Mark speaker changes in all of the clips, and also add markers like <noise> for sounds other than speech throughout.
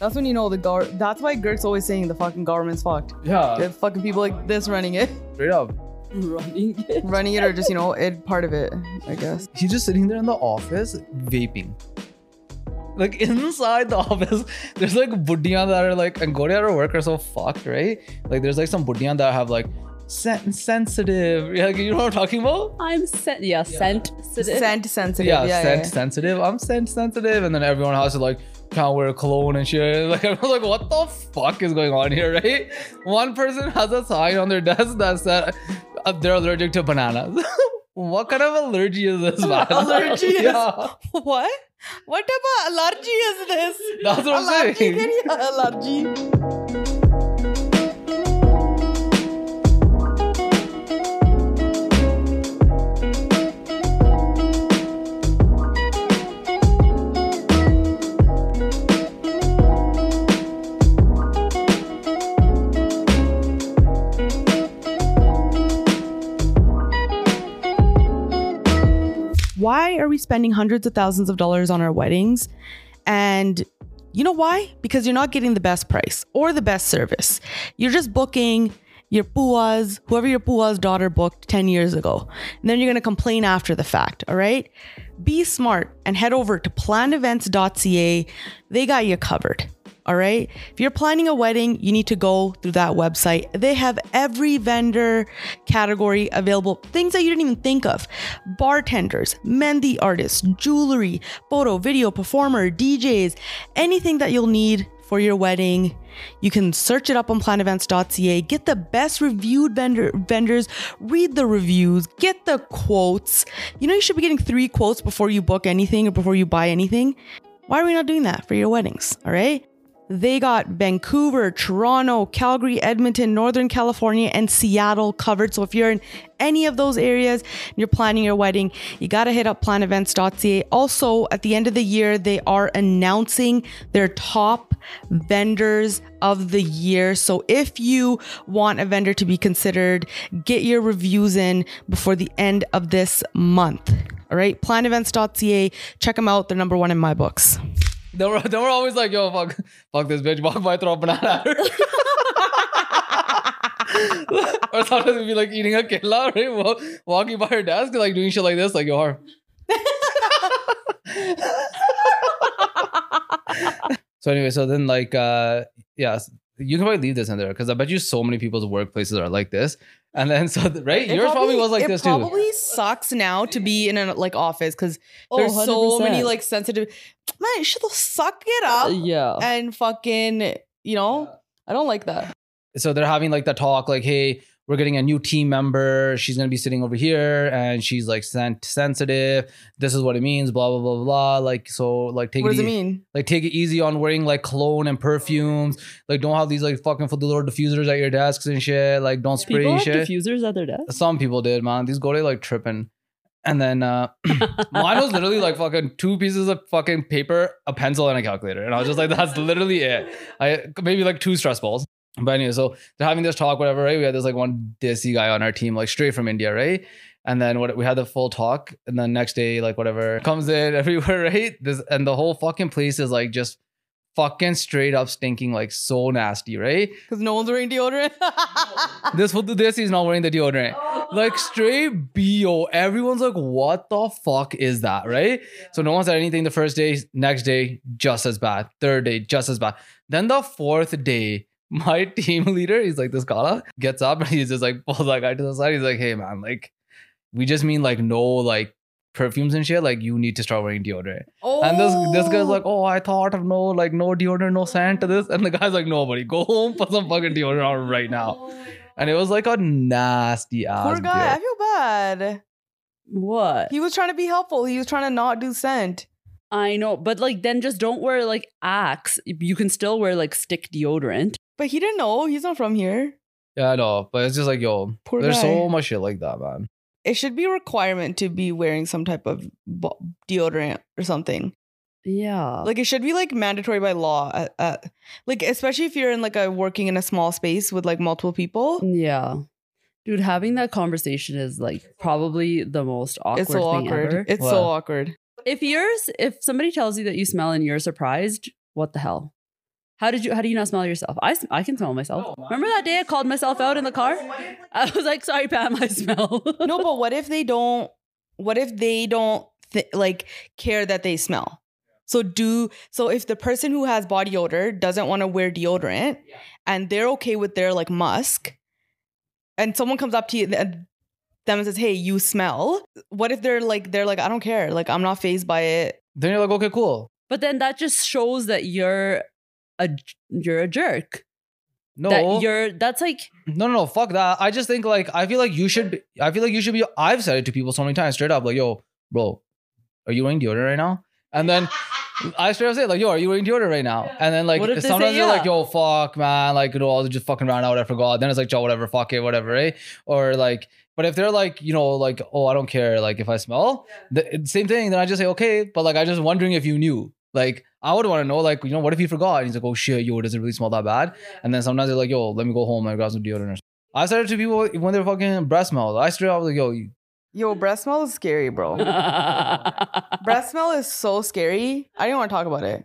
Speaker 1: That's when you know the gar. That's why Girk's always saying the fucking government's fucked.
Speaker 2: Yeah,
Speaker 1: The fucking people like this running it, <laughs>
Speaker 2: straight up.
Speaker 3: running it.
Speaker 1: running it, or just you know it part of it. I guess.
Speaker 2: He's just sitting there in the office vaping. Like <laughs> inside the office, there's like buddiyan that are like, and Goryar or work are so fucked, right? Like there's like some buddiyan that have like sen- sensitive. <laughs> Yeah, like, you know what I'm talking about?
Speaker 3: I'm sent. Yeah, sent. <laughs>
Speaker 1: Scent sensitive.
Speaker 2: Yeah,
Speaker 1: Yeah, yeah,
Speaker 2: scent
Speaker 1: yeah.
Speaker 2: sensitive. I'm scent sensitive, and then everyone has to like can't wear a cologne and shit. <laughs> Like everyone's like, what the fuck is going on here, <laughs> right? One person has a sign on their desk that said uh, they're allergic to bananas. <laughs> what kind of allergy is this, man?
Speaker 1: <laughs>
Speaker 2: <laughs>
Speaker 1: Allergy is-
Speaker 2: Yeah.
Speaker 1: <laughs> What? What type of allergy is this?
Speaker 2: That's what I'm
Speaker 1: allergy,
Speaker 2: saying.
Speaker 1: can you- allergy. Why are we spending hundreds of thousands of dollars on our weddings? And you know why? Because you're not getting the best price or the best service. You're just booking your puas, whoever your pua's daughter booked 10 years ago. And then you're going to complain after the fact, all right? Be smart and head over to planevents.ca. They got you covered. All right. If you're planning a wedding, you need to go through that website. They have every vendor category available, things that you didn't even think of bartenders, mehndi artists, jewelry, photo, video, performer, DJs, anything that you'll need for your wedding. You can search it up on planevents.ca, get the best reviewed vendor vendors, read the reviews, get the quotes. You know you should be getting 3 quotes before you book anything or before you buy anything. Why are we not doing that for your weddings, all right? They got Vancouver, Toronto, Calgary, Edmonton, Northern California, and Seattle covered. So if you're in any of those areas and you're planning your wedding, you got to hit up planevents.ca. Also, at the end of the year, they are announcing their top vendors of the year. So if you want a vendor to be considered, get your reviews in before the end of this month. All right, planevents.ca. Check them out. They're number one in my books.
Speaker 2: They were, they were always like, yo, fuck, fuck this bitch, walk by, throw
Speaker 1: <laughs>
Speaker 2: a banana at her. or sometimes we'd be like eating a killa, right? Wa- Walking by her desk, like doing shit like this, like, yo, her. so, anyway, so then, like, uh, yeah, you can probably leave this in there because I bet you so many people's workplaces are like this. And then, so, right?
Speaker 1: It
Speaker 2: Yours probably, was like
Speaker 1: it
Speaker 2: this
Speaker 1: probably
Speaker 2: too.
Speaker 1: sucks now to be in a like office because
Speaker 3: Oh,
Speaker 1: there's so
Speaker 3: 100%.
Speaker 1: many like sensitive. Man, she'll suck it up
Speaker 3: Yeah.
Speaker 1: and fucking you know. I don't like that.
Speaker 2: so they're having like the talk like hey we're getting a new team member she's going to be sitting over here and she's like sent sensitive this is what it means blah blah blah blah like so like take
Speaker 1: What does
Speaker 2: it
Speaker 1: it
Speaker 2: ea-
Speaker 1: mean?
Speaker 2: like take it easy on wearing like cologne and perfumes like don't have these like fucking little diffusers at your desks and shit like don't spray
Speaker 3: People have
Speaker 2: shit
Speaker 3: diffusers at their desk.
Speaker 2: <laughs> some people did man these gore like tripping and then uh <clears throat> mine was literally like fucking two pieces of fucking paper a pencil and a calculator and i was just like that's literally it I maybe like two stress balls. But anyway, so they're having this talk, whatever, right? We had this like one desi guy on our team, like straight from India, right? And then what we had the full talk, and then next day, like whatever <laughs> comes in everywhere, <laughs> right? This and the whole fucking place is like just fucking straight up stinking, like so nasty, right?
Speaker 1: Because no one's wearing deodorant. <laughs>
Speaker 2: This fool desi is not wearing the deodorant. Like straight bo, everyone's like, "What the fuck is that?" Right? So no one said anything the first day. Next day, just as bad. Third day, just as bad. Then the fourth day, my <laughs> team leader, he's like this Kala, gets up and he's just like pulls that guy to the side. He's like, "Hey man, like, we just mean like no like perfumes and shit. Like you need to start wearing deodorant."
Speaker 1: oh.
Speaker 2: <laughs> And this this guy's like, oh, I thought of no like no deodorant, no scent to this. And the guy's like, nobody, go home put some fucking deodorant on right now. And it was like a nasty ass.
Speaker 1: Oh. poor guy. I
Speaker 2: deal.
Speaker 1: feel bad.
Speaker 3: What?
Speaker 1: He was trying to be helpful. He was trying to not do scent.
Speaker 3: I know, but like then just don't wear like Axe. You can still wear like stick deodorant.
Speaker 1: But he didn't know. He's not from here.
Speaker 2: Yeah, I know, but it's just like, yo,
Speaker 1: Poor
Speaker 2: there's
Speaker 1: guy.
Speaker 2: so much shit like that, man.
Speaker 1: It should be a requirement to be wearing some type of bo- deodorant or something.
Speaker 3: Yeah.
Speaker 1: like it should be like mandatory by law uh, uh, like especially if you're in like a working in a small space with like multiple people
Speaker 3: yeah. Dude, having that conversation is like probably the most awkward
Speaker 1: it's so
Speaker 3: thing ever.
Speaker 1: awkward it's so
Speaker 2: Wow.
Speaker 1: awkward
Speaker 3: if yours, if somebody tells you that you smell and you're surprised, what the hell? How did you? How do you not smell yourself? I, sm- I can smell myself. Remember that day I called myself out in the car? <laughs> I was like, "Sorry, Pam, I smell."
Speaker 1: no, but what if they don't? What if they don't th- like care that they smell? So do so if the person who has body odor doesn't want to wear deodorant and they're okay with their like musk, and someone comes up to you and them and says, "Hey, you smell." What if they're like they're like, "I don't care. Like I'm not phased by it."
Speaker 2: Then you're like, okay, cool.
Speaker 3: <laughs> but then that just shows that you're a j- you're a jerk.
Speaker 2: No,
Speaker 3: That you're
Speaker 1: <laughs>
Speaker 3: that's like <laughs>
Speaker 2: No, no, no, fuck that. I just think like I feel like you should. Be, I feel like you should be. I've said it to people so many times, straight up, like, "Yo, bro, are you wearing deodorant right now?" And
Speaker 3: <laughs>
Speaker 2: then I straight up say, like, "Yo, are you wearing deodorant right now?" And then like
Speaker 3: What if they
Speaker 2: sometimes
Speaker 3: say
Speaker 2: you're like,
Speaker 3: yeah?
Speaker 2: "Yo, fuck, man, like, you know, I was just fucking ran out. I forgot." Then it's like, "Yo, whatever, fuck it, whatever," right? Or like, but if they're like, you know, like, "Oh, I don't care," like if I smell, the same thing. Then I just say, "Okay," but like, I just wondering if you knew. Like, I would want to know, like, you know, what if you forgot? And he's like, "Oh shit, yo, it doesn't really smell that bad." And then sometimes they're like, "Yo, let me go home and grab some deodorant." or I started to people when they're fucking breast smell. I straight up was like, yo,
Speaker 3: <laughs>
Speaker 2: you-
Speaker 1: Yo, breath smell is scary, bro. breath smell is so scary. I didn't want to talk about it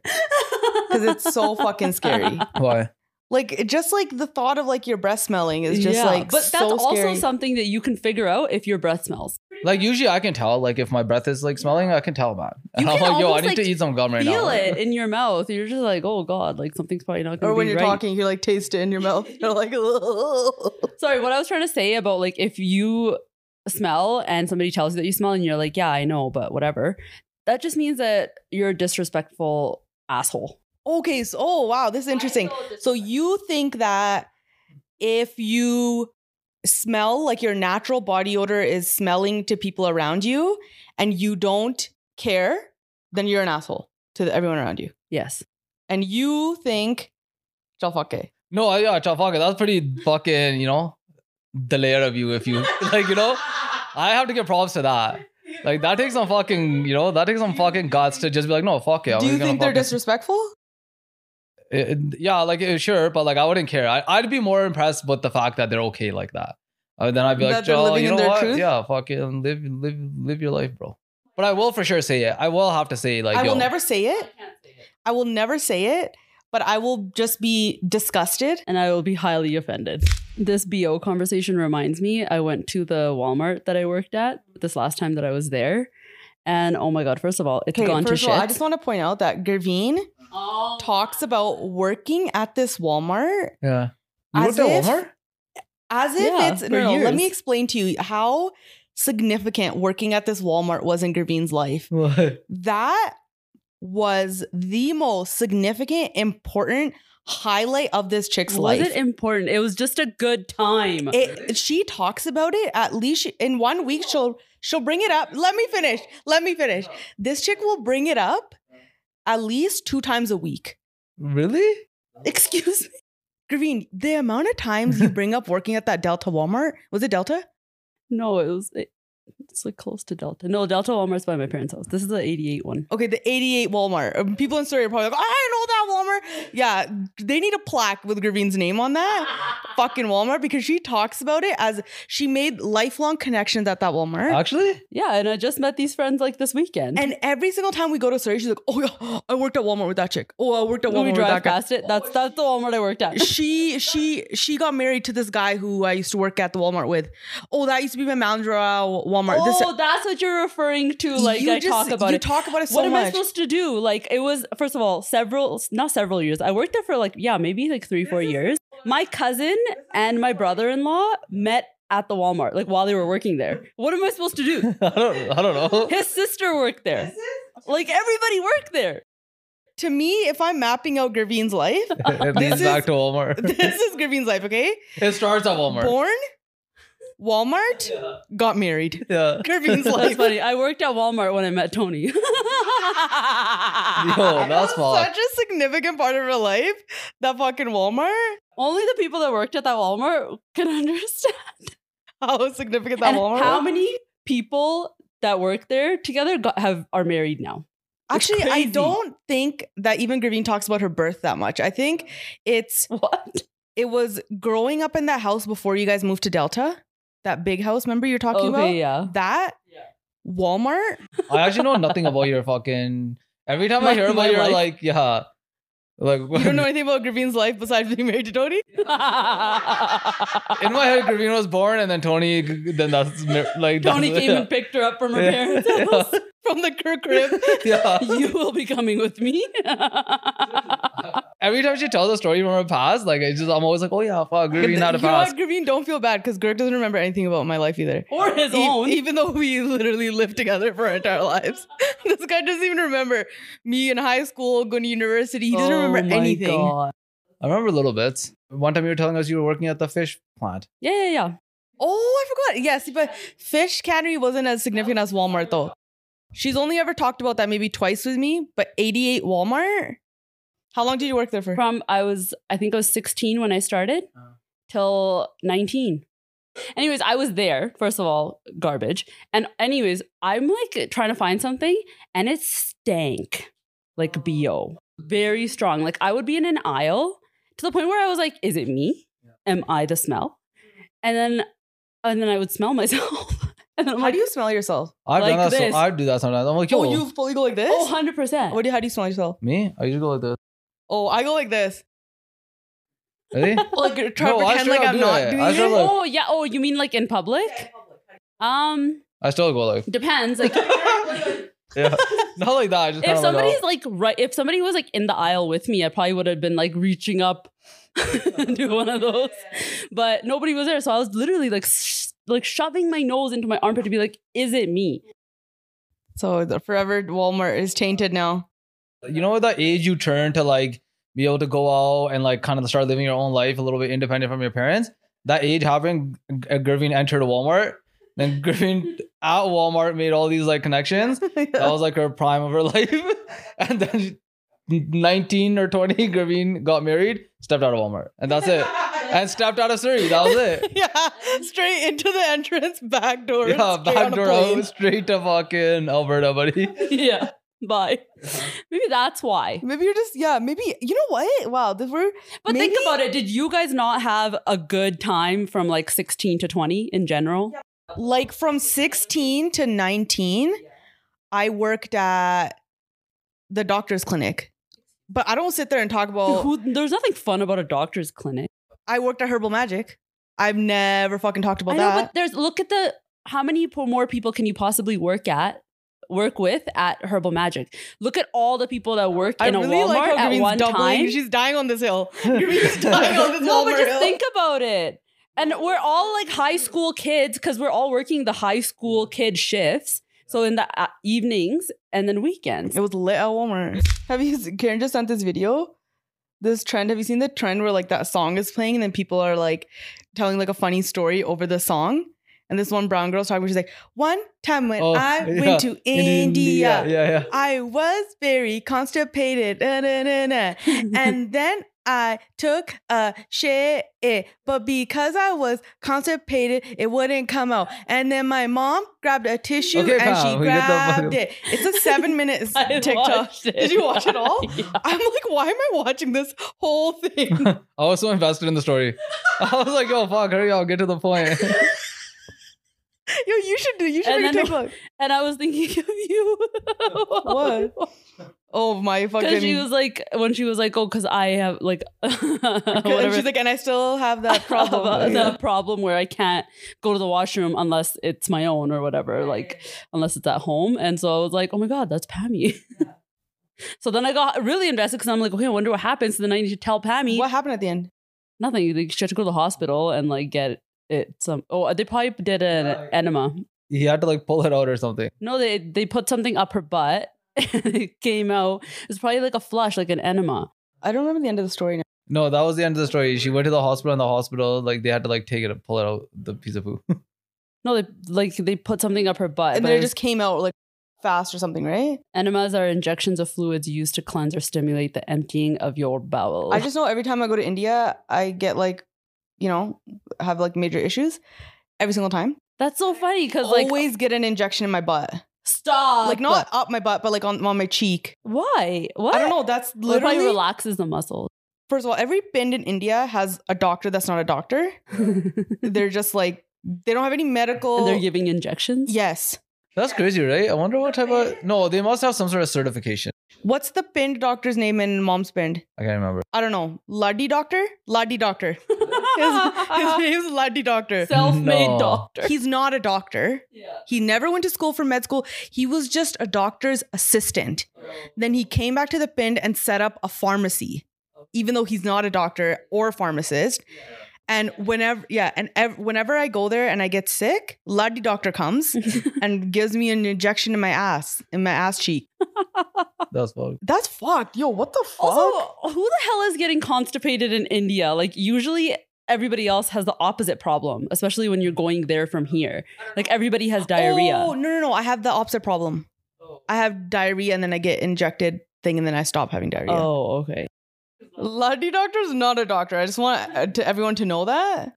Speaker 1: because it's so fucking scary.
Speaker 2: why?
Speaker 1: Like it- just like the thought of like your breath smelling is just
Speaker 3: Yeah,
Speaker 1: like
Speaker 3: but that's
Speaker 1: so
Speaker 3: also
Speaker 1: scary.
Speaker 3: something that you can figure out if your breath smells.
Speaker 2: Like usually I can tell. Like if my breath is like smelling, I can tell, man. And <laughs>
Speaker 3: You
Speaker 2: I'm
Speaker 3: can
Speaker 2: like, yo, I
Speaker 3: almost,
Speaker 2: need to
Speaker 3: like,
Speaker 2: eat some gum right
Speaker 3: Feel
Speaker 2: now.
Speaker 3: it in your mouth. You're just like, oh god, like something's probably not going
Speaker 1: or
Speaker 3: to
Speaker 1: when
Speaker 3: be
Speaker 1: you're
Speaker 3: right.
Speaker 1: talking, you like taste it in your
Speaker 3: <laughs>
Speaker 1: mouth. You're like,
Speaker 3: Sorry, what I was trying to say about like if you smell and somebody tells you that you smell and you're like, yeah, I know, but whatever. That just means that you're a disrespectful asshole.
Speaker 1: okay, so oh wow, this is interesting. So you think that if you smell like your natural body odor is smelling to people around you, and you don't care, then you're an asshole to the- everyone around you,
Speaker 3: Yes.
Speaker 1: and you think, "Jal fuck it."
Speaker 2: No, I- yeah, chow fuck it. That's pretty fucking, you know, the layer of you if you <laughs> like, you know. I have to give props to that. Like that takes some fucking, you know, that takes some fucking guts to just be like, no, fuck it. I'm
Speaker 1: Do you
Speaker 2: just gonna
Speaker 1: think they're
Speaker 2: fucking-
Speaker 1: disrespectful?
Speaker 2: It- it- yeah, like eh, sure, but like I wouldn't care. I, I'd be more impressed with the fact that they're okay like that. Uh, then I'd be like,
Speaker 1: That they're
Speaker 2: Joe,
Speaker 1: living
Speaker 2: you
Speaker 1: in
Speaker 2: know
Speaker 1: their
Speaker 2: what?
Speaker 1: truth?
Speaker 2: Yeah, fucking live, live, live your life, bro. But I will for sure say it. I will have to say like,
Speaker 1: I
Speaker 2: yo,
Speaker 1: will never say it. I will never say it, but I will just be disgusted.
Speaker 3: And I will be highly offended. This BO conversation reminds me I went to the Walmart that I worked at this last time that I was there. And oh my god, first of all, it's
Speaker 1: Okay,
Speaker 3: gone to
Speaker 1: first
Speaker 3: shit.
Speaker 1: of all, I just want to point out that Gervine talks about working at this Walmart
Speaker 2: yeah. You
Speaker 1: As
Speaker 2: worked at
Speaker 1: if-
Speaker 2: Walmart?
Speaker 1: as if
Speaker 3: Yeah,
Speaker 1: it's
Speaker 3: for
Speaker 1: no, no, Let
Speaker 3: years.
Speaker 1: me explain to you how significant working at this Walmart was in Gervine's life.
Speaker 2: What?
Speaker 1: That was the most significant, important highlight of this chick's life.
Speaker 3: was it important? It was just a good time.
Speaker 1: it she talks about it at least she- in one week she'll she'll bring it up let me finish let me finish this chick will bring it up at least two times a week
Speaker 2: Really?
Speaker 1: excuse me Gravine, the amount of times you bring up working at that Delta Walmart, was it Delta?
Speaker 3: No, it was it, it's like close to Delta. No, Delta Walmart's by my parents' house. This is the 88 one.
Speaker 1: Okay, the 88 Walmart. Um, People in Surrey are probably like, I know that Walmart. Yeah, they need a plaque with Gravine's name on that fucking Walmart because she talks about it as she made lifelong connections at that Walmart.
Speaker 2: <laughs> Actually? <laughs>
Speaker 3: Yeah, and I just met these friends like this weekend.
Speaker 1: And every single time we go to Surrey, she's like, "Oh yeah, I worked at Walmart with that chick. Oh, I worked at Walmart
Speaker 3: when we
Speaker 1: with
Speaker 3: drive
Speaker 1: that guy."
Speaker 3: past it, that's that's the Walmart I worked at.
Speaker 1: She she she got married to this guy who I used to work at the Walmart with. Oh, that used to be my manager at Walmart. this, e-
Speaker 3: Oh, that's what you're referring to. Like
Speaker 1: you
Speaker 3: I
Speaker 1: just-
Speaker 3: talk about
Speaker 1: you
Speaker 3: it.
Speaker 1: talk about it so
Speaker 3: what am I
Speaker 1: much.
Speaker 3: supposed to do? Like it was first of all several, not several years. I worked there for like yeah, maybe like three, four years. My cousin and my brother-in-law met at the Walmart like while they were working there. What am I supposed to do?
Speaker 2: I don't I
Speaker 1: <laughs>
Speaker 2: don't <laughs> know.
Speaker 3: His sister worked there. Like everybody worked
Speaker 1: <laughs>
Speaker 3: there.
Speaker 1: to me, if I'm mapping out Gravine's life, <laughs>
Speaker 2: it leads
Speaker 1: is-
Speaker 2: back
Speaker 1: <laughs>
Speaker 2: to Walmart.
Speaker 1: this is Gravine's life. Okay,
Speaker 2: it starts at Walmart.
Speaker 1: born, Walmart, got <laughs> married.
Speaker 2: yeah.
Speaker 1: Gravine's <laughs>
Speaker 3: That's
Speaker 1: life.
Speaker 3: funny. I worked at Walmart when I met Tony. <laughs>
Speaker 2: Yo, that's fucked.
Speaker 1: Such a significant part of her life. That fucking Walmart.
Speaker 3: Only the people that worked at that Walmart can <laughs> understand.
Speaker 1: How significant that
Speaker 3: And
Speaker 1: Walmart.
Speaker 3: how
Speaker 1: was.
Speaker 3: many people that work there together got, have are married now? It's
Speaker 1: Actually, I
Speaker 3: crazy.
Speaker 1: don't think that even Gravine talks about her birth that much. I think it's
Speaker 3: What?
Speaker 1: it was growing up in that house before you guys moved to Delta, that big house. Remember you're talking
Speaker 3: okay,
Speaker 1: about
Speaker 3: yeah.
Speaker 1: that Walmart.
Speaker 3: <laughs>
Speaker 2: I actually know nothing about your fucking every time
Speaker 3: My-
Speaker 2: I hear
Speaker 3: my
Speaker 2: about your
Speaker 3: life.
Speaker 2: like yeah. Like <laughs>
Speaker 1: You don't know anything about Gravine's life besides being married to
Speaker 3: <laughs>
Speaker 1: Tony?
Speaker 2: in my head, Gravino was born, and then Tony. Then that's like
Speaker 3: <laughs> Tony
Speaker 2: that's,
Speaker 3: came and picked her up from her
Speaker 2: Yeah.
Speaker 3: parents'
Speaker 2: Yeah.
Speaker 3: house.
Speaker 1: From the Kirk
Speaker 3: <laughs>
Speaker 1: crib.
Speaker 2: <laughs> Yeah.
Speaker 3: You will be coming with me. <laughs>
Speaker 2: Every time she tells a story from her past, like it's just I'm always like, oh yeah, fuck,
Speaker 1: you
Speaker 2: Gravino
Speaker 1: know
Speaker 2: had a
Speaker 1: what,
Speaker 2: past.
Speaker 1: Gravine, don't feel bad because Greg doesn't remember anything about my life either.
Speaker 3: or his
Speaker 1: E-
Speaker 3: own.
Speaker 1: even though we literally lived together for our entire lives. <laughs> this guy doesn't even remember me in high school, going to university. He doesn't
Speaker 3: Oh
Speaker 1: remember anything.
Speaker 2: I remember little bits. One time you were telling us you were working at the fish plant.
Speaker 3: Yeah, yeah, yeah.
Speaker 1: Oh, I forgot. Yes, but Fish Cannery wasn't as significant as Walmart though. She's only ever talked about that maybe twice with me, but 88 Walmart? How long did you work there for?
Speaker 3: From I was, I think I was 16 when I started
Speaker 2: Uh.
Speaker 3: till 19. Anyways, I was there, first of all, garbage. And, anyways, I'm like trying to find something and it stank like
Speaker 1: Oh.
Speaker 3: BO, very strong. Like I would be in an aisle to the point where I was like, is it me? Am I the smell? And then, and then I would smell <laughs> myself. and then I'm
Speaker 1: How
Speaker 3: like,
Speaker 1: do you smell yourself?
Speaker 2: I've
Speaker 3: Like
Speaker 2: done that.
Speaker 3: this.
Speaker 2: So, I do that sometimes. I'm like, yo,
Speaker 1: Oh, you fully go like this?
Speaker 3: oh, 100%.
Speaker 1: what do you, how do you smell yourself?
Speaker 2: me? I usually go like this.
Speaker 1: Oh, I go like this.
Speaker 2: Really?
Speaker 1: Like try to
Speaker 2: No, I
Speaker 1: pretend like
Speaker 2: straight up
Speaker 1: I'm
Speaker 2: do
Speaker 1: not
Speaker 2: that.
Speaker 1: doing
Speaker 2: I straight
Speaker 1: it.
Speaker 2: up- Look.
Speaker 3: Oh yeah. Oh, you mean like in public? Um,
Speaker 2: I still go like, <laughs>
Speaker 3: depends.
Speaker 1: <laughs>
Speaker 3: Like <laughs>
Speaker 2: yeah, not like that. I just
Speaker 3: if
Speaker 2: kinda like,
Speaker 3: somebody's like right, if somebody was like in the aisle with me, I probably would have been like reaching up <laughs> do one of those. But nobody was there, so I was literally like sh- like shoving my nose into my armpit to be like, is it me? <laughs>
Speaker 1: So the forever Walmart is tainted now. <laughs>
Speaker 2: oh. you know, at that age you turn to like be able to go out and like kind of start living your own life a little bit independent from your parents. That age happened. G- Griffin entered Walmart. Then Griffin <laughs> at Walmart made all these like connections. That was like her prime of her <laughs> life. And then she- 19 or 20, <laughs> Graveen got married, stepped out of Walmart. And that's it. And stepped out of Surrey. That was
Speaker 1: <laughs>
Speaker 2: it.
Speaker 1: yeah, straight into the entrance back door.
Speaker 2: Yeah,
Speaker 1: straight on
Speaker 2: back
Speaker 1: a
Speaker 2: door
Speaker 1: plane.
Speaker 2: out, straight to fucking Alberta, buddy.
Speaker 1: <laughs>
Speaker 3: yeah. Bye. Maybe that's why.
Speaker 1: Maybe you're just yeah. Maybe you know what? Wow, this were
Speaker 3: But
Speaker 1: Maybe-
Speaker 3: think about it. Did you guys not have a good time from like 16 to 20 in general?
Speaker 1: like from 16 to 19. I worked at the doctor's clinic, but I don't sit there and talk about.
Speaker 3: Who, there's nothing fun about a doctor's clinic.
Speaker 1: I worked at Herbal Magic. I've never fucking talked about
Speaker 3: I
Speaker 1: that.
Speaker 3: know, but there's look at the how many po- more people can you possibly work at work with at Herbal Magic? Look at all the people that work
Speaker 1: I
Speaker 3: in a Walmart at
Speaker 1: Green's
Speaker 3: one
Speaker 1: doubling.
Speaker 3: time. <laughs>
Speaker 1: She's dying on this hill. Green's dying
Speaker 2: <laughs>
Speaker 1: on this
Speaker 3: no,
Speaker 1: Walmart
Speaker 3: but just
Speaker 1: hill.
Speaker 3: think about it. And we're all like high school kids because we're all working the high school
Speaker 1: Mm.
Speaker 3: kid shifts. So in the uh, evenings and then weekends.
Speaker 1: It was lit at Walmart. Have you? Karen just sent this video. This trend. Have you seen the trend where like that song is playing and then people are like telling like a funny story over the song? And this one brown girl's talking. She's like, "One time when
Speaker 2: Oh,
Speaker 3: <laughs>
Speaker 1: I
Speaker 2: yeah.
Speaker 1: went to
Speaker 2: In
Speaker 1: India,
Speaker 2: Yeah, yeah.
Speaker 1: I was very constipated, da, da, da,
Speaker 3: <laughs>
Speaker 1: da. <laughs> and then I took a shit. But because I was constipated, it wouldn't come out. And then my mom grabbed a tissue
Speaker 2: Okay,
Speaker 1: and
Speaker 2: pal,
Speaker 1: she
Speaker 2: we get the
Speaker 1: grabbed
Speaker 2: fucking-
Speaker 1: it. It's a seven
Speaker 3: <laughs>
Speaker 1: minute s-
Speaker 3: I
Speaker 1: TikTok.
Speaker 3: watched it. <laughs>
Speaker 1: Did you watch it all?
Speaker 3: Yeah.
Speaker 1: I'm like, why am I watching this whole
Speaker 3: <laughs>
Speaker 1: thing?
Speaker 2: I was so invested in the story. I was like, yo, fuck, hurry up, get to the
Speaker 3: <laughs>
Speaker 2: point.
Speaker 1: Yo, you should do. You should
Speaker 3: And
Speaker 1: make a
Speaker 3: then-
Speaker 1: TikTok.
Speaker 3: And I was thinking of you.
Speaker 1: What? Oh
Speaker 3: <laughs>
Speaker 1: my fucking.
Speaker 3: Because she was like, when she was like, oh, because I have like, <laughs>
Speaker 1: and
Speaker 3: whatever.
Speaker 1: she's like, and I still have that problem.
Speaker 3: <laughs> About
Speaker 1: Yeah.
Speaker 3: the problem where I can't go to the washroom unless it's my own or whatever, like unless it's at home. And so I was like, oh my God, that's Pammy. <laughs> so then I got really invested because I'm like, okay, I wonder what happens. So then I need to tell Pammy
Speaker 1: What happened at the end?
Speaker 3: nothing. Like, she had to go to the hospital and like get it some. Oh, they probably did an
Speaker 2: Yeah, like-
Speaker 3: enema.
Speaker 2: he had to like pull it out or something.
Speaker 3: No, they they put something up her butt. <laughs> and it came out. It was probably like a flush, like an enema.
Speaker 1: I don't remember the end of the story now.
Speaker 2: No, that was the end of the story. She went to the hospital, and the hospital, like, they had to like take it and pull it out the piece of poo. <laughs>
Speaker 3: No, they like they put something up her butt.
Speaker 1: And
Speaker 3: but
Speaker 1: then
Speaker 3: it
Speaker 1: it
Speaker 3: was
Speaker 1: just came out like fast or something, right?
Speaker 3: Enemas are injections of fluids used to cleanse or stimulate the emptying of your bowel.
Speaker 1: I just know every time I go to India, I get like, you know, have like major issues every single time.
Speaker 3: That's so funny because like uh
Speaker 1: Always get an injection in my butt.
Speaker 3: stop.
Speaker 1: like not up my butt, but like on, on my cheek.
Speaker 3: why? What?
Speaker 1: I don't know. That's
Speaker 3: Well, It probably
Speaker 1: literally.
Speaker 3: relaxes the muscles. <laughs>
Speaker 1: First of all, every bend in India has a doctor that's not a
Speaker 3: <laughs>
Speaker 1: doctor.
Speaker 3: and
Speaker 1: They're just like they don't have any medical.
Speaker 3: they're giving injections. <laughs>
Speaker 1: yes.
Speaker 2: That's crazy, right? I wonder what type of. No, they must have some sort of certification.
Speaker 1: What's the pinned doctor's name in mom's pinned?
Speaker 2: I can't
Speaker 3: <laughs>
Speaker 2: remember.
Speaker 1: I don't know. Luddy doctor? Luddy doctor. <laughs> His, his
Speaker 3: Uh-huh. <laughs>
Speaker 1: name's Luddy doctor.
Speaker 3: Self-made
Speaker 2: No.
Speaker 3: doctor.
Speaker 1: He's not a doctor. He never went to school for med school. He was just a doctor's assistant.
Speaker 3: Oh.
Speaker 1: Then he came back to the pinned and set up a pharmacy, even though he's not a doctor or a pharmacist. And whenever, yeah, and ev- whenever I go there and I get sick, Luddy doctor
Speaker 3: <laughs>
Speaker 1: comes and gives me an injection in my ass, in my ass cheek.
Speaker 2: That's fucked.
Speaker 1: That's fucked. Yo, what the fuck?
Speaker 3: Also, who the hell is getting constipated in India? Like, usually everybody else has the opposite problem, especially when you're going there from here. Like, everybody has diarrhea.
Speaker 1: Oh, no, no, no. I have the opposite problem.
Speaker 3: Oh.
Speaker 1: I have diarrhea and then I get injected thing and then I stop having diarrhea.
Speaker 3: Oh, okay.
Speaker 1: Luddy doctor's not a doctor. I just want uh, to everyone to know that.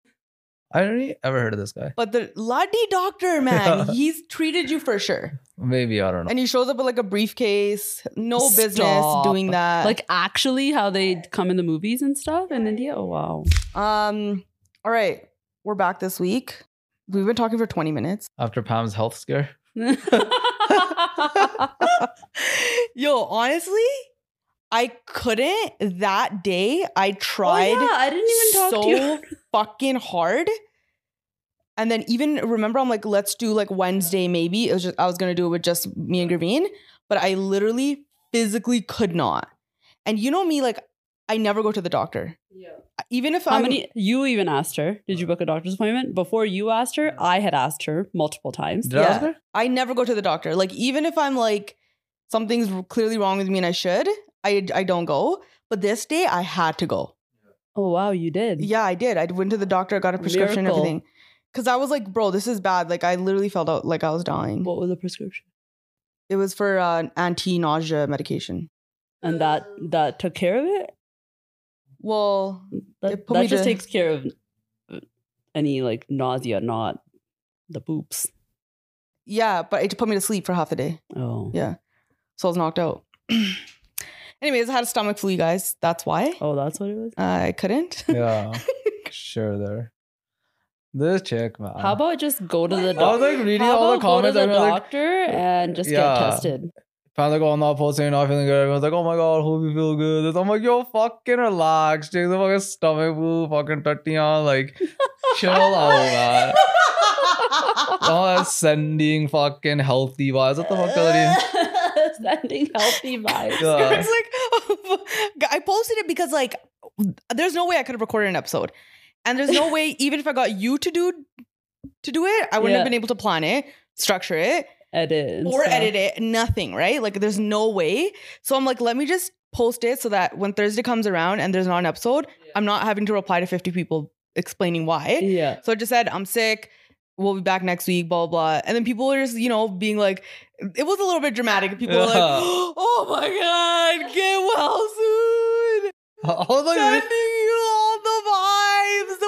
Speaker 2: I already ever heard of this guy.
Speaker 1: But the Luddy doctor, man, he's treated you for sure.
Speaker 2: Maybe I don't know.
Speaker 1: And he shows up with like a briefcase. No business
Speaker 3: Stop.
Speaker 1: doing that.
Speaker 3: Like, actually, how they come in the movies and stuff in India?
Speaker 1: <laughs>
Speaker 3: Oh, wow.
Speaker 1: um, all right, we're back this week. We've been talking for 20 minutes. <laughs>
Speaker 2: After Pam's health scare,
Speaker 3: Oh,
Speaker 1: Yo, honestly, I couldn't that day. I tried.
Speaker 3: Oh, yeah, I didn't even talk
Speaker 1: so
Speaker 3: to you.
Speaker 1: fucking hard. And then even remember, I'm like, let's do like Wednesday, maybe. It was just I was gonna do it with just me and Graveen, but I literally physically could not. And you know me, like I never go to the doctor. Even if
Speaker 3: How
Speaker 1: I'm
Speaker 3: many? You even asked her. Did you book a doctor's appointment? Before you asked her, I had asked her multiple times.
Speaker 2: did I ask her?
Speaker 1: I never go to the doctor. Like even if I'm like something's clearly wrong with me and I should, I I don't go. But this day I had to go.
Speaker 3: Oh, wow, you did.
Speaker 1: Yeah, I did. I went to the doctor, got a prescription, and
Speaker 3: Miracle.
Speaker 1: everything. Cause I was like, bro, this is bad. Like I literally felt out like I was dying.
Speaker 3: What was the prescription?
Speaker 1: It was for uh, anti-nausea medication.
Speaker 3: And that
Speaker 1: Um,
Speaker 3: that took care of it.
Speaker 1: Well,
Speaker 3: That,
Speaker 1: It put
Speaker 3: that
Speaker 1: me
Speaker 3: just
Speaker 1: to-
Speaker 3: takes care of uh, any like nausea, not the poops.
Speaker 1: yeah, but it put me to sleep for half a day,
Speaker 3: Oh,
Speaker 1: Yeah. so I was knocked out. <clears throat> Anyways, I had a stomach flu, you guys. That's why
Speaker 3: Oh, that's what it was.
Speaker 1: I couldn't. <laughs>
Speaker 3: <laughs>
Speaker 2: Yeah, sure there. This chick, man.
Speaker 3: How about just go to the
Speaker 2: I was
Speaker 3: doctor?
Speaker 2: like reading
Speaker 3: How
Speaker 2: all the
Speaker 3: about go to
Speaker 2: comments.
Speaker 3: the
Speaker 2: I was like,
Speaker 3: doctor and just
Speaker 2: Yeah.
Speaker 3: get tested?
Speaker 2: Pam's like, oh, I'm not posting, not feeling good. Everyone's like, oh my god, hope you feel good. I'm like, yo, fucking relax. Take the fucking stomach flu, fucking tatiana, like, chill out, man. Oh, that's sending fucking healthy vibes. What the fuck, Kaladin?
Speaker 3: <laughs> Sending healthy vibes.
Speaker 2: Yeah.
Speaker 1: it's like <laughs> I posted it because like there's no way I could have recorded an episode, and there's no way even if I got you to do to do it, I wouldn't
Speaker 3: Yeah.
Speaker 1: have been able to plan it, structure it,
Speaker 3: Edit and
Speaker 1: or
Speaker 3: stuff.
Speaker 1: edit it. Nothing, right? Like there's no way. So I'm like, let me just post it so that when Thursday comes around and there's not an episode, I'm not having to reply to 50 people explaining why.
Speaker 3: Yeah.
Speaker 1: So I just said, I'm sick. We'll be back next week, blah, blah. blah. And then people were just, you know, being like, it was a little bit
Speaker 3: <laughs>
Speaker 1: dramatic. People were like, <gasps>
Speaker 2: Yeah.
Speaker 1: oh my God, get well soon.
Speaker 2: <laughs> I was
Speaker 3: <laughs>
Speaker 2: like,
Speaker 1: Sending you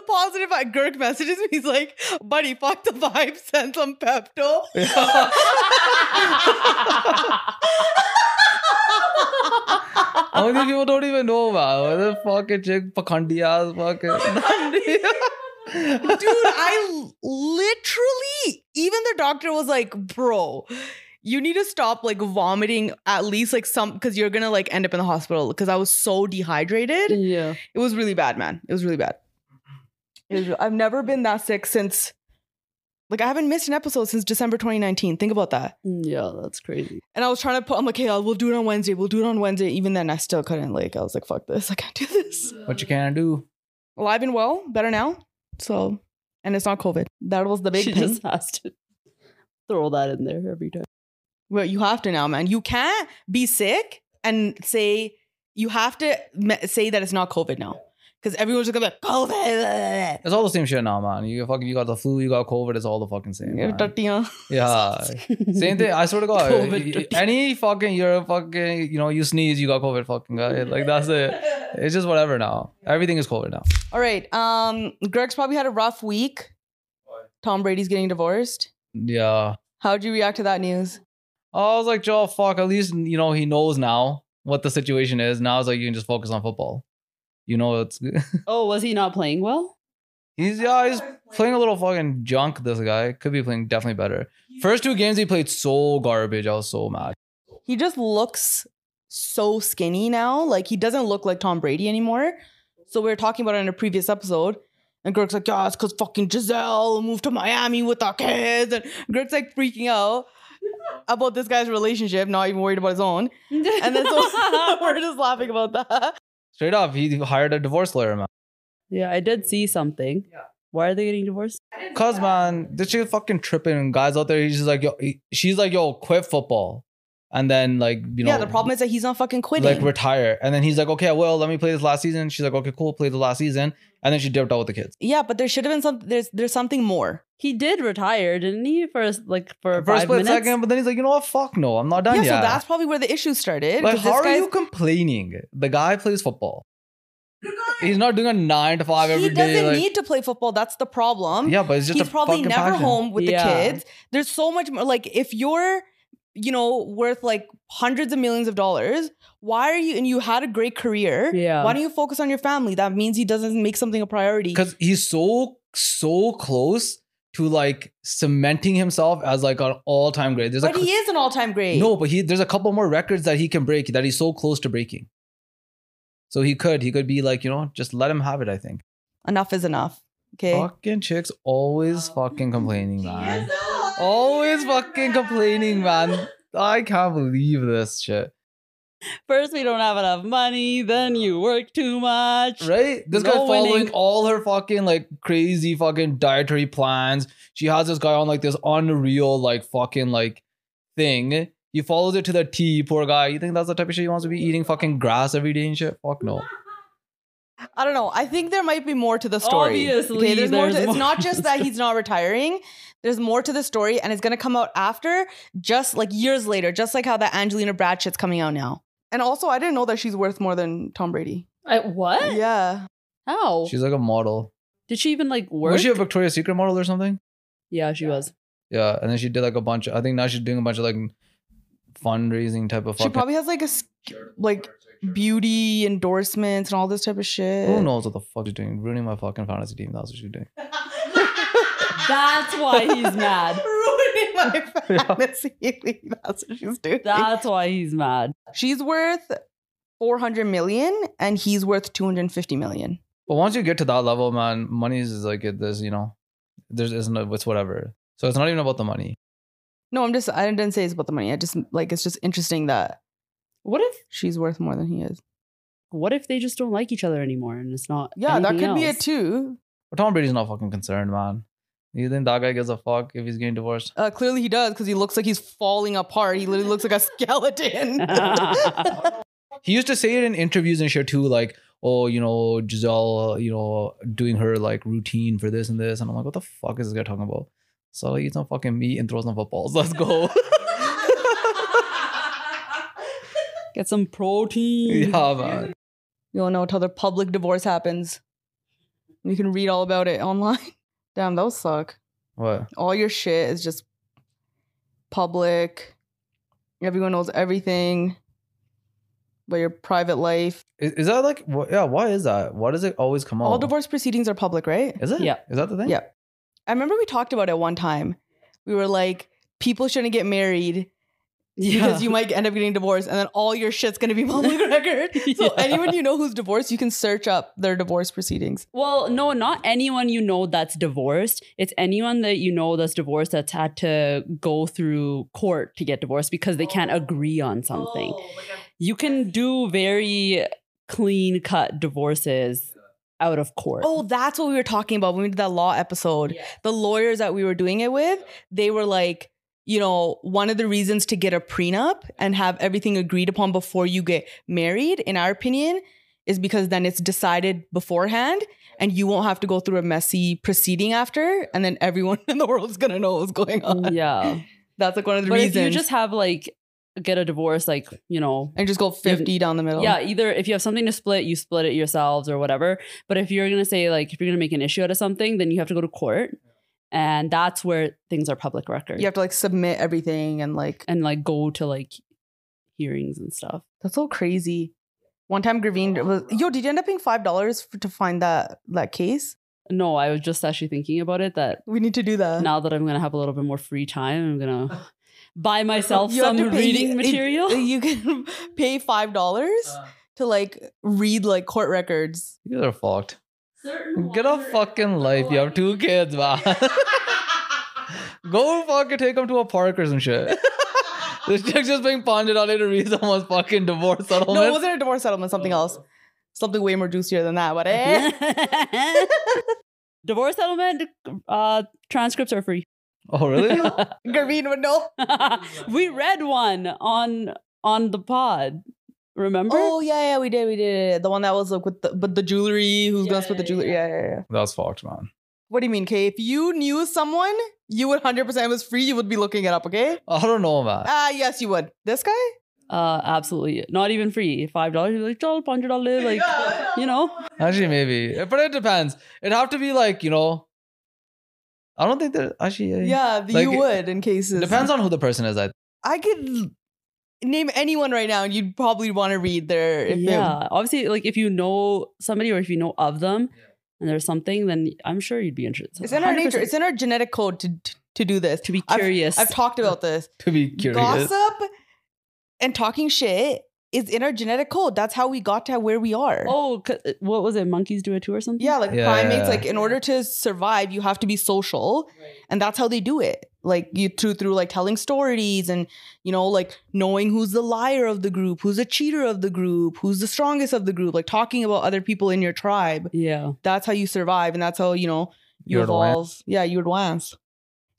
Speaker 1: all the vibes, the positive vibe. Girk messages me. He's like, buddy, fuck the vibe, <laughs> send some Pepto.
Speaker 2: <laughs> how many people don't even know, man? What the fucking chick, pakhandi ass, fucking.
Speaker 1: dude i l- literally even the doctor was like bro you need to stop like vomiting at least like some because you're gonna like end up in the hospital because i was so dehydrated
Speaker 3: Yeah.
Speaker 1: it was really bad man it was really bad it was, i've never been that sick since like i haven't missed an episode since december 2019 think about that
Speaker 3: Yeah,
Speaker 2: <laughs>
Speaker 3: that's crazy.
Speaker 1: and i was trying to put i'm like hey I'll- we'll do it on wednesday we'll do it on wednesday even then i still couldn't like i was like fuck this i can't do this
Speaker 2: <laughs>
Speaker 3: Mm.
Speaker 2: what you can do.
Speaker 1: well i've been well better now so and it's not covid that was the big
Speaker 3: she
Speaker 1: thing
Speaker 3: just has to throw that in there every time.
Speaker 1: Well, you have to now, man. You can't be sick and say you have to me- say that it's not COVID now, because everyone's just gonna be like COVID.
Speaker 2: It's all the same shit now, man. You fucking, you got the flu, you got COVID. It's all the fucking same.
Speaker 1: Yeah,
Speaker 2: man.
Speaker 1: Tatiana.
Speaker 2: Yeah.
Speaker 3: <laughs>
Speaker 2: Same thing. I swear to God,
Speaker 3: COVID.
Speaker 2: any fucking you're a fucking you know you sneeze, you got COVID. Fucking guy, like that's it. It's just whatever now. Everything is COVID now.
Speaker 1: All right. Um, Greg's probably had a rough week. Tom Brady's getting divorced.
Speaker 2: Yeah.
Speaker 1: How'd you react to that news?
Speaker 2: I was like, Joe, fuck. At least you know he knows now what the situation is. Now it's like you can just focus on football. You know it's
Speaker 3: Oh, was he not playing well?
Speaker 2: <laughs> he's yeah he's playing a little fucking junk. This guy could be playing definitely better. First two games he played so garbage. I was so mad.
Speaker 1: He just looks so skinny now. Like he doesn't look like Tom Brady anymore. So we were talking about it in a previous episode. And Greg's like, yeah, it's because fucking Giselle moved to Miami with our kids. And Greg's like freaking out about this guy's relationship, not even worried about his own. And
Speaker 3: <laughs>
Speaker 1: then so <laughs> we're just laughing about that.
Speaker 2: Straight off, he hired a divorce lawyer, man.
Speaker 3: yeah, I did see something. Why are they getting divorced?
Speaker 2: Cause man, this shit fucking tripping and guys out there. He's just like, yo, he- she's like, yo, quit football, and then like, you know,
Speaker 1: yeah, the problem is that he's not fucking quitting.
Speaker 2: like retire, and then he's like, okay, well, let me play this last season. She's like, okay, cool, play the last season, and then she dipped out with the kids
Speaker 1: yeah, but there should have been some. There's there's something more.
Speaker 3: He did retire, didn't he? For like for
Speaker 2: for a
Speaker 3: five
Speaker 2: split
Speaker 3: minutes.
Speaker 2: second, but then he's like, you know what, fuck no, I'm not done
Speaker 1: yeah,
Speaker 2: yet.
Speaker 1: so that's probably where the issue started.
Speaker 2: like,
Speaker 1: 'cause this
Speaker 2: how are
Speaker 1: guy's-
Speaker 2: you complaining? The guy plays football. He's not doing a nine to five
Speaker 1: he
Speaker 2: every
Speaker 1: doesn't
Speaker 2: day. like-
Speaker 1: need to play football. That's the problem.
Speaker 2: yeah, but it's just
Speaker 1: he's
Speaker 2: a
Speaker 1: probably
Speaker 2: fucking
Speaker 1: never
Speaker 2: passion.
Speaker 1: home with
Speaker 3: Yeah.
Speaker 1: the kids. There's so much more. Like if you're, you know, worth like hundreds of millions of dollars, why are you? And you had a great career.
Speaker 3: Yeah.
Speaker 1: Why don't you focus on your family? That means he doesn't make something a priority.
Speaker 2: because he's so so close to like cementing himself as like an all time great. There's
Speaker 1: But
Speaker 2: a
Speaker 1: he is an all-time great.
Speaker 2: no, but he there's a couple more records that he can break that he's so close to breaking. So he could he could be like you know just let him have it. I think
Speaker 1: enough is enough. Okay.
Speaker 2: fucking chicks always fucking complaining, man. Always fucking complaining, man. I can't believe this shit.
Speaker 3: First, we don't have enough money. Then you work too much.
Speaker 2: Right? This
Speaker 3: No
Speaker 2: guy following
Speaker 3: winning.
Speaker 2: all her fucking like crazy fucking dietary plans. She has this guy on like this unreal like fucking like thing. He follows it to the T, poor guy. You think that's the type of shit he wants to be eating fucking grass every day and shit? Fuck no.
Speaker 1: I don't know. I think there might be more to the story.
Speaker 3: Obviously,
Speaker 1: okay, there's, more.
Speaker 3: there's
Speaker 1: To,
Speaker 3: more
Speaker 1: It's not just that he's not retiring. There's more to the story, and it's gonna come out after, just like years later, just like how that Angelina Brad shit's coming out now. And also, I didn't know that she's worth more than Tom Brady.
Speaker 3: I, what?
Speaker 1: Yeah,
Speaker 3: How
Speaker 2: She's like a model.
Speaker 3: did she even like work?
Speaker 2: Was she a Victoria's Secret model or something?
Speaker 3: yeah, she was.
Speaker 2: Yeah. And then she did like a bunch I think now she's doing a bunch of like fundraising type of
Speaker 1: she
Speaker 2: fucking
Speaker 1: probably has like a s- like beauty endorsements and all this type of shit. <laughs>
Speaker 2: who knows what the fuck she's doing? Ruining my fucking fantasy team. That's what she's doing.
Speaker 3: <laughs> That's why he's <laughs> mad.
Speaker 1: <laughs> Ruining my fantasy. That's what she's doing.
Speaker 3: That's why he's mad.
Speaker 1: she's worth 400 million, and he's worth 250 million.
Speaker 2: But once you get to that level, man, money is like it- there's you know, there's is no it's whatever. So it's not even about the money.
Speaker 1: No, I'm just. I didn't say it's about the money. I just like it's just interesting that
Speaker 3: What if
Speaker 1: she's worth more than he is.
Speaker 3: what if they just don't like each other anymore and it's not?
Speaker 1: Yeah, that
Speaker 3: anything
Speaker 1: could be
Speaker 3: else?
Speaker 1: it too.
Speaker 2: But Tom Brady's not fucking concerned, man. You think that guy gives a fuck if he's getting divorced?
Speaker 1: Uh, clearly, he does because he looks like he's falling apart. He literally looks
Speaker 3: <laughs>
Speaker 1: like a skeleton.
Speaker 2: He used to say it in interviews and shit too, like, oh, you know, Giselle, you know, doing her like routine for this and this, and I'm like, what the fuck is this guy talking about? So like, eats some fucking meat and throws some footballs. <laughs>
Speaker 1: <laughs>
Speaker 2: Let's go.
Speaker 3: Get some protein. <laughs>
Speaker 2: yeah, man.
Speaker 1: you want to know what other public divorce happens? You can read all about it online. <laughs> Damn, that would suck.
Speaker 2: What?
Speaker 1: All your shit is just public. Everyone knows everything, but your private life.
Speaker 2: Is, is that like? What, yeah. Why is that? Why does it always come
Speaker 1: All
Speaker 2: up?
Speaker 1: divorce proceedings are public, right?
Speaker 2: Is it?
Speaker 3: Yeah.
Speaker 2: Is that the thing?
Speaker 1: Yeah. I remember we talked about it one time. We were like, people shouldn't get married because you might end up getting divorced, and then all your shit's gonna be public record. So
Speaker 3: <laughs> Yeah.
Speaker 1: anyone you <laughs> know who's divorced, you can search up their divorce proceedings.
Speaker 3: <laughs> Well, no, not anyone you know that's divorced. It's anyone that you know that's divorced that's had to go through court to get divorced because they can't agree on something. you can do very clean cut divorces out of court.
Speaker 1: Oh, that's what we were talking about when we did that law episode. The lawyers that we were doing it with, they were like, you know, one of the reasons to get a prenup and have everything agreed upon before you get married, in our opinion, is because then it's decided beforehand and you won't have to go through a messy proceeding after. And then everyone <laughs> in the world is going to know what's going on.
Speaker 3: yeah.
Speaker 1: That's like one of the
Speaker 3: Mm. But if
Speaker 1: reasons.
Speaker 3: you just have like get a divorce, like, you know,
Speaker 1: and just go 50 down the middle.
Speaker 3: yeah, either if you have something to split, you split it yourselves or whatever. But if you're gonna say like if you're gonna make an issue out of something, then you have to go to court. And that's where things are public record.
Speaker 1: You have to like submit everything and like,
Speaker 3: And like go to like hearings and stuff.
Speaker 1: that's so crazy. One time Graveen was, yo, did you end up paying $5 for, to find that, that case?
Speaker 3: No, I was just actually thinking about it that
Speaker 1: We need to do that.
Speaker 3: now that I'm gonna have a little bit more free time, I'm gonna buy
Speaker 1: <laughs>
Speaker 3: myself
Speaker 1: You have
Speaker 3: some
Speaker 1: to pay-
Speaker 3: reading
Speaker 1: it-
Speaker 3: material.
Speaker 1: <laughs> You can pay five dollars
Speaker 2: Uh.
Speaker 1: to like read like court records.
Speaker 2: You guys are fucked. Get a fucking life. You have two kids, man. <laughs> Go fucking take them to a park or some shit. <laughs> this chick's just being pondered on it to read someone's fucking divorce settlement.
Speaker 1: No, it wasn't a divorce settlement. Something else. Something way more juicier than that. But eh.
Speaker 3: <laughs> Divorce settlement uh, transcripts are free. <laughs>
Speaker 1: <laughs>
Speaker 2: oh, really?
Speaker 1: Gavin would know.
Speaker 3: we read one on on the pod. Remember?
Speaker 1: Oh yeah, yeah, we did, we did. The one that was like with the but the jewelry. Who's gonna split the jewelry? Yeah, yeah, yeah.
Speaker 2: That's fucked, man.
Speaker 1: What do you mean, Kay? If you knew someone, you would hundred percent was free. You would be looking it up, okay?
Speaker 2: I don't know, man.
Speaker 1: Ah, yes, you would. This guy?
Speaker 3: Uh, absolutely. Not even free. Five dollars. Like twelve hundred dollars. Like
Speaker 1: Yeah.
Speaker 3: you know.
Speaker 2: Actually, maybe. But it depends. It'd have to be like, you know, I don't think that actually.
Speaker 1: Yeah, the- you
Speaker 2: Like,
Speaker 1: would in cases.
Speaker 2: Depends on who the person is. I
Speaker 1: I could name anyone right now, and you'd probably want to read their. If yeah.
Speaker 3: yeah. Obviously, like if you know somebody or if you know of them, and there's something, then I'm sure you'd be interested.
Speaker 1: It's in our nature.
Speaker 3: 100%.
Speaker 1: It's in our genetic code to to, to do this.
Speaker 3: to be
Speaker 1: I've-
Speaker 3: curious.
Speaker 1: I've talked about this.
Speaker 2: to be curious. <laughs>
Speaker 1: Gossip and talking shit is in our genetic code. That's how we got to where we are.
Speaker 3: oh, 'cause- what was it? Monkeys do it too, or something?
Speaker 1: Yeah, like
Speaker 2: Yeah,
Speaker 1: primates,
Speaker 2: yeah,
Speaker 1: like in order to survive, you have to be social, and that's how they do it. Like you through through like telling stories and you know like knowing who's the liar of the group, who's the cheater of the group, who's the strongest of the group, like talking about other people in your tribe.
Speaker 3: Yeah.
Speaker 1: That's how you survive, and that's how you know you
Speaker 2: You advance.
Speaker 1: evolve. Yeah, you advance.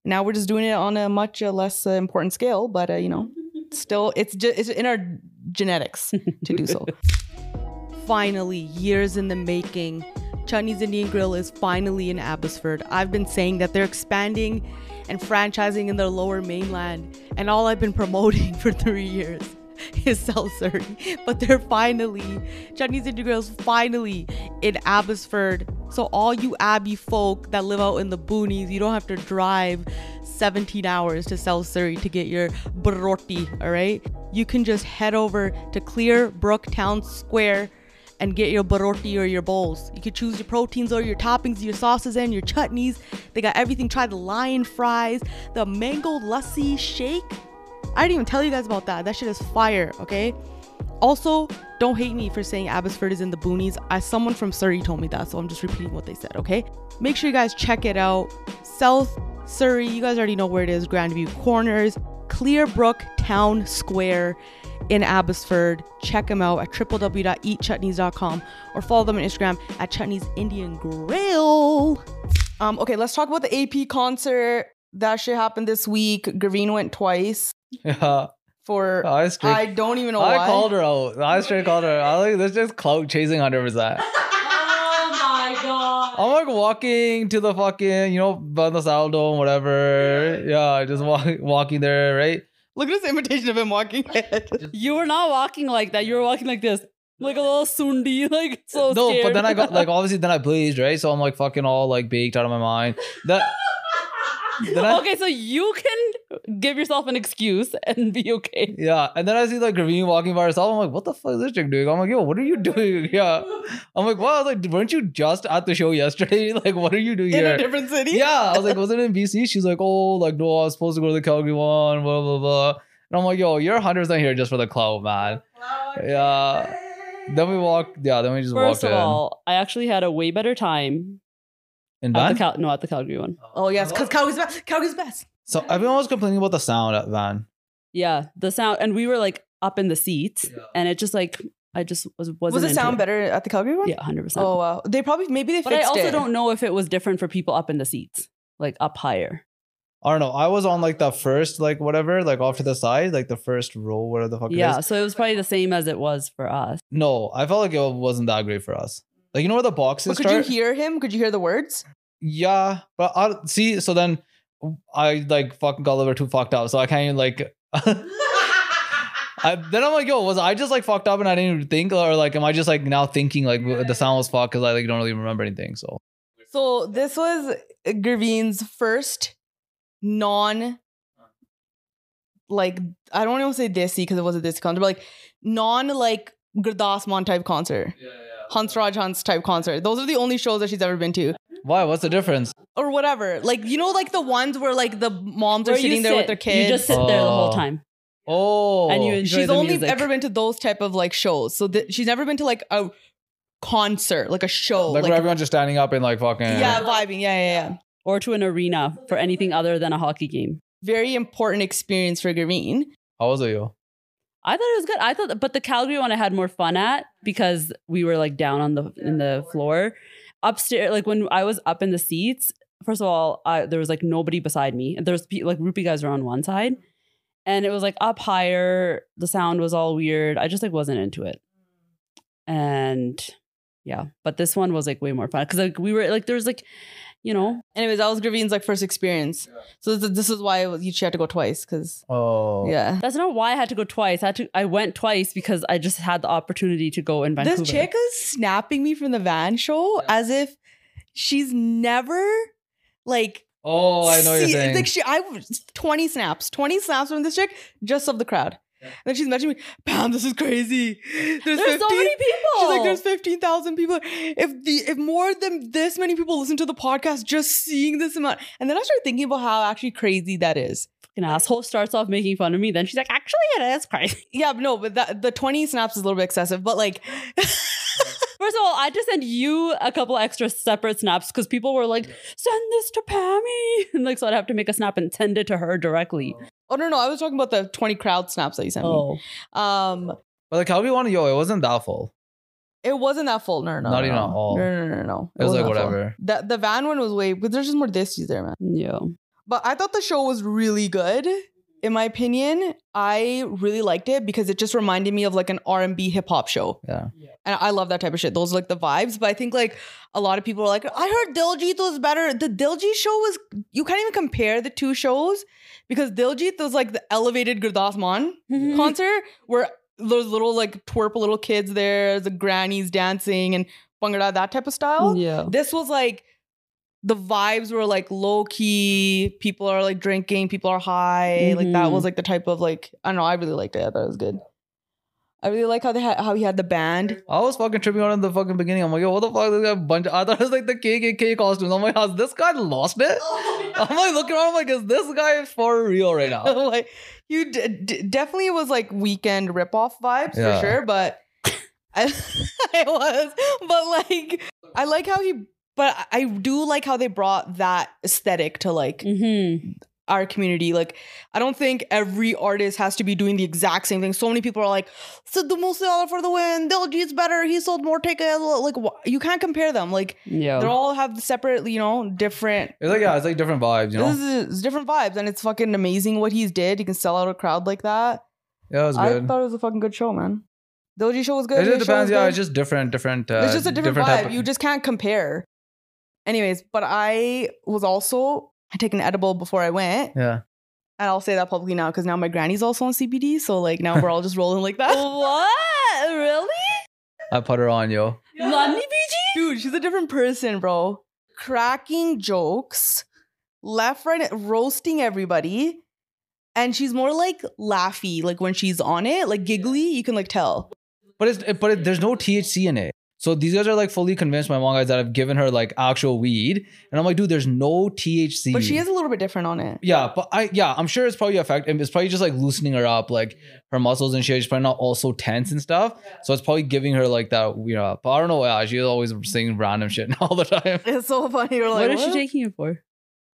Speaker 1: Now we're just doing it on a much uh, less uh, important scale, but uh, you know, still it's just it's in our genetics to do
Speaker 2: <laughs>
Speaker 1: so.
Speaker 4: Finally, years in the making. Chunny's Indian Grill is finally in Abbotsford. I've been saying that they're expanding and franchising in their lower mainland, and all I've been promoting <laughs> for three years is seltzer. But they're finally, Chunny's Indian Grill is finally in Abbotsford. So, all you Abbey folk that live out in the boonies, you don't have to drive 17 hours to South Surrey to get your brotti, all right? You can just head over to Clearbrook Town Square and get your barotti or your bowls. You could choose your proteins or your toppings, your sauces and your chutneys. They got everything. Try the lion fries, the mango lassi shake. I didn't even tell you guys about that. That shit is fire, okay? Also, don't hate me for saying Abbotsford is in the boonies. I someone from Surrey told me that, so I'm just repeating what they said, okay? Make sure you guys check it out. South Surrey, you guys already know where it is, Grandview Corners, Clearbrook Town Square in Abbotsford. Check them out at www.eatchutneys.com or follow them on Instagram at Chutneys Indian Grill.
Speaker 1: Um, okay, let's talk about the AP concert. That shit happened this week. Graveen went twice
Speaker 2: Yeah.
Speaker 1: for
Speaker 2: I straight,
Speaker 1: I
Speaker 2: Oh, I,
Speaker 1: don't even know why.
Speaker 2: called her out. I straight called her. out. I was like, this just clout chasing 100%.
Speaker 3: Oh my god.
Speaker 2: I'm like walking to the fucking, you know, by the Saddle Dome, whatever. Yeah, I just walk, walking there, right?
Speaker 1: Look at this imitation of him walking.
Speaker 3: <laughs> You were not walking like that. You were walking like this, like a little sundi, <laughs> like so.
Speaker 2: no, but
Speaker 3: scared.
Speaker 2: then I got
Speaker 3: <laughs>
Speaker 2: like obviously then I blazed, right? So I'm like fucking all like baked out of my mind. That then I,
Speaker 3: okay, so you can give yourself an excuse and be okay.
Speaker 2: Yeah, and then I see like Gravine walking by herself. I'm like, what the fuck is this chick doing? I'm like, yo, what are you doing? <laughs> Yeah, I'm like, wow, I was like, weren't you just at the show yesterday? <laughs> Like, what are you doing
Speaker 1: in
Speaker 2: here?
Speaker 1: a different city.
Speaker 2: yeah, I was like, wasn't it in BC? She's like, oh, like no, I was supposed to go to the Calgary one, blah blah blah. And I'm like, yo, you're 100 percent here just for the clout, man. Yeah. Then we walked. Yeah, then we just walked
Speaker 3: First of
Speaker 2: in.
Speaker 3: all, I actually had a way better time
Speaker 2: in
Speaker 3: at
Speaker 2: van.
Speaker 3: the Cal- no at the Calgary one.
Speaker 1: Oh yes, because Calgary's best. Calgary's best.
Speaker 2: so everyone was complaining about the sound at van.
Speaker 3: Yeah, the sound, and we were like up in the seats, and it just like I just was wasn't
Speaker 1: Was it
Speaker 3: into
Speaker 1: sound better at the Calgary one?
Speaker 3: Yeah, hundred percent.
Speaker 1: Oh wow. They probably maybe they
Speaker 3: But I
Speaker 1: fixed
Speaker 3: also
Speaker 1: it.
Speaker 3: don't know if it was different for people up in the seats, like up higher.
Speaker 2: I don't know. I was on like the first, like whatever, like off to the side, like the first row, whatever the fuck it is.
Speaker 3: Yeah, so it was probably the same as it was for us.
Speaker 2: No, I felt like it wasn't that great for us. Like you know where the boxes
Speaker 1: But could you
Speaker 2: start.
Speaker 1: hear him? Could you hear the words?
Speaker 2: yeah, but I see. So then I like fucking got a little bit too fucked up, so I can't even like. <laughs> I, then I'm like, yo, was I just like fucked up and I didn't even think, or like, am I just like now thinking like w- the sound was fucked because I like don't really remember anything? So
Speaker 1: So this was Gervin's first non like I don't want to say dissy because it wasn't this concert, but like non like Gurdas Mon type concert. Hans Raj Hans type concert. Those are the only shows that she's ever been to.
Speaker 2: Why? What's the difference?
Speaker 1: or whatever. Like you know, like the ones where like the moms
Speaker 3: Where
Speaker 1: are
Speaker 3: you
Speaker 1: sitting there with
Speaker 3: sit,
Speaker 1: their kids.
Speaker 3: You just sit there the whole
Speaker 2: Oh.
Speaker 3: time.
Speaker 2: Oh,
Speaker 3: And you- enjoy
Speaker 1: she's
Speaker 3: the
Speaker 1: only
Speaker 3: music.
Speaker 1: ever been to those type of like shows. So th- she's never been to like a concert, like a show,
Speaker 2: like,
Speaker 1: like,
Speaker 2: where everyone's just standing up and like fucking.
Speaker 1: yeah, vibing, yeah, yeah, yeah.
Speaker 3: Or to an arena for anything other than a hockey game.
Speaker 1: Very important experience for Gavin.
Speaker 2: How was it, yo?
Speaker 3: I thought it was good. I thought, but the Calgary one I had more fun at because we were like down on the in the floor, upstairs. Like when I was up in the seats, first of all, I, there was like nobody beside me. There was pe- like Rupee guys were on one side, and it was like up higher. The sound was all weird. I just like wasn't into it, and yeah. But this one was like way more fun because like we were like there was like, you know,
Speaker 1: Anyways, that was Gavin's like first experience. So this, this is why it was- you she had to go twice because
Speaker 2: Oh,
Speaker 1: yeah.
Speaker 3: that's not why I had to go twice. I had to. I went twice because I just had the opportunity to go in Vancouver.
Speaker 1: This chick is snapping me from the van show as if she's never like
Speaker 2: Oh, I know what you're
Speaker 1: See,
Speaker 2: saying.
Speaker 1: Like she, I was- twenty snaps, twenty snaps from this chick just of the crowd. And then she's messaging me, "Pam, this is crazy. There's,
Speaker 3: There's so many people.
Speaker 1: She's like, "There's fifteen thousand people. If the if more than this many people listen to the podcast, just seeing this amount." And then I started thinking about how actually crazy that is.
Speaker 3: an asshole starts off making fun of me. Then she's like, actually, it is crazy. <laughs>
Speaker 1: Yeah, but no, but that, the twenty snaps is a little bit excessive. But like,
Speaker 3: First of all, I just sent you a couple extra separate snaps because people were like, send this to Pammy. <laughs> And like, so I'd have to make a snap and send it to her directly.
Speaker 1: oh no, no, I was talking about the twenty crowd snaps that you sent me.
Speaker 3: Oh,
Speaker 1: Um,
Speaker 2: but the Calgary one, yo, it wasn't that full.
Speaker 1: It wasn't that full. No, no, no.
Speaker 2: Not
Speaker 1: no,
Speaker 2: even
Speaker 1: no.
Speaker 2: at all.
Speaker 1: No, no, no, no, no.
Speaker 2: It was
Speaker 1: wasn't
Speaker 2: like,
Speaker 1: that full.
Speaker 2: whatever.
Speaker 1: The the van one was way, but there's just more disties there, man.
Speaker 3: yeah.
Speaker 1: But I thought the show was really good. In my opinion, I really liked it because it just reminded me of like an R and B hip hop show,
Speaker 2: Yeah.
Speaker 1: and I love that type of shit. Those are like the vibes. But I think like a lot of people are like, I heard Diljit was better. The Diljit show was you can't even compare the two shows because Diljit was like the elevated Gurdas Man
Speaker 3: Mm-hmm.
Speaker 1: concert where those little like twerp little kids there, the grannies dancing and bhangra that type of style.
Speaker 3: yeah.
Speaker 1: This was like the vibes were like low key. People are like drinking, people are high. Like that
Speaker 3: Mhm.
Speaker 1: was like the type of like I don't know. I really liked it. I thought it was good. I really like how they had how he had the band. <laughs>
Speaker 2: I was fucking tripping out in the fucking beginning. I'm like, yo, what the fuck? This guy bunch. I thought it was like the KKK costumes. I'm like, has this guy lost it? <laughs> I'm like looking around. I'm like, is this guy for real right now?
Speaker 1: like you d- d- definitely was like weekend ripoff vibes
Speaker 2: Yeah.
Speaker 1: for sure, but <laughs> I, I was, but like I like how he, but I do like how they brought that aesthetic to like
Speaker 3: Mm-hmm.
Speaker 1: our community. Like, I don't think every artist has to be doing the exact same thing. So many people are like, Sidhu Moosewala for the win. Dilji is better. He sold more tickets. Like, wh- you can't compare them. Like,
Speaker 3: Yeah.
Speaker 1: they all have separate, you know, different.
Speaker 2: It's like, yeah, it's like different vibes, you know?
Speaker 1: This is it's different vibes, and it's fucking amazing what he's did. He can sell out a crowd like that.
Speaker 2: yeah, it was
Speaker 1: I
Speaker 2: good.
Speaker 1: thought it was a fucking good show, man. Dilji show was good.
Speaker 2: It just
Speaker 1: his show was
Speaker 2: depends. Yeah,
Speaker 1: good.
Speaker 2: it's just different, different. Uh,
Speaker 1: it's just a different,
Speaker 2: type
Speaker 1: vibe.
Speaker 2: of-
Speaker 1: you just can't compare. Anyways, but I was also I took an edible before I went.
Speaker 2: yeah.
Speaker 1: And I'll say that publicly now because now my granny's also on CBD. So like now we're all just rolling like <laughs> that.
Speaker 3: <laughs> what? Really?
Speaker 2: I put her on, yo.
Speaker 3: Lani BG?
Speaker 1: Dude, she's a different person, bro. Cracking jokes, left, right, roasting everybody. And she's more like laughy, like when she's on it, like giggly, you can like tell.
Speaker 2: But it's it- but it, there's no THC in it. So these guys are like fully convinced. My mom guys that have given her like actual weed, and I'm like, dude, there's no THC.
Speaker 1: But she is a little bit different on it.
Speaker 2: Yeah, but I yeah, I'm sure it's probably affecting. It's probably just like loosening her up, like her muscles and shit. She's probably not also tense and stuff. So it's probably giving her like that. You know, but I don't know. Yeah, she's always singing random shit <laughs> all the time
Speaker 1: It's so funny. You're like,
Speaker 3: What is she
Speaker 1: "What?"
Speaker 3: taking it for?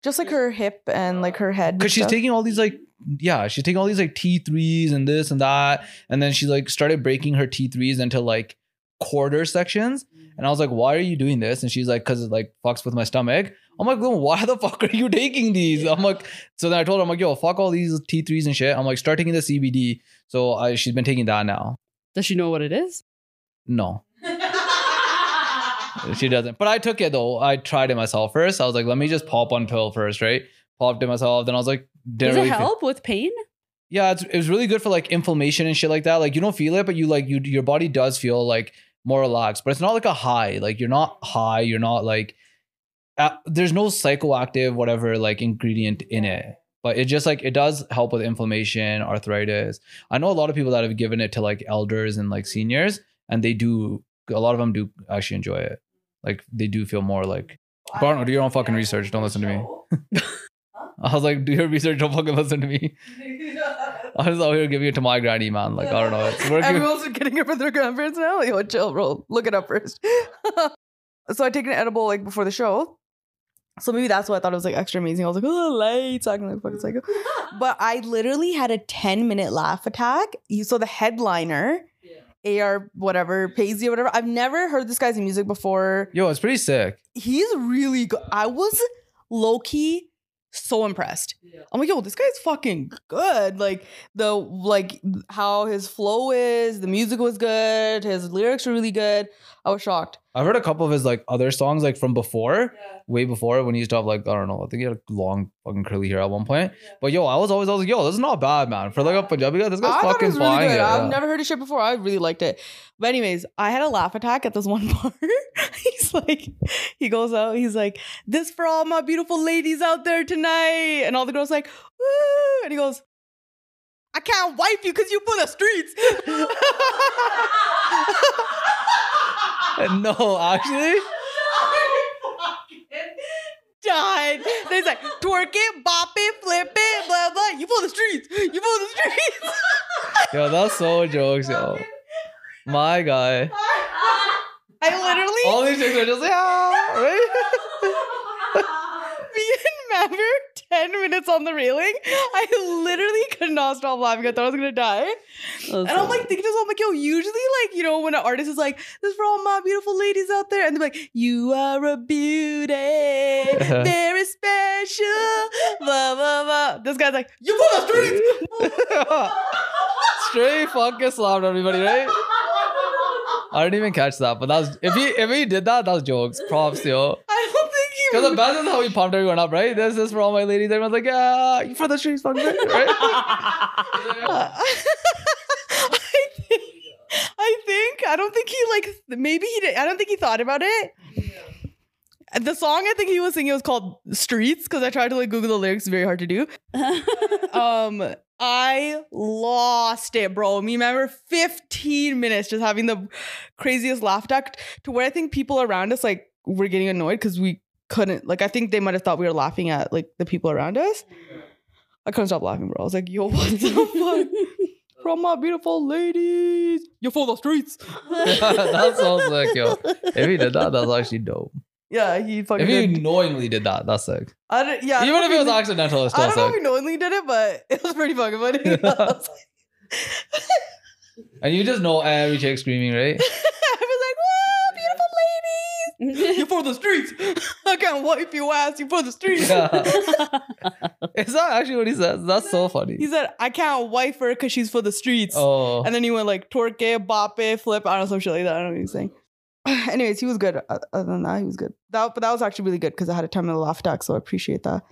Speaker 1: Just like her hip and like her head. and
Speaker 2: because she's
Speaker 1: stuff.
Speaker 2: taking all these like yeah, she's taking all these like T threes and this and that, and then she like started breaking her T threes into like quarter sections.
Speaker 3: Mm-hmm.
Speaker 2: And I was like, why are you doing this? And she's like, because it like fucks with my stomach. I'm like, then why the <laughs> fuck are you taking these? I'm like, so then I told her, I'm like, yo, fuck all these T3s and shit. I'm like, start taking the CBD. So I, she's been taking that now.
Speaker 3: Does she know what it is? <laughs>
Speaker 2: No. she doesn't. But I took it though. I tried it myself first. I was like, let me just pop one pill first, right? Popped it myself. Then I was like, didn't
Speaker 3: Does
Speaker 2: really
Speaker 3: it
Speaker 2: feel-
Speaker 3: help with pain?
Speaker 2: yeah, it's, it was really good for like inflammation and shit like that. Like you don't feel it, but you like you your body does feel like more relaxed. But it's not like a high. Like you're not high. You're not like uh, there's no psychoactive whatever like ingredient in it. But it just like it does help with inflammation, arthritis. I know a lot of people that have given it to like elders and like seniors, and they do. A lot of them do actually enjoy it. Like they do feel more like Barno, do your own fucking research. Don't listen to me.
Speaker 3: Oh,
Speaker 2: I was like, do your research. Don't fucking listen
Speaker 1: <laughs>
Speaker 2: to me. I was out here giving it to my granny, man. Like, I don't know. It's working.
Speaker 1: Everyone's getting it for their grandparents now. Yo, chill, bro. Look it up first. <laughs> so I take an edible like before the show. So maybe that's why I thought it was like extra amazing. I was like, oh, lights, acting like a fucking psycho. But I literally had a 10 minute laugh attack. You saw the headliner, AR, whatever, Paisley, whatever. I've never heard this guy's music before.
Speaker 2: Yo, it's pretty sick.
Speaker 1: He's really good. I was low key so impressed. I'm like, yo, this guy's fucking good. Like the like how his flow is, the music was good, his lyrics were really good. I was shocked.
Speaker 2: I've heard a couple of his like other songs like from before, way before when he used to have like I don't know, I think he had a long fucking curly hair at one point. But yo, I was always I was like, yo, this is not bad, man. For like a Punjabi guy, this guy's
Speaker 1: I thought it
Speaker 2: fucking
Speaker 1: was really
Speaker 2: flying.
Speaker 1: good.
Speaker 2: it,
Speaker 1: I've
Speaker 2: yeah.
Speaker 1: never heard his shit before. I really liked it. But anyways, I had a laugh attack at this <laughs> one bar. he's like, he goes out, he's like, this for all my beautiful ladies out there tonight. And all the girls like, woo. And he goes, I can't wipe you because you for the streets. <laughs>
Speaker 2: <laughs> No, actually,
Speaker 1: Died. Then he's like, twerk it, bop it, flip it, blah blah. You for the streets. You for the streets. <laughs>
Speaker 2: yo, that's so jokes, yo. My guy.
Speaker 1: I literally
Speaker 2: All these things are just like, ah, right?
Speaker 1: me and Matt were 10 minutes on the railing. I literally could not stop laughing. I thought I was gonna die. And I'm like thinking to myself, I'm like, yo, usually like, you know, when an artist is like, this is for all my beautiful ladies out there, and they're like, you are a beauty, very special, blah blah blah. This guy's like, you for the streets! <laughs>
Speaker 2: Straight fucking slapped everybody, right? I didn't even catch that, but that was if he if he did that, that was jokes. Props, yo.
Speaker 1: I don't think he
Speaker 2: Because the best is how he pumped everyone up, right? This is for all my ladies. Everyone's like, ah, you for the streets, fucking right? <laughs> right?
Speaker 1: I think, I think I don't think he like th- maybe he did I don't think he thought about it. The song I think he was singing was called Streets because I tried to like Google the lyrics, very hard to do. Um I lost it, bro. Me remember 15 minutes just having the craziest laugh attack to where I think people around us like were getting annoyed because we couldn't like I think they might have thought we were laughing at like the people around us. I couldn't stop laughing, bro. I was like, yo, what
Speaker 3: <laughs>
Speaker 1: the fuck? from my beautiful ladies. You're for the streets.
Speaker 2: that's so sick, yo. If he did that, that's actually dope.
Speaker 1: Yeah, he fucking.
Speaker 2: If he
Speaker 1: Did.
Speaker 2: knowingly did that, that's sick.
Speaker 1: I don't, yeah, I
Speaker 2: Even
Speaker 1: don't
Speaker 2: if it was
Speaker 1: know
Speaker 2: accidental, it's
Speaker 1: I
Speaker 2: still
Speaker 1: don't know if
Speaker 2: sick.
Speaker 1: he knowingly did it, but <laughs> it was pretty fucking funny. <laughs> I was like,
Speaker 2: And you just know every chick
Speaker 1: <laughs>
Speaker 2: screaming, right? <laughs>
Speaker 1: "Whoa, beautiful ladies!
Speaker 2: <laughs>
Speaker 1: You're for the streets. <laughs> I can't wipe your ass. You're for the streets."
Speaker 2: Yeah. Is that actually what he says? That's so
Speaker 1: He
Speaker 2: funny.
Speaker 1: said, "I can't wipe her because she's for the streets."
Speaker 2: Oh,
Speaker 1: And then he went like twerk it, bop it, flip. I don't know some shit like that. I don't know what he was saying. <sighs> Anyways, he was good. Oth- Other than that, he was good. That, but that was actually really good because I had a time in the laugh attack, so I appreciate that.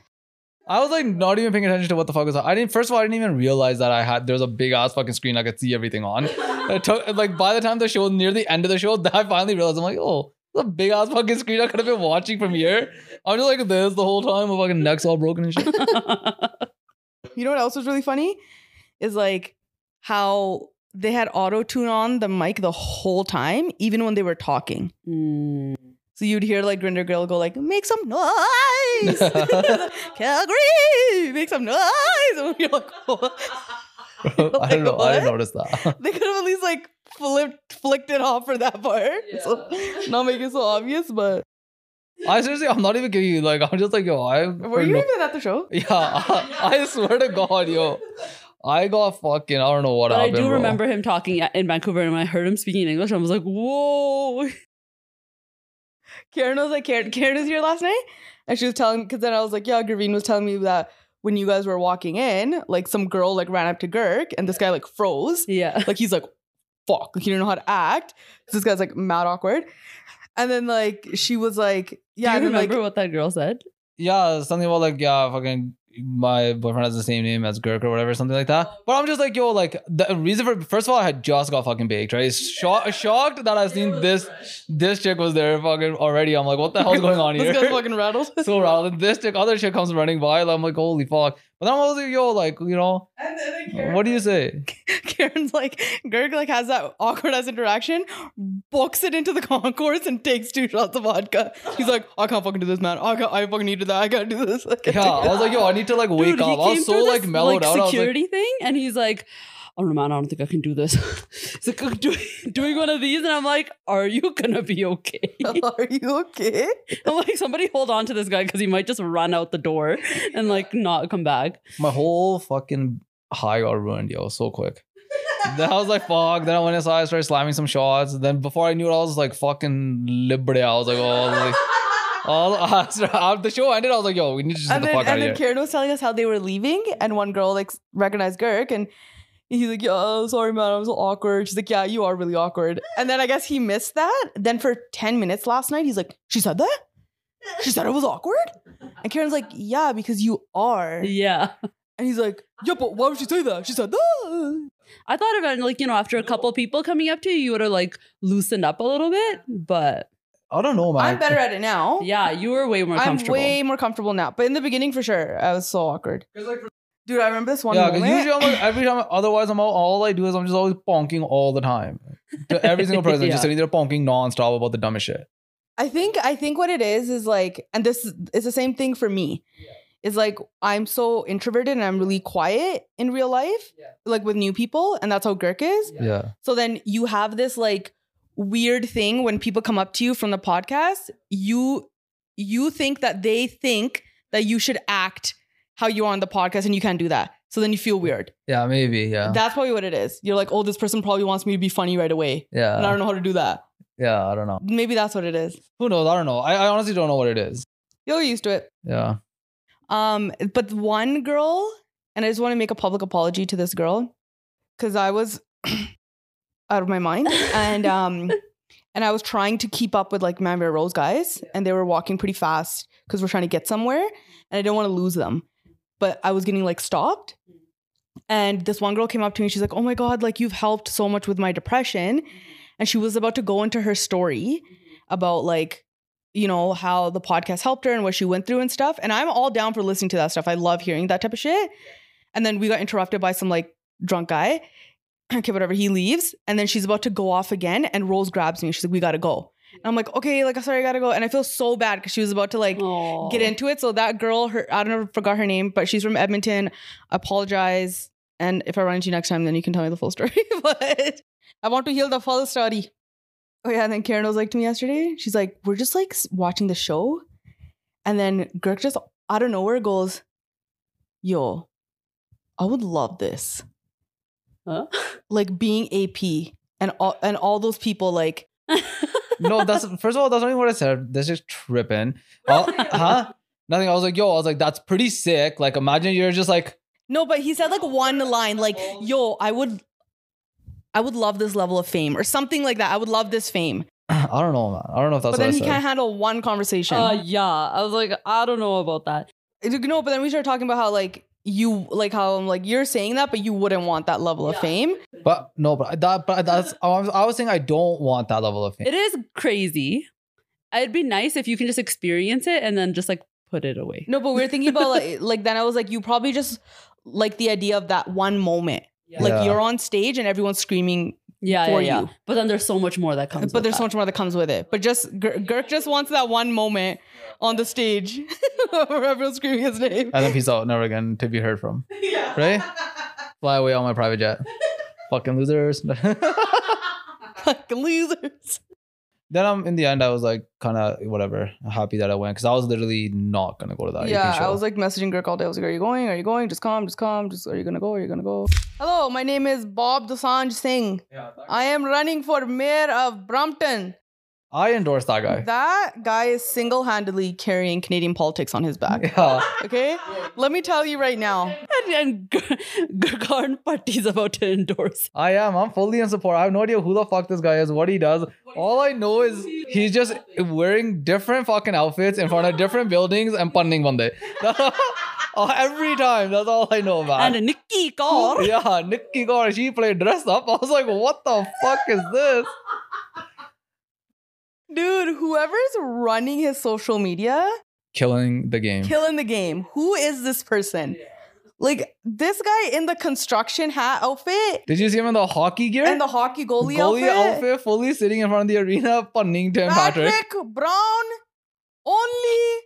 Speaker 2: I was like not even paying attention to what the fuck was. I didn't. First of all, I didn't even realize that I had there was a big ass fucking screen I could see everything on. It took- like by the time the show near the end of the show, <laughs> I finally realized I'm like, oh, there's a big ass fucking screen I could have been watching from here. I was just like this the whole time, my fucking neck's all broken and shit. <laughs>
Speaker 1: You know what else was really funny? Is like how they had auto tune on the mic the whole time, even when they were talking.
Speaker 3: Mm.
Speaker 1: So you'd hear like Grinder Girl go like, make some noise. <laughs> Calgary, make some noise. And you're like, <laughs> "What?"
Speaker 2: I don't know. I didn't
Speaker 1: What?
Speaker 2: notice that. <laughs>
Speaker 1: they could have at least like flipped flicked it off for that part. <laughs> So, not make it so obvious, but
Speaker 2: I seriously, I'm not even kidding you. Like I'm just like yo, I
Speaker 1: were you even at the show?
Speaker 2: <laughs> Yeah, I, I swear to God, yo, I got fucking. I don't know what
Speaker 3: But I
Speaker 2: happened.
Speaker 3: do
Speaker 2: bro.
Speaker 3: remember him talking at- in Vancouver, and when I heard him speaking in English, I was like, "Whoa!" <laughs>
Speaker 1: Karen was like, Karen, Karen is here last night. And she was telling because then I was like, yeah, Gravine was telling me that when you guys were walking in, like some girl like ran up to Girk and this guy like froze.
Speaker 3: Yeah,
Speaker 1: Like he's like, fuck. Like, he didn't know how to act. So this guy's like mad awkward. And then like she was like, yeah,
Speaker 3: do you
Speaker 1: and then,
Speaker 3: remember
Speaker 1: like
Speaker 3: what that girl said?
Speaker 2: Yeah, something about like yeah, fucking my boyfriend has the same name as Girk or whatever, something like that. But I'm just like, yo, like the reason for first of all, I had just got fucking baked, right? Shock, shocked that I've seen this this chick was there fucking already. I'm like, what the hell's going on here?
Speaker 1: <laughs> This guy's fucking rattled.
Speaker 2: <laughs> so rather than this chick, other chick comes running by. I'm like, holy fuck. But then I'm also yo, like, you know,
Speaker 1: And then
Speaker 2: what do you say?
Speaker 1: Karen's like, Gerg like has that awkward ass interaction, books it into the <laughs> concourse and takes two shots of vodka. He's like, I can't fucking do this, man. I can't, I fucking needed that. I can't do this. I can't
Speaker 2: Yeah,
Speaker 1: do
Speaker 2: I
Speaker 1: this."
Speaker 2: was like, yo, I need to like wake
Speaker 3: Dude, he
Speaker 2: up. I
Speaker 3: came
Speaker 2: was so
Speaker 3: through
Speaker 2: like
Speaker 3: this,
Speaker 2: mellowed out. I was like,
Speaker 3: Security thing, and he's like, "Oh no, man, I don't think I can do this." <laughs> He's like doing, doing one of these, and I'm like, "Are you gonna be okay?" <laughs>
Speaker 1: <laughs> Are you okay?
Speaker 3: I'm like, "Somebody hold on to this guy because he might just run out the door and like not come back."
Speaker 2: my whole fucking high got ruined, yo, so quick. then I was like, fuck. Then I went inside, started slamming some shots. Then before I knew it, I was like, fucking libre. I was like, oh, like, all, <laughs> after the show ended, I was like, yo, we need to just get
Speaker 1: And
Speaker 2: the
Speaker 1: then,
Speaker 2: fuck out
Speaker 1: and
Speaker 2: of
Speaker 1: then
Speaker 2: here.
Speaker 1: Karen was telling us how they were leaving, and one girl like s- recognized Gerg, and he's like, "Yeah, sorry, man, I'm so awkward." She's like, "Yeah, you are really awkward." And then I guess he missed that. Then for ten minutes last night, he's like, "She said that." She said it was awkward, and Karen's like, "Yeah, because you are."
Speaker 3: Yeah,
Speaker 1: And he's like, "Yeah, but why would she say that?" She said that.
Speaker 3: I thought about like you know after a couple people coming up to you, you would have like loosened up a little bit, but
Speaker 2: I don't know, man.
Speaker 1: I'm better at it now.
Speaker 3: yeah, you were way more
Speaker 1: I'm
Speaker 3: comfortable.
Speaker 1: way more comfortable now. But in the beginning, for sure, I was so awkward. Dude, I remember this one
Speaker 2: yeah, because
Speaker 1: moment.
Speaker 2: usually I'm like, every time, otherwise, I'm all, all I do is I'm just always bonking all the time. To
Speaker 1: <laughs>
Speaker 2: every single person,
Speaker 3: Yeah.
Speaker 2: just sitting there bonking nonstop about the dumbest shit.
Speaker 1: I think I think what it is is like, and this is it's the same thing for me. Is like I'm so introverted and I'm really quiet in real life, like with new people, and that's how Girk is.
Speaker 2: Yeah.
Speaker 1: So then you have this like weird thing when people come up to you from the podcast, you you think that they think that you should act how you are on the podcast, and you can't do that. So then you feel weird.
Speaker 2: Yeah, maybe. Yeah.
Speaker 1: That's probably what it is. You're like, oh, this person probably wants me to be funny right away, and I
Speaker 2: yeah.
Speaker 1: don't know how to do that.
Speaker 2: Yeah. I don't know.
Speaker 1: Maybe that's what it is.
Speaker 2: Who knows? I don't know. I, I honestly don't know what it is.
Speaker 1: You'll get used to it.
Speaker 2: Yeah.
Speaker 1: Um, but one girl, and I just want to make a public apology to this girl because I was <clears throat> out of my mind, and um, and I was trying to keep up with like Manville Rose guys, and they were walking pretty fast because we're trying to get somewhere, and I didn't want to lose them, but I was getting like stopped. And this one girl came up to me. She's like, "Oh my god, like you've helped so much with my depression," and she was about to go into her story about like you know, how the podcast helped her and what she went through and stuff. And I'm all down for listening to that stuff. I love hearing that type of shit. And then we got interrupted by some like drunk guy. <clears throat> Okay, whatever. He leaves. And then she's about to go off again. And Rose grabs me. She's like, we gotta go. And I'm like, okay, like, sorry, I gotta go. And I feel so bad because she was about to like
Speaker 3: Aw.
Speaker 1: get into it. So that girl, her I don't know, forgot her name, but she's from Edmonton. Apologize. And if I run into you next time, then you can tell me the full <laughs> story. but I want to hear the full story. Oh yeah, and then Karen was like to me yesterday. She's like, "We're just like s- watching the show," and then Girk just out of nowhere goes, "Yo, I would love this.
Speaker 3: Huh? <laughs>
Speaker 1: Like being AP and all and all those people like."
Speaker 2: no, that's first of all, that's not even what I said. That's just tripping.
Speaker 1: <laughs>
Speaker 2: Uh, huh? Nothing. I was like, yo, I was like, that's pretty sick. Like, imagine you're just like, <clears throat>
Speaker 1: No, but he said like one line, like, yo, I would I would love this level of fame or something like that. I would love this fame.
Speaker 2: I don't know, man. I don't know if that's
Speaker 1: but then
Speaker 2: what I
Speaker 1: he
Speaker 2: said.
Speaker 1: can't handle one conversation.
Speaker 3: Uh, yeah, I was like, I don't know about that.
Speaker 1: You no, but then we started talking about how like you like how I'm like you're saying that, but you wouldn't want that level of fame.
Speaker 2: but no, but that, but that's. I was, I was saying I don't want that level
Speaker 1: <laughs>
Speaker 2: of fame.
Speaker 3: It is crazy. It'd be nice if you can just experience it and then just like put it away.
Speaker 1: No, but we were thinking about like <laughs> like then I was like, you probably just like the idea of that one moment.
Speaker 2: Yeah.
Speaker 1: Like you're on stage and everyone's screaming,
Speaker 3: yeah,
Speaker 1: for
Speaker 3: yeah, yeah.
Speaker 1: you.
Speaker 3: But then there's so much more that comes.
Speaker 1: but there's so much more that comes with it. But just Ger- Girk just wants that one moment on the stage <laughs> where everyone's screaming his name. <laughs>
Speaker 2: and then peace out, never again to be heard from. Yeah. Right? Fly away on my private jet. Fucking losers. <laughs>
Speaker 1: Fucking losers.
Speaker 2: then I'm in the end, I was like, kind of whatever, happy that I went because I was literally not gonna go to that.
Speaker 1: yeah,
Speaker 2: AP show.
Speaker 1: I was like messaging Girk all day. I was like, "Are you going? Are you going? Just come, just come. Just are you gonna go? Are you gonna go?" Hello, my name is Bob Dosanjh Singh. I am running for mayor of Brampton.
Speaker 2: I endorse that guy.
Speaker 1: That guy is single handedly carrying Canadian politics on his back.
Speaker 2: <laughs> yeah.
Speaker 1: Okay? Let me tell you right now.
Speaker 3: And, <laughs> and Gurkhan Patti's about to endorse.
Speaker 2: I am. I'm fully in support. I have no idea who the fuck this guy is, what he does. All I know is he's just wearing different fucking outfits in front of different buildings and punning one <laughs> day. Every time. That's all I know about.
Speaker 3: And Nikki Kaur.
Speaker 2: yeah, Nikki Gore, she played dress up. I was like, what the fuck is this?
Speaker 1: Dude, whoever's running his social media,
Speaker 2: Killing the game.
Speaker 1: killing the game. Who is this person? Like this guy in the construction hat outfit
Speaker 2: Did you see him in the hockey gear?
Speaker 1: and the hockey goalie,
Speaker 2: Goalie
Speaker 1: outfit.
Speaker 2: outfit, fully sitting in front of the arena, punning Tim Patrick.
Speaker 1: Patrick Brown only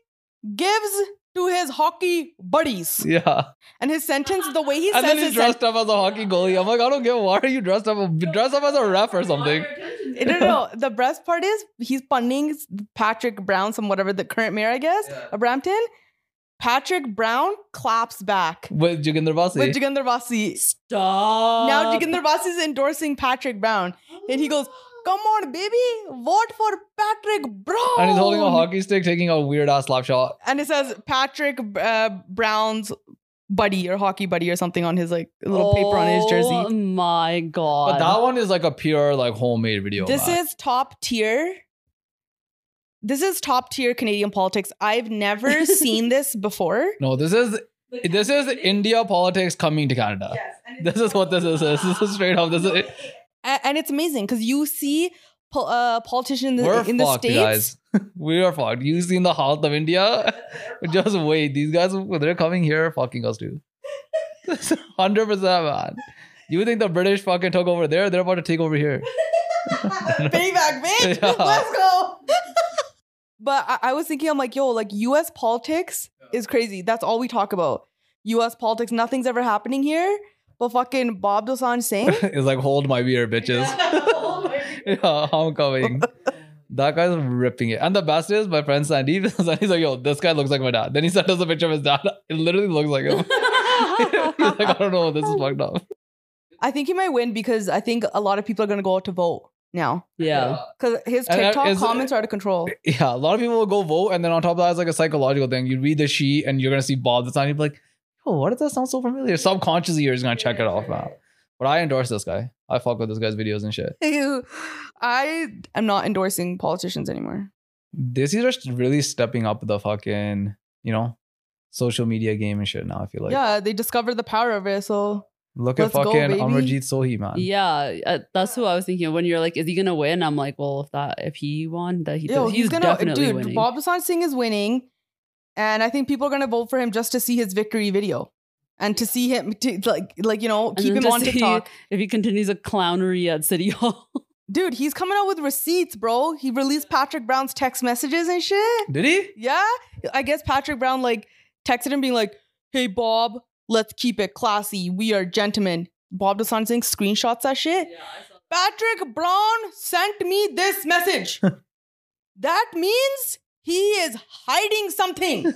Speaker 1: gives to his hockey buddies.
Speaker 2: <laughs> Yeah.
Speaker 1: And his sentence, the way <laughs> he
Speaker 2: And
Speaker 1: says
Speaker 2: then he's
Speaker 1: his sentence,
Speaker 2: dressed up as a hockey goalie. I'm like, I don't give why are you dressed up? Dress up as a ref or something.
Speaker 1: no, no, no. The best part is he's punning Patrick Brown, some whatever the current mayor, I guess, of Brampton. Patrick Brown claps back
Speaker 2: With Juginder
Speaker 1: with
Speaker 2: Basi.
Speaker 1: Jagender Vasi.
Speaker 3: Stop.
Speaker 1: Now Jagender Vasi is endorsing Patrick Brown. And he goes, Come on, baby, vote for Patrick Brown.
Speaker 2: and he's holding a
Speaker 1: Oh!
Speaker 2: hockey stick, taking a weird ass slap shot.
Speaker 1: And it says Patrick uh, Brown's <laughs> buddy
Speaker 2: <laughs>
Speaker 1: or hockey buddy or something on his like little paper on his
Speaker 3: Oh
Speaker 1: jersey.
Speaker 3: my god.
Speaker 2: But that one is like a pure like homemade video.
Speaker 1: This is top tier. This is top tier Canadian politics. I've <laughs> never seen this before.
Speaker 2: no, this is this is India politics coming to Canada. This is what this is. This is straight up. This is
Speaker 1: A- and it's amazing because you see po- uh, politicians in
Speaker 2: we're
Speaker 1: the, in the
Speaker 2: fucked,
Speaker 1: states.
Speaker 2: guys. <laughs> We are fucked. You seen the heart of
Speaker 1: <laughs>
Speaker 2: India? Just wait. These guys, they're coming here, fucking us too. <laughs> Hundred percent, man. You think the British fucking took over there? They're about to take
Speaker 1: <laughs>
Speaker 2: over here.
Speaker 1: Payback, bitch.
Speaker 2: <laughs> Yeah.
Speaker 1: <laughs> Let's go. but I, I was thinking, I'm like, yo, like US politics is crazy. That's all we talk about. US politics, nothing's ever happening here. But fucking Bob Dosanjh
Speaker 2: <laughs>
Speaker 1: Singh,
Speaker 2: it's like hold my beer, bitches. <laughs> yeah, I'm coming. That guy's ripping it. And the best is my friend <laughs> Sandeep. Sandeep's like, yo, this guy looks like my dad. Then he sent us a picture of his dad. <laughs> It literally looks
Speaker 1: <laughs>
Speaker 2: like him. <laughs> He's like, I don't know, this is fucked up.
Speaker 1: I think he might win because I think a lot of people are gonna go out to vote now.
Speaker 3: yeah.
Speaker 1: Because his
Speaker 2: And, uh,
Speaker 1: TikTok
Speaker 2: is-
Speaker 1: comments are out of
Speaker 2: <laughs>
Speaker 1: control. <laughs>
Speaker 2: Yeah, a lot of people will go vote, and then on top of that, it's like a psychological thing. You read the sheet, and you're gonna see Bob the sign. You're like, oh, why does that sound so familiar? Subconsciously, you're just gonna check it off now. But I endorse this guy. I fuck with this guy's videos and shit.
Speaker 1: Ew. I am not endorsing politicians anymore.
Speaker 2: This is just really stepping up the fucking, you know, social media game and shit. Now I feel like,
Speaker 1: yeah, they discovered the power of it. So
Speaker 2: look at
Speaker 1: let's go,
Speaker 2: fucking
Speaker 1: baby.
Speaker 2: Amarjeet Sohi, man.
Speaker 3: Yeah, uh, that's who I was thinking. of. When you're like, is he gonna win? I'm like, well, if that, if he won, that he,
Speaker 1: Yo,
Speaker 3: does,
Speaker 1: he's, gonna uh,
Speaker 3: definitely
Speaker 1: dude.
Speaker 3: winning.
Speaker 1: Bob Dosanjh Singh is winning, and I think people are gonna vote for him just to see his victory video, and to see him to, like like you know keep
Speaker 3: then
Speaker 1: him
Speaker 3: to
Speaker 1: on
Speaker 3: see-
Speaker 1: TikTok.
Speaker 3: if he continues a clownery at City
Speaker 1: <laughs>
Speaker 3: Hall,
Speaker 1: Dude, he's coming out with receipts, bro. He released Patrick Brown's text messages and shit.
Speaker 2: Did he?
Speaker 1: Yeah, I guess Patrick Brown like texted him being like, "Hey Bob, let's keep it classy. We are gentlemen." Bob Dosanjh Singh screenshots that shit. Patrick Brown sent me this message. that means he is hiding something.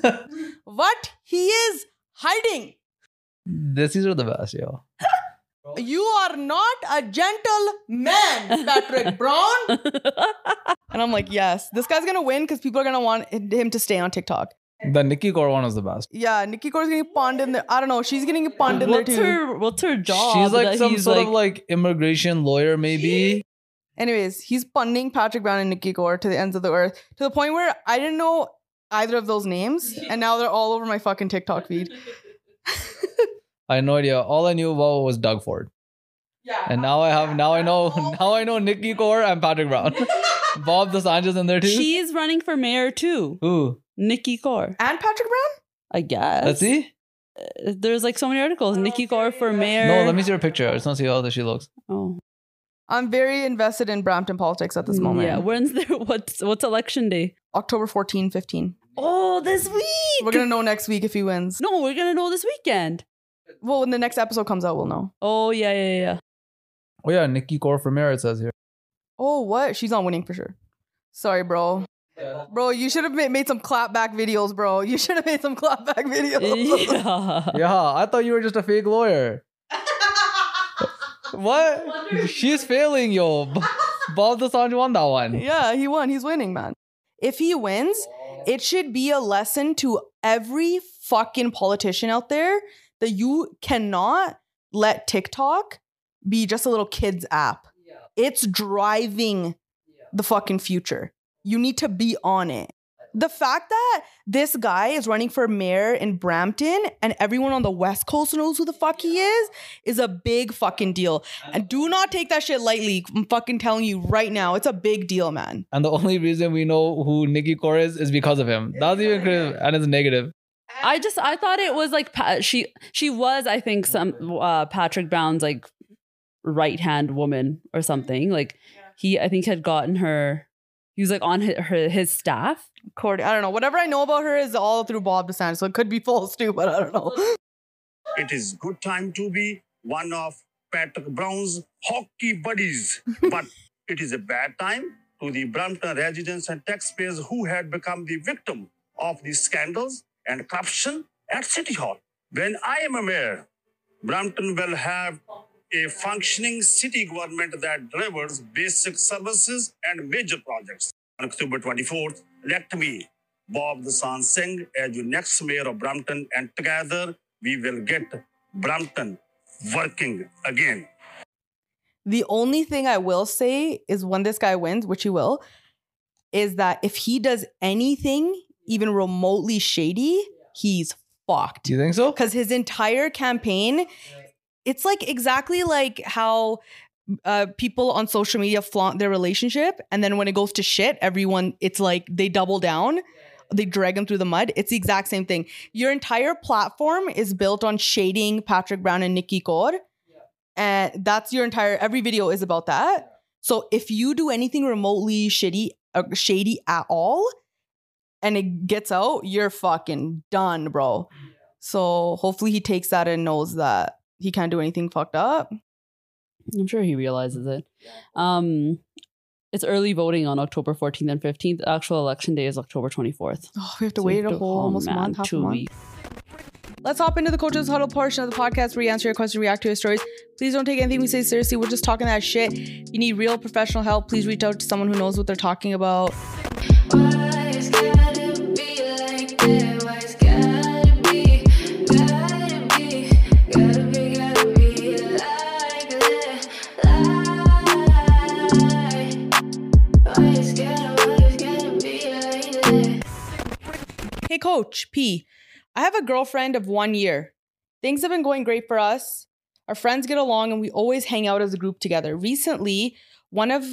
Speaker 1: what he is hiding.
Speaker 2: This is the best, yo.
Speaker 1: You are not a gentle man, Patrick Brown. and I'm like, yes, this guy's gonna win because people are gonna want him to stay on TikTok.
Speaker 2: The Nikki Gore one was the best.
Speaker 1: Yeah, Nikki Core's getting pawned in there. I don't know. She's getting pawned in there
Speaker 3: what's
Speaker 1: too.
Speaker 3: her what's her job?
Speaker 2: She's like
Speaker 3: that
Speaker 2: some
Speaker 3: he's
Speaker 2: sort
Speaker 3: like,
Speaker 2: of like immigration lawyer, maybe.
Speaker 1: Anyways, he's punning Patrick Brown and Nikki Gore to the ends of the earth to the point where I didn't know either of those names, and now they're all over my fucking TikTok feed.
Speaker 2: I had no idea. All I knew about was Doug Ford.
Speaker 1: Yeah.
Speaker 2: And now I have now I know <laughs> now I know Nikki Gore and Patrick Brown. Bob DeSantis in there too.
Speaker 3: she's running for mayor too.
Speaker 2: Ooh.
Speaker 3: Nikki Kaur,
Speaker 1: And Patrick Brown?
Speaker 3: I guess. Uh,
Speaker 2: Let's see.
Speaker 3: There's like so many articles. Nikki Kaur for mayor.
Speaker 2: No, let me see her picture. I just want to see how that she looks.
Speaker 3: Oh, mm,
Speaker 1: I'm very invested in Brampton politics at this moment.
Speaker 3: Yeah, when's there? <laughs> What's what's election day?
Speaker 1: October 14, 15.
Speaker 3: Oh, this week.
Speaker 1: We're gonna know next week if he wins.
Speaker 3: no, we're gonna know this weekend.
Speaker 1: Well, when the next episode comes out, we'll know.
Speaker 3: Oh yeah, yeah, yeah.
Speaker 2: Oh yeah, Nikki Gore for mayor. It says here.
Speaker 1: Oh, what? She's not winning for sure. Sorry, bro. Bro, you should have ma- made some clapback videos, bro. You should have made some clapback videos.
Speaker 3: <laughs> yeah.
Speaker 2: Yeah, I thought you were just a fake lawyer. What? She's failing, yo. Bob Dosanjh won that one.
Speaker 1: Yeah, he won. He's winning, man. If he wins, it should be a lesson to every fucking politician out there that you cannot let TikTok be just a little kids app. It's driving the fucking future. You need to be on it. The fact that this guy is running for mayor in Brampton and everyone on the West Coast knows who the fuck he is is a big fucking deal. And do not take that shit lightly. I'm fucking telling you right now, it's a big deal, man.
Speaker 2: And the only reason we know who Nikki Core is is because of him. That's even critical and it's negative.
Speaker 3: I just I thought it was like Pa- she she was I think some uh, Patrick Brown's like right hand woman or something like he I think had gotten her he was like on his, her his staff
Speaker 1: Cordy, I don't know. Whatever I know about her is all through Bob DeSantis, so it could be <laughs> false too, but I don't know.
Speaker 5: it is good time to be one of Patrick Brown's hockey buddies. but it is a bad time to the Brampton residents and taxpayers who had become the victim of the scandals and corruption at City Hall. When I am a mayor, Brampton will have a functioning city government that delivers basic services and major projects. On October 24th, elect me, Bob the San Singh, as your next mayor of Brampton, and together we will get Brampton working again.
Speaker 1: The only thing I will say is when this guy wins, which he will, is that if he does anything even remotely shady, he's fucked.
Speaker 2: Do you think so?
Speaker 1: Because his entire campaign, <laughs> it's like exactly like how uh, people on social media flaunt their relationship, and then when it goes to shit, everyone it's like they double down, they drag them through the mud. It's e the exact same thing. Your entire platform is built on shading Patrick Brown and Nikki Kaur, and that's your entire every video is about that. So if you do anything remotely shitty, uh, shady at all, and it gets out, you're fucking done, bro. So hopefully he takes that and knows that he can't do anything fucked up.
Speaker 3: I'm sure he realizes it um it's early voting on October 14th and 15th The actual election day is October 24th
Speaker 1: Oh, we have to
Speaker 3: So
Speaker 1: wait
Speaker 3: you
Speaker 1: a
Speaker 3: have to-
Speaker 1: whole
Speaker 3: oh,
Speaker 1: almost
Speaker 3: man,
Speaker 1: month, half a
Speaker 3: two
Speaker 1: month.
Speaker 3: weeks.
Speaker 1: Let's hop into the Coaches Huddle portion of the podcast where we answer your questions, react to your stories. Please don't take anything we say seriously. We're just talking that shit. If you need real professional help, please reach out to someone who knows what they're talking about.
Speaker 6: Why it's gotta be like that? Why it's gotta be, gotta be, gotta be, gotta be like that? Lie. Why it's gotta, why it's gotta be like that?
Speaker 1: Hey, Coach P, I have a girlfriend of one year. Things have been going great for us. Our friends get along and we always hang out as a group together. Recently, one of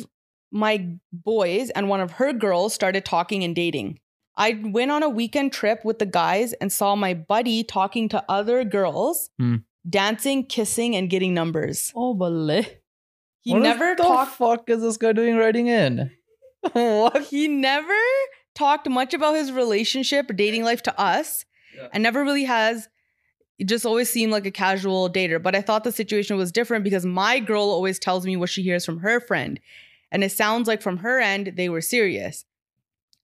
Speaker 1: my boys and one of her girls started talking and dating. I went on a weekend trip with the guys and saw my buddy talking to other girls,
Speaker 2: Hmm.
Speaker 1: dancing, kissing, and getting numbers.
Speaker 3: oh bale
Speaker 1: He
Speaker 2: What the
Speaker 1: never talked.
Speaker 2: fuck is this guy doing writing in?
Speaker 1: <laughs>
Speaker 2: what?
Speaker 1: he never talked much about his relationship or dating life to us
Speaker 2: Yeah.
Speaker 1: and never really has it just always seemed like a casual dater but i thought the situation was different because my girl always tells me what she hears from her friend and it sounds like from her end they were serious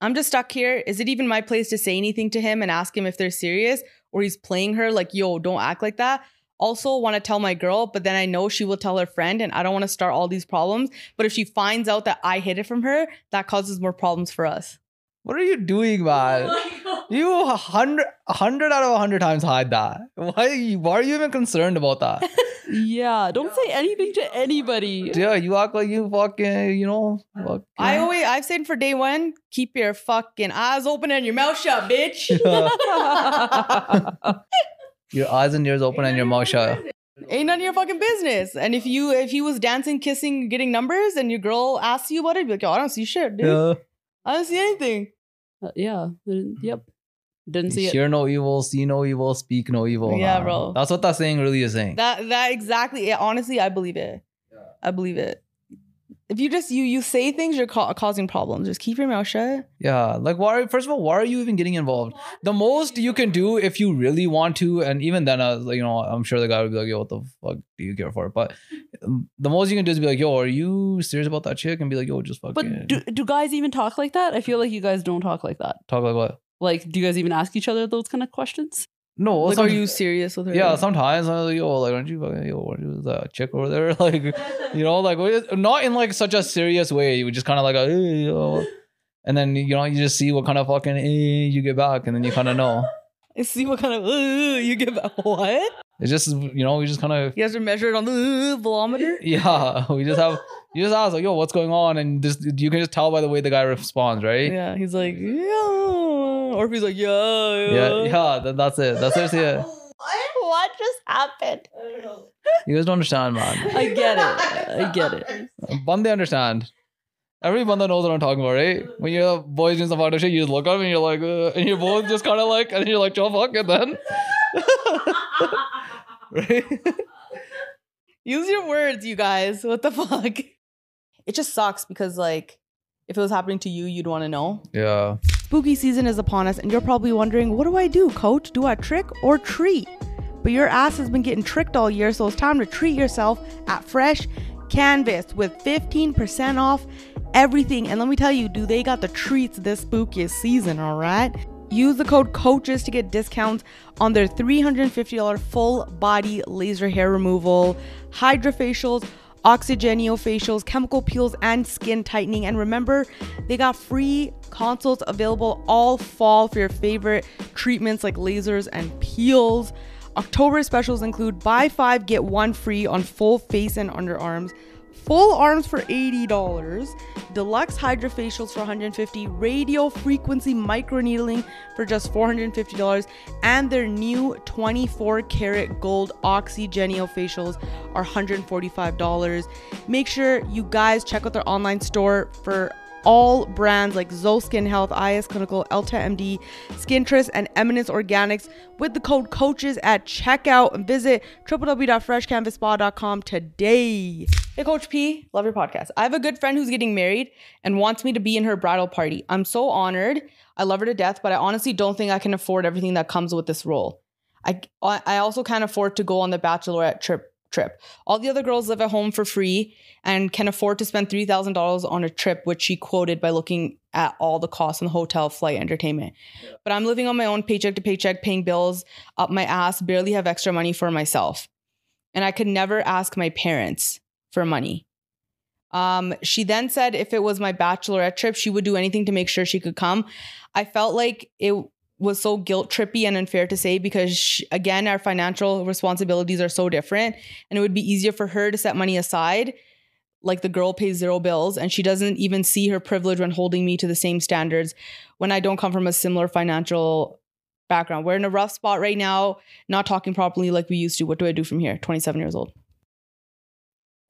Speaker 1: i'm just stuck here is it even my place to say anything to him and ask him if they're serious or he's playing her like yo don't act like that also want to tell my girl but then i know she will tell her friend and i don't want to start all these problems but if she finds out that i hid it from her that causes more problems for us
Speaker 2: What are you
Speaker 1: Oh
Speaker 2: doing, man? You a hundred, a hundred out of a hundred times hide that. Why? Are you, why are you even concerned about
Speaker 1: <laughs>
Speaker 2: that?
Speaker 3: yeah don't say anything to anybody
Speaker 2: Yeah, you act like you fucking, you know. Fuck, <laughs>
Speaker 1: i always i've said for day one keep your fucking eyes open and your mouth shut bitch
Speaker 2: <laughs> your eyes and ears open and your mouth shut.
Speaker 1: ain't none of your fucking business and if you if he was dancing kissing getting numbers and your girl asks you about it be like yo i don't see shit dude
Speaker 2: Yeah.
Speaker 1: i don't see anything
Speaker 3: Uh, yeah Didn't- yep didn't see it
Speaker 2: Hear no evil, see no evil, speak no evil.
Speaker 1: Yeah,
Speaker 2: man.
Speaker 1: bro.
Speaker 2: That's what that saying really is saying.
Speaker 1: that that exactly it honestly i believe it i believe it if you just you you say things you're ca- causing problems just keep your mouth shut
Speaker 2: Yeah, like why? First of all, why are you even getting involved? The most you can do if you really want to, and even then, uh, like, you know, I'm sure the guy would be like, "Yo, what the fuck do you care for?" But um, the most you can do is be like, "Yo, are you serious about that chick?" And be like, "Yo, just fucking
Speaker 3: But do, do guys even talk like that? I feel like you guys don't talk like that.
Speaker 2: talk like what."
Speaker 3: Like, do you guys even ask each other those kind of questions?
Speaker 2: No,
Speaker 1: Like,
Speaker 2: some-
Speaker 1: are you serious with her?
Speaker 2: Yeah, sometimes I'm like, yo, like, aren't you fucking, yo, aren't you that chick over there? <laughs> Like, you know, like, what- not in like such a serious way. You just kind of like, a, "Hey, yo." and then, you know, you just see what kind of fucking eh, you get back, and then you kind of know.
Speaker 1: I see what kind of uh, you give. a- What?
Speaker 2: It's just, you know, we just kind of,
Speaker 1: You guys are measured on the uh, barometer.
Speaker 2: yeah, <laughs> we just have, you just ask, like, yo, what's going on? And just, you can just tell by the way the guy responds, right?
Speaker 1: Yeah, he's like, yeah, or if he's like, yeah,
Speaker 2: Yeah, yeah, that, that's it. That's seriously it.
Speaker 3: <laughs> What just happened?
Speaker 2: You guys don't understand,
Speaker 3: <laughs>
Speaker 2: man.
Speaker 3: I get it. I get it.
Speaker 2: Bande understand. Every banda knows what I'm talking about, right? When you're boys doing some other shit, you just look up and you're like, uh, and you're both just kind of like, and you're like, chill, fuck, and then. <laughs> right?
Speaker 1: <laughs> Use your words, you guys. What the fuck? It just sucks because like, if it was happening to you, you'd want to know.
Speaker 2: Yeah.
Speaker 4: Spooky season is upon us, and you're probably wondering, what do I do, coach? Do I trick or treat? But your ass has been getting tricked all year, so it's time to treat yourself at Fresh Canvas with 15% off everything. And let me tell you, do they got the treats this spookiest season, all right? Use the code COACHES to get discounts on their $350 full body laser hair removal, hydrofacials, oxygenio facials, chemical peels, and skin tightening. And remember, they got free consults available all fall for your favorite treatments like lasers and peels. October specials include buy five, get one free on full face and underarms. Full arms for $80, deluxe hydrofacials for $150, radio frequency microneedling for just $450, and their new 24 karat gold oxygenio facials are $145. Make sure you guys check out their online store for all brands like Zoll Skin Health, IS Clinical, Elta MD, Skintress, and Eminence Organics with the code COACHES at checkout and visit www.freshcanvasspa.com today.
Speaker 1: Hey, Coach P, love your podcast. I have a good friend who's getting married and wants me to be in her bridal party. I'm so honored. I love her to death, but I honestly don't think I can afford everything that comes with this role. I I also can't afford to go on the bachelorette trip. Trip. All the other girls live at home for free and can afford to spend three thousand dollars on a trip, which she quoted by looking at all the costs on the hotel, flight, entertainment. But I'm living on my own, paycheck to paycheck, paying bills up my ass, barely have extra money for myself, and I could never ask my parents for money. Um, she then said if it was my bachelorette trip, she would do anything to make sure she could come. I felt like it was so guilt trippy and unfair to say because, sh again, our financial responsibilities are so different, and it would be easier for her to set money aside. Like the girl pays zero bills, and she doesn't even see her privilege when holding me to the same standards when I don't come from a similar financial background. We're in a rough spot right now, not talking properly like we used to. What do I do from here? 27 years old.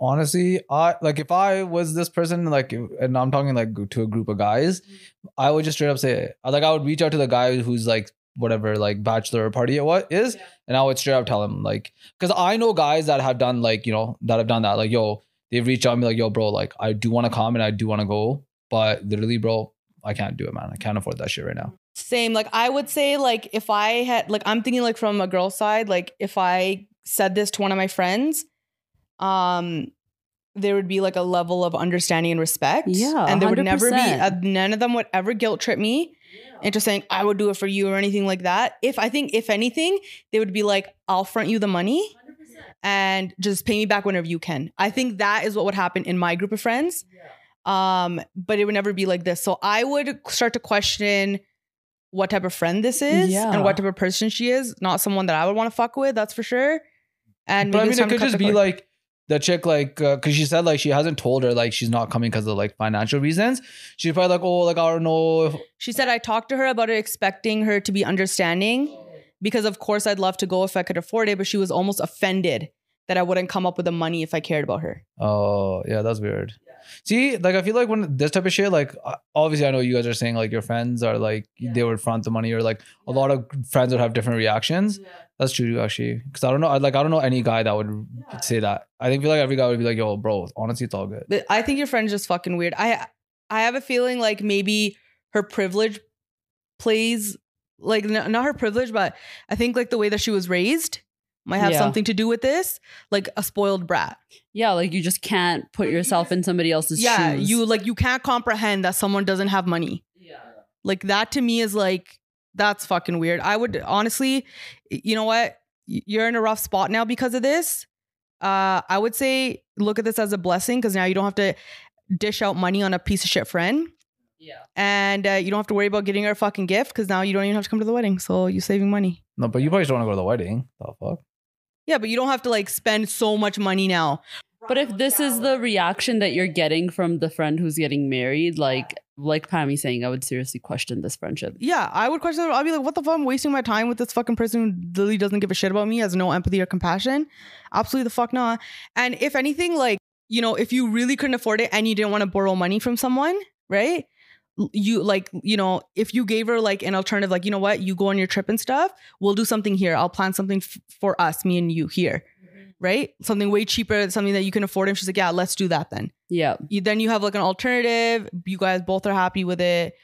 Speaker 2: honestly i like if i was this person like and i'm talking like to a group of guys
Speaker 1: Mm-hmm.
Speaker 2: i would just straight up say it. like i would reach out to the guy who's like whatever like bachelor party or what is and i would straight up tell him like because i know guys that have done like you know that have done that like yo they've reached out and be like yo bro like i do want to come and i do want to go but literally bro i can't do it man i can't afford that shit right now
Speaker 1: Same. Like I would say, like if I had, like I'm thinking, like from a girl's side, like if I said this to one of my friends, um, there would be like a level of understanding and respect.
Speaker 3: Yeah,
Speaker 1: and there would never be.
Speaker 3: 100%.
Speaker 1: Uh, none of them would ever guilt trip me into saying I would do it for you or anything like that. If I think, if anything, they would be like, I'll front you the money. And just pay me back whenever you can. I think that is what would happen in my group of friends. Um, but it would never be like this. So I would start to question what type of friend this is
Speaker 3: Yeah.
Speaker 1: and what type of person she is. Not someone that I would want to fuck with, that's for sure. And
Speaker 2: but i
Speaker 1: maybe it's
Speaker 2: mean it
Speaker 1: time to
Speaker 2: could
Speaker 1: cut
Speaker 2: just
Speaker 1: the
Speaker 2: be
Speaker 1: cord.
Speaker 2: like the chick like because she said like she hasn't told her like she's not coming because of like financial reasons she's probably like oh like i don't know if
Speaker 1: she said I talked to her about it, expecting her to be understanding because of course I'd love to go if I could afford it, but she was almost offended that I wouldn't come up with the money if I cared about her.
Speaker 2: Oh, yeah, that's weird. See, like I feel like when this type of shit, like uh, obviously I know you guys are saying like your friends are like they would front the money or like a lot of friends would have different reactions. That's true actually, because I don't know, I like I don't know any guy that would say that. I think feel like every guy would be like, yo, bro, honestly, it's all good.
Speaker 1: But I think your friend's just fucking weird. I I have a feeling like maybe her privilege plays like n- not her privilege, but I think like the way that she was raised might have
Speaker 3: Yeah.
Speaker 1: something to do with this, like a spoiled brat.
Speaker 3: Yeah, like you just can't put yourself in somebody else's
Speaker 1: yeah,
Speaker 3: shoes.
Speaker 1: you like you can't comprehend that someone doesn't have money. Yeah. Like that to me is like That's fucking weird. I would honestly, you know what? Y- You're in a rough spot now because of this. Uh, I would say look at this as a blessing because now you don't have to dish out money on a piece of shit friend.
Speaker 3: Yeah.
Speaker 1: And uh, you don't have to worry about getting her a fucking gift because now you don't even have to come to the wedding. So you're saving money.
Speaker 2: No, but you probably don't want to go to the wedding. The fuck?
Speaker 1: Yeah, but you don't have to like spend so much money now.
Speaker 3: But if this is the reaction that you're getting from the friend who's getting married, like like Pammy saying, I would seriously question this friendship.
Speaker 1: Yeah, I would question. I'd be like, what the fuck? I'm wasting my time with this fucking person who literally doesn't give a shit about me, has no empathy or compassion. Absolutely the fuck not. And if anything, like, you know, if you really couldn't afford it and you didn't want to borrow money from someone, right? L- You like, you know, if you gave her like an alternative, like, you know what, you go on your trip and stuff, we'll do something here. I'll plan something f- for us, me and you here, right? Something way cheaper, something that you can afford. And she's like, yeah, let's do that then.
Speaker 3: Yeah.
Speaker 1: You, then you have like an alternative. You guys both are happy with it.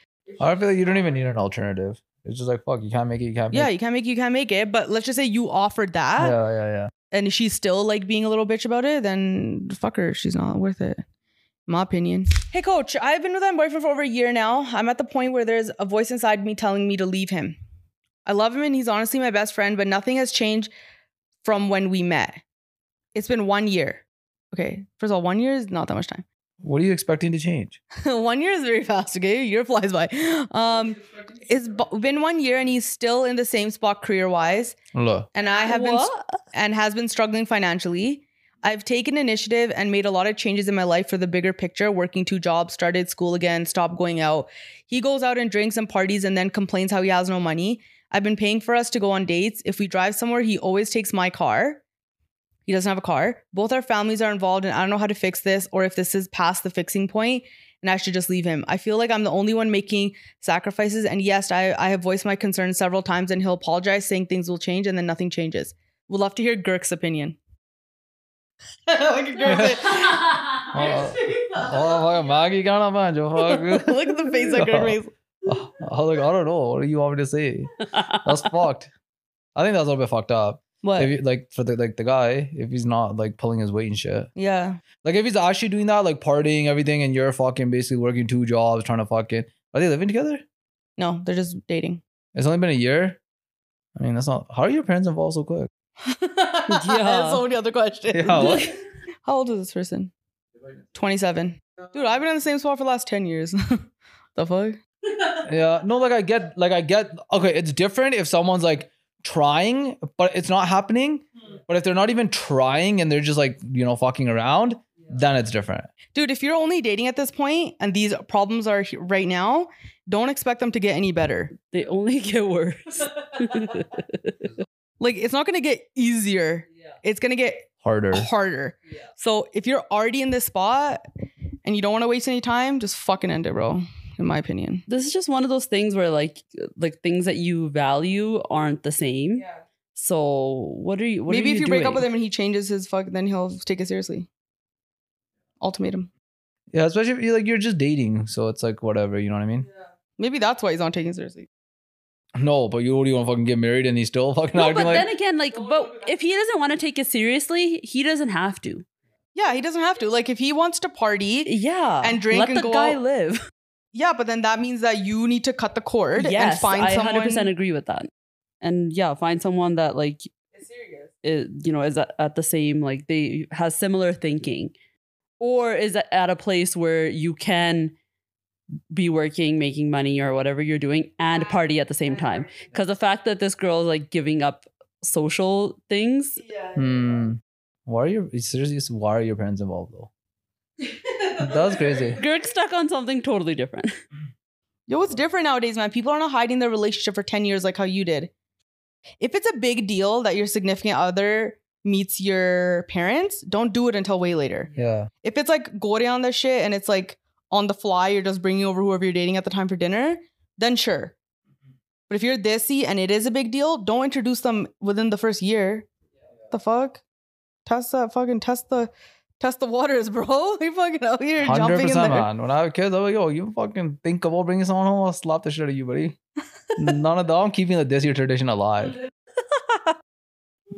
Speaker 2: I feel like you don't even need an alternative. It's just like fuck. You can't make it. You can't.
Speaker 1: Yeah,
Speaker 2: Make it.
Speaker 1: you can't make you can't make it. But let's just say you offered that,
Speaker 2: yeah. Yeah. Yeah.
Speaker 1: and she's still like being a little bitch about it. Then fuck her. She's not worth it. My opinion. Hey, coach. I've been with my boyfriend for over a year now. I'm at the point where there's a voice inside me telling me to leave him. I love him, and he's honestly my best friend. But nothing has changed from when we met. It's been one year. Okay, first of all, one year is not that much time. <laughs>
Speaker 2: What are you expecting to change?
Speaker 1: one year is very fast okay a year flies by um it's bu- been one year and he's still in the same spot career wise
Speaker 2: Look.
Speaker 1: and i have been
Speaker 3: What?
Speaker 1: and has been struggling financially i've taken initiative and made a lot of changes in my life for the bigger picture working two jobs started school again stopped going out he goes out and drinks and parties and then complains how he has no money i've been paying for us to go on dates if we drive somewhere he always takes my car he doesn't have a car. Both our families are involved, and I don't know how to fix this or if this is past the fixing point and I should just leave him. I feel like I'm the only one making sacrifices. And yes, I, I have voiced my concerns several times, and he'll apologize, saying things will change, and then nothing changes. We'll love to hear Girk's opinion. <laughs> Look at
Speaker 2: Oh, oh, fuck, Maggie, gana man, jo,
Speaker 1: <laughs>
Speaker 2: <laughs> fuck. <laughs>
Speaker 1: Look at the face that Girk makes.
Speaker 2: I was like, I don't know. What do you want me to say?
Speaker 3: <laughs>
Speaker 2: That's fucked. I think that's a little bit fucked up.
Speaker 1: What?
Speaker 2: If you, like for the like the guy, if he's not like pulling his weight and shit.
Speaker 1: yeah.
Speaker 2: Like if he's actually doing that, like partying, everything, and you're fucking basically working two jobs, trying to fucking are they living together?
Speaker 1: No, they're just dating.
Speaker 2: It's only been a year. I mean, that's not how are your parents involved so quick?
Speaker 1: yeah. So many other questions.
Speaker 2: Yeah, what?
Speaker 1: <laughs> How old is this person? 27. Dude, I've been in the same spot for the last 10 years. <laughs> the fuck?
Speaker 2: Yeah. No, like I get like I get okay, it's different if someone's like trying, but it's not happening. But if they're not even trying and they're just like, you know, fucking around, then it's different.
Speaker 1: Dude, if you're only dating at this point and these problems are he- right now, don't expect them to get any better.
Speaker 3: They only get <laughs> worse.
Speaker 1: Like, it's not gonna get easier, it's gonna get
Speaker 2: Harder.
Speaker 1: harder. So, if you're already in this spot and you don't wanna waste any time, just fucking end it, bro, in my opinion.
Speaker 3: this is just one of those things where like like things that you value aren't the same. So what are you? What
Speaker 1: Maybe
Speaker 3: are
Speaker 1: if you break up
Speaker 3: doing?
Speaker 1: with him and he changes his fuck, then he'll take it seriously. Ultimatum.
Speaker 2: Yeah, especially if you like you're just dating, so it's like whatever, you know what I mean?
Speaker 1: Maybe that's why he's not taking it seriously.
Speaker 2: No, but you already want to fucking get married and he's still <laughs> fucking
Speaker 3: No,
Speaker 2: acting
Speaker 3: but
Speaker 2: like
Speaker 3: then again, like, but if he doesn't want to take it seriously, he doesn't have to.
Speaker 1: Yeah, he doesn't have to. Like, if he wants to party,
Speaker 3: Yeah,
Speaker 1: And drink
Speaker 3: Let
Speaker 1: and
Speaker 3: the
Speaker 1: go
Speaker 3: guy
Speaker 1: out.
Speaker 3: live.
Speaker 1: Yeah, but then that means that you need to cut the cord <laughs>
Speaker 3: yes,
Speaker 1: and find
Speaker 3: I
Speaker 1: someone.
Speaker 3: 100% agree with that. And yeah, find someone that like is you know is at, at the same like they has similar thinking, or is a- at a place where you can be working, making money, or whatever you're doing, and party at the same time. Because the fact that this girl is like giving up social things,
Speaker 2: Hmm. Why are your seriously why are your parents involved
Speaker 3: <laughs>
Speaker 2: though? That's crazy.
Speaker 3: Girk's stuck on something totally different.
Speaker 1: Yo, it's different nowadays, man. People are not hiding their relationship for 10 years like how you did. If it's a big deal that your significant other meets your parents, don't do it until way later.
Speaker 2: Yeah.
Speaker 1: If it's like gore on the shit and it's like on the fly, you're just bringing over whoever you're dating at the time for dinner, then sure.
Speaker 2: Mm-hmm.
Speaker 1: But if you're thisy and it is a big deal, don't introduce them within the first year. The fuck? Test that fucking test the test the waters, <laughs> bro. You fucking out here
Speaker 2: Hundred
Speaker 1: jumping in there.
Speaker 2: percent, man. When I have kids, I'm like, yo, you fucking think about bringing someone home? I'll slap the shit
Speaker 3: <laughs>
Speaker 2: out of you, buddy. None of that. I'm keeping the this year tradition alive.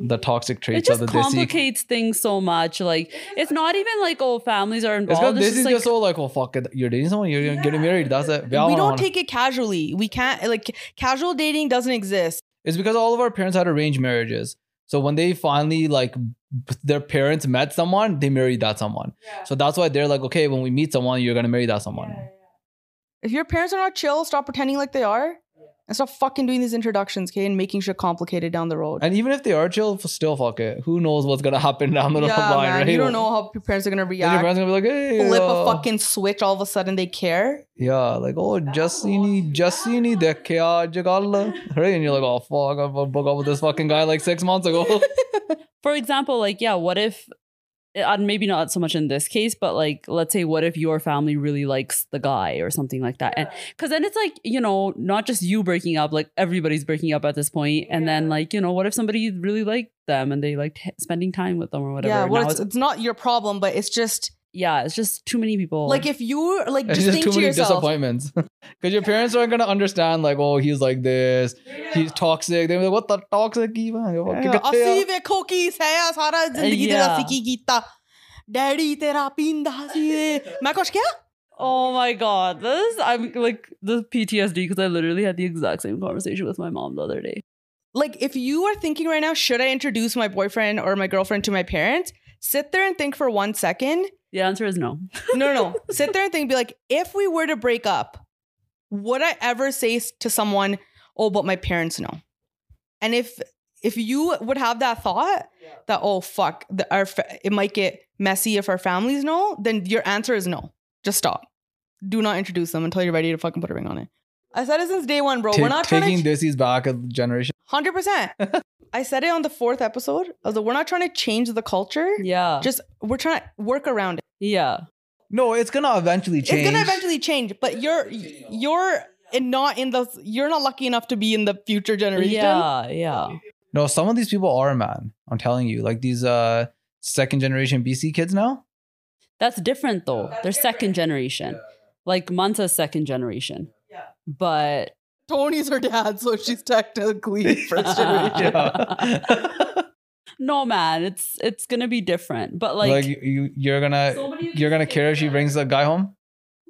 Speaker 2: the toxic
Speaker 3: It
Speaker 2: traits of
Speaker 3: just
Speaker 2: the desi.
Speaker 3: complicates things so much. Like it's not even like oh families are
Speaker 2: It's because
Speaker 3: involved. It's
Speaker 2: this
Speaker 3: just
Speaker 2: is
Speaker 3: like
Speaker 2: just so like, oh fuck it, you're dating someone, you're getting married. That's it.
Speaker 1: we don't take it casually. We can't like casual dating doesn't exist.
Speaker 2: It's because all of our parents had arranged marriages. So when they finally like b- their parents met someone, they married that someone. So that's why they're like, okay, when we meet someone, you're gonna marry that someone.
Speaker 1: If your parents are not chill, stop pretending like they are, and stop fucking doing these introductions, okay, and making shit complicated down the road.
Speaker 2: And even if they are chill, f- still fuck it. Who knows what's gonna happen down the
Speaker 1: yeah,
Speaker 2: line,
Speaker 1: man,
Speaker 2: right?
Speaker 1: you don't know how your parents are gonna
Speaker 2: Then your
Speaker 1: react.
Speaker 2: parents gonna be like, hey,
Speaker 1: Flip
Speaker 2: uh,
Speaker 1: a fucking switch, all of a sudden they care.
Speaker 2: yeah, like oh,
Speaker 1: <laughs>
Speaker 2: Justini, Justini, dekhiya jagala, right? And you're like, oh fuck, I broke up with this fucking guy like six
Speaker 1: <laughs>
Speaker 2: months ago.
Speaker 3: for example, like yeah, what if uh, maybe not so much in this case, but like let's say what if your family really likes the guy or something like that, and because then it's like you know not just you breaking up, like everybody's breaking up at this point, and then like you know what if somebody really liked them and they liked h- spending time with them or whatever.
Speaker 1: yeah,
Speaker 3: Now
Speaker 1: well, it's,
Speaker 3: it's-
Speaker 1: it's not your problem, but it's just
Speaker 3: yeah, it's just too many people.
Speaker 1: like if you like
Speaker 2: It's
Speaker 1: just,
Speaker 2: just
Speaker 1: think
Speaker 2: too
Speaker 1: to
Speaker 2: many
Speaker 1: yourself.
Speaker 2: disappointments. <laughs> Because your parents aren't gonna understand, like, oh, he's like this, he's toxic. They're like, what the toxic even?
Speaker 1: Yeah, ਅਸੀਂ ਵੇਖੋ ਕੀ ਸਹਿਆ ਸਾਰਾ ਜ਼ਿੰਦਗੀ ਦੇ
Speaker 3: Yeah.
Speaker 1: ਅਸੀਂ ਕੀ ਕੀਤਾ daddy ਤੇਰਾ ਪੀਂਦਾ ਸੀ
Speaker 2: <laughs>
Speaker 1: ਇਹ। ਮੈਂ ਕੁਛ ਕਿਹਾ
Speaker 3: Oh my god, this I'm like the PTSD because I literally had the exact same conversation with my mom the other day.
Speaker 1: like if you are thinking right now should i introduce my boyfriend or my girlfriend to my parents sit there and think for one second
Speaker 3: The answer is no.
Speaker 1: no no no sit there and think be like if we were to break up would i ever say s- to someone oh but my parents know and if if you would have that thought that oh fuck the, our fa- it might get messy if our families know then your answer is no just stop do not introduce them until you're ready to fucking put a ring on it i said it since day one bro we're not trying to
Speaker 2: taking this is back a generation.
Speaker 1: Hundred percent. I said it on the fourth episode. I was like, we're not trying to change the culture.
Speaker 3: Yeah.
Speaker 1: Just we're trying to work around it.
Speaker 3: yeah.
Speaker 2: No, it's gonna eventually change.
Speaker 1: It's gonna eventually change, but you're you're in- not in the you're not lucky enough to be in the future generation.
Speaker 3: Yeah. Yeah.
Speaker 2: No, some of these people are man. I'm telling you, like these uh second generation BC kids now.
Speaker 3: That's different though. They're second generation. Like Manta's second generation. But
Speaker 1: Tony's her dad, so she's technically <laughs> first generation.
Speaker 2: Yeah.
Speaker 3: <laughs> no man, it's it's gonna be different. But
Speaker 2: Like,
Speaker 3: like,
Speaker 2: you, you're gonna you're gonna care if she brings the guy home.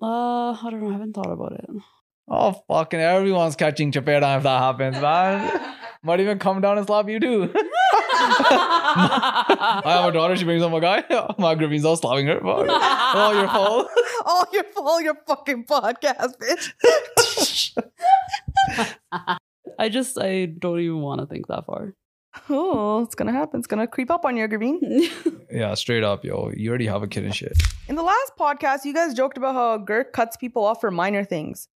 Speaker 3: uh I don't know, I haven't thought about it. <laughs>
Speaker 2: Oh fucking everyone's catching chapeta if that happens, man. Might even come down and slap you too. I have a daughter. She brings home a guy. <laughs> My Griffin's all slapping her. Fuck. <laughs>
Speaker 3: <laughs>
Speaker 2: Oh, your fault.
Speaker 1: All your all your fucking podcast, bitch. <laughs>
Speaker 3: I just I don't even want to think that
Speaker 1: <laughs>
Speaker 3: far.
Speaker 1: Oh, it's gonna happen. It's gonna creep up on your Graveen.
Speaker 2: <laughs> Yeah, straight up, yo. You already have a kid and shit.
Speaker 1: In the last podcast, you guys joked about how Girk cuts people off for minor things.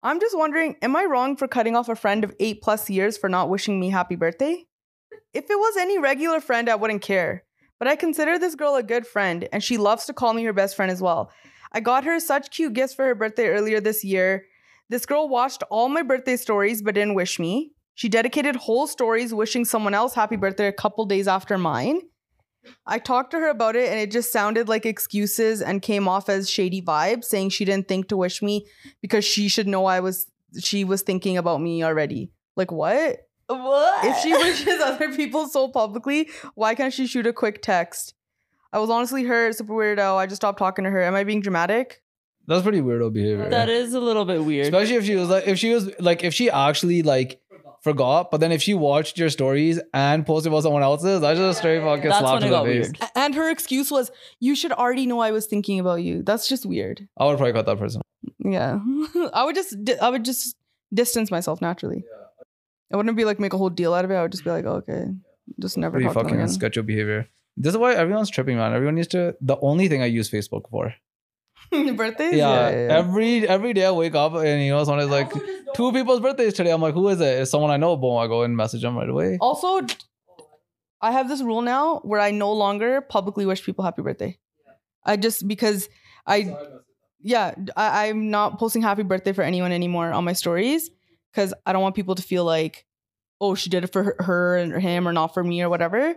Speaker 1: I'm just wondering, am I wrong for cutting off a friend of eight plus years for not wishing me happy birthday? If it was any regular friend, I wouldn't care. But I consider this girl a good friend, and she loves to call me her best friend as well. I got her such cute gifts for her birthday earlier this year. This girl watched all my birthday stories but didn't wish me. She dedicated whole stories wishing someone else happy birthday a couple days after mine. I talked to her about it and it just sounded like excuses and came off as shady vibes, saying she didn't think to wish me because she should know I was she was thinking about me already. Like what?
Speaker 3: what?
Speaker 1: If she wishes other people so publicly, why can't she shoot a quick text? I was honestly hurt, super weirdo. I just stopped talking to her. Am I being dramatic?
Speaker 2: That's pretty weirdo behavior.
Speaker 3: that is a little bit weird.
Speaker 2: Especially if she was like, if she was like, if she actually like forgot, but then if she watched your stories and posted about someone else's, that's just a straight fucking
Speaker 3: That's
Speaker 2: slap
Speaker 3: when
Speaker 2: to
Speaker 3: it
Speaker 2: the
Speaker 3: got
Speaker 2: face.
Speaker 3: weird.
Speaker 1: A- And her excuse was, "You should already know I was thinking about you." That's just weird.
Speaker 2: I would probably cut that person.
Speaker 1: Yeah. <laughs> I would just di- I would just distance myself naturally. I wouldn't be like make a whole deal out of it. I would just be like, okay, just never
Speaker 2: Pretty
Speaker 1: talk to
Speaker 2: fucking
Speaker 1: them again.
Speaker 2: sketchy behavior. This is why everyone's tripping, man. Everyone needs to. The only thing I use Facebook for.
Speaker 1: Your <laughs> birthdays?
Speaker 2: Yeah, Every every day I wake up and you know someone's like, two people's birthdays today. I'm like, who is it? It's someone I know. Boom, I go and message them right away.
Speaker 1: also, I have this rule now where I no longer publicly wish people happy birthday. I just because I,
Speaker 3: Oh.
Speaker 1: yeah, I, I'm not posting happy birthday for anyone anymore on my stories because I don't want people to feel like, oh, she did it for her, her and him or not for me or whatever.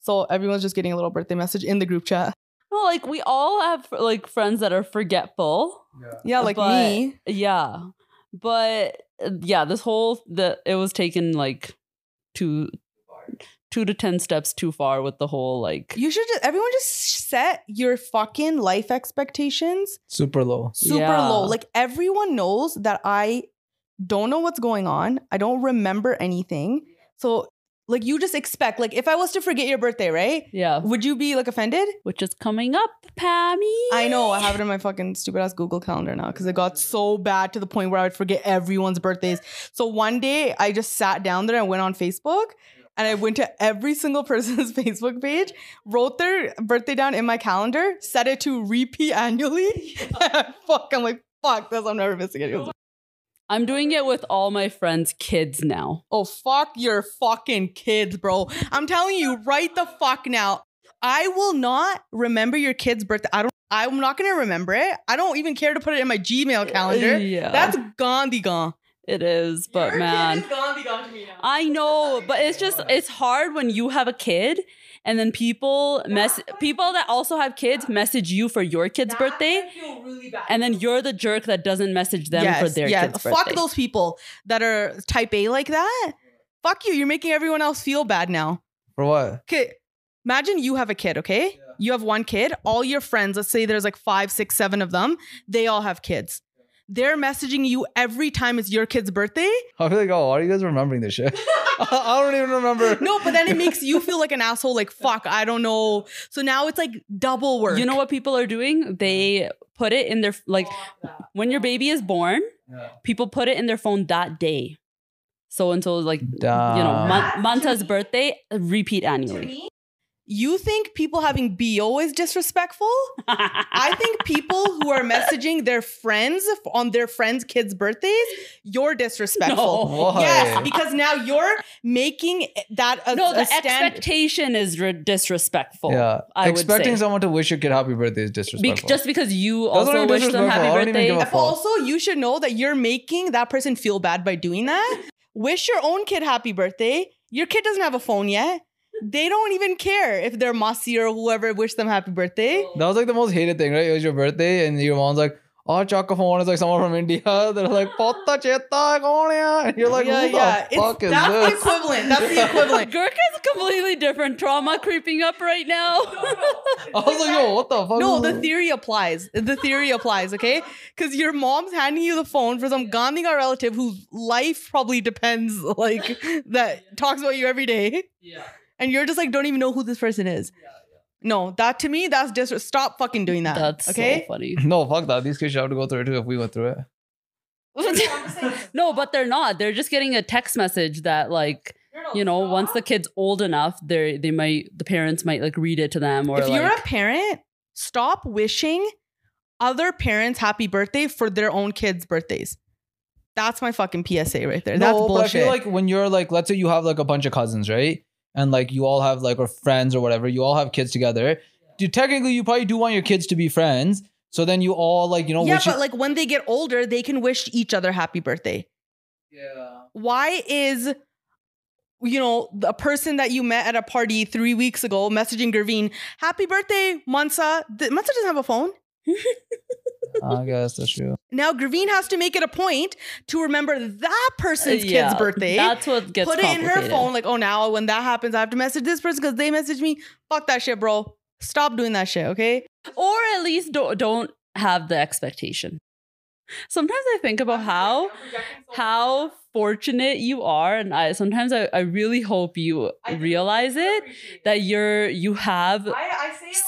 Speaker 1: So everyone's just getting a little birthday message in the group chat.
Speaker 3: Well, like we all have like friends that are forgetful.
Speaker 1: Yeah, like
Speaker 3: But-
Speaker 1: me.
Speaker 3: Yeah. But uh, yeah, this whole the it was taken like too two to ten steps too far with the whole like
Speaker 1: You should just everyone just set your fucking life expectations
Speaker 2: Super low.
Speaker 1: super
Speaker 3: Yeah.
Speaker 1: low. Like everyone knows that I don't know what's going on. I don't remember anything. So like you just expect like if I was to forget your birthday, right?
Speaker 3: yeah,
Speaker 1: Would you be like offended?
Speaker 3: which is coming up, Pammy.
Speaker 1: I know I have it in my fucking stupid ass Google calendar now because it got so bad to the point where I would forget everyone's birthdays. So one day I just sat down there and went on Facebook and I went to every single <laughs> person's Facebook page, wrote their birthday down in my calendar, set it to repeat annually. <laughs> fuck, I'm like, fuck, this I'm never missing it.
Speaker 3: I'm doing it with all my friends' kids now.
Speaker 1: Oh, fuck your fucking kids, bro. I'm telling you right the fuck now. I will not remember your kid's birthday. I don't I'm not gonna remember it. I don't even care to put it in my Gmail calendar.
Speaker 3: <laughs> Yeah,
Speaker 1: That's gone be gone.
Speaker 3: it is, but man, I know, but it's just it's hard when you have a kid and then people mess people that also have kids message you for your kid's birthday. And then you're the jerk that doesn't message them for their kid's birthday.
Speaker 1: Fuck those people that are type A like that. Fuck you. You're making everyone else feel bad now.
Speaker 2: For what?
Speaker 1: Okay. Imagine you have a kid, okay? You have one kid, all your friends, let's say there's like five, six, seven of them, they all have kids. They're messaging you every time it's your kid's birthday.
Speaker 2: I feel like, oh, why are you guys remembering this shit? <laughs> I don't even remember.
Speaker 1: No, but then it makes you feel like an asshole, like, fuck, I don't know. So now it's like double work.
Speaker 3: You know what people are doing? They put it in their like when your baby is born,
Speaker 2: Yeah.
Speaker 3: people put it in their phone that day. So until like you know
Speaker 2: Damn.
Speaker 3: Man- Manta's birthday, repeat <laughs> annually.
Speaker 1: You think people having BO is disrespectful? I think people who are messaging their friends on their friends' kids' birthdays, you're disrespectful.
Speaker 2: Why?
Speaker 1: Yes, because now you're making that a,
Speaker 3: no,
Speaker 1: a
Speaker 3: the
Speaker 1: standard.
Speaker 3: expectation is re- disrespectful.
Speaker 2: Yeah.
Speaker 3: I would
Speaker 2: Expecting
Speaker 3: say.
Speaker 2: someone to wish your kid happy birthday is
Speaker 3: Be-
Speaker 2: disrespectful.
Speaker 3: just because you
Speaker 2: That's not
Speaker 3: also
Speaker 2: even
Speaker 3: wish them
Speaker 2: disrespectful. I don't even
Speaker 3: happy
Speaker 2: give a
Speaker 3: <laughs> birthday.
Speaker 2: f-
Speaker 1: But also, you should know that you're making that person feel bad by doing that. Wish your own kid happy birthday. Your kid doesn't have a phone yet. They don't even care if they're Masi or whoever wished them happy birthday.
Speaker 2: that was like the most hated thing, right? It was your birthday, and your mom's like, "Oh, choco phone is like someone from India." <laughs> They're like, "Pota cheta kaun hai?" And you're like,
Speaker 1: yeah,
Speaker 2: "Who
Speaker 1: yeah.
Speaker 2: the
Speaker 1: It's-
Speaker 2: fuck is
Speaker 1: that's the
Speaker 2: this?"
Speaker 1: equivalent. That's the equivalent.
Speaker 3: Gurkha's completely different. Trauma creeping up right <laughs> now.
Speaker 2: <laughs> I was like, "Yo, what the fuck?"
Speaker 1: No,
Speaker 2: is
Speaker 1: the
Speaker 2: this?
Speaker 1: theory applies. The theory applies,
Speaker 2: <laughs>
Speaker 1: okay? Because your mom's handing you the phone for some Gandhiga relative whose life probably depends, <laughs> like, that talks about you every day.
Speaker 3: yeah.
Speaker 1: And you're just like, don't even know who this person is. No, that to me, that's just stop fucking doing that.
Speaker 3: That's
Speaker 1: okay.
Speaker 3: so <laughs> funny.
Speaker 2: No, fuck that. These kids should have to go through it too if we went through it.
Speaker 3: <laughs> no, but they're not. They're just getting a text message that like you know, once the kid's old enough, they they might the parents might like read it to them or
Speaker 1: if
Speaker 3: like,
Speaker 1: you're a parent, stop wishing other parents happy birthday for their own kids' birthdays. That's my fucking PSA right there. That's
Speaker 2: no, but I
Speaker 1: bullshit.
Speaker 2: feel like when you're like, let's say you have like a bunch of cousins, right? And like you all have like or friends or whatever, you all have kids together. You technically you probably do want your kids to be friends. So then you all like you know
Speaker 1: yeah,
Speaker 2: wish
Speaker 1: but like when they get older, they can wish each other happy birthday.
Speaker 2: yeah.
Speaker 1: Why is you know a person that you met at a party three weeks ago messaging Gervin, happy birthday, Mansa? Th- Mansa doesn't have a phone.
Speaker 2: I guess that's true.
Speaker 1: Now Gravine has to make it a point to remember that person's
Speaker 3: yeah,
Speaker 1: kid's birthday.
Speaker 3: That's what gets
Speaker 1: put it in her
Speaker 3: complicated.
Speaker 1: phone, like, oh now when that happens, I have to message this person because they messaged me. Fuck that shit, bro. Stop doing that shit, okay?
Speaker 3: or at least don't don't have the expectation. Sometimes I think about how how fortunate you are, and I sometimes I, I really hope you realize it that you're you have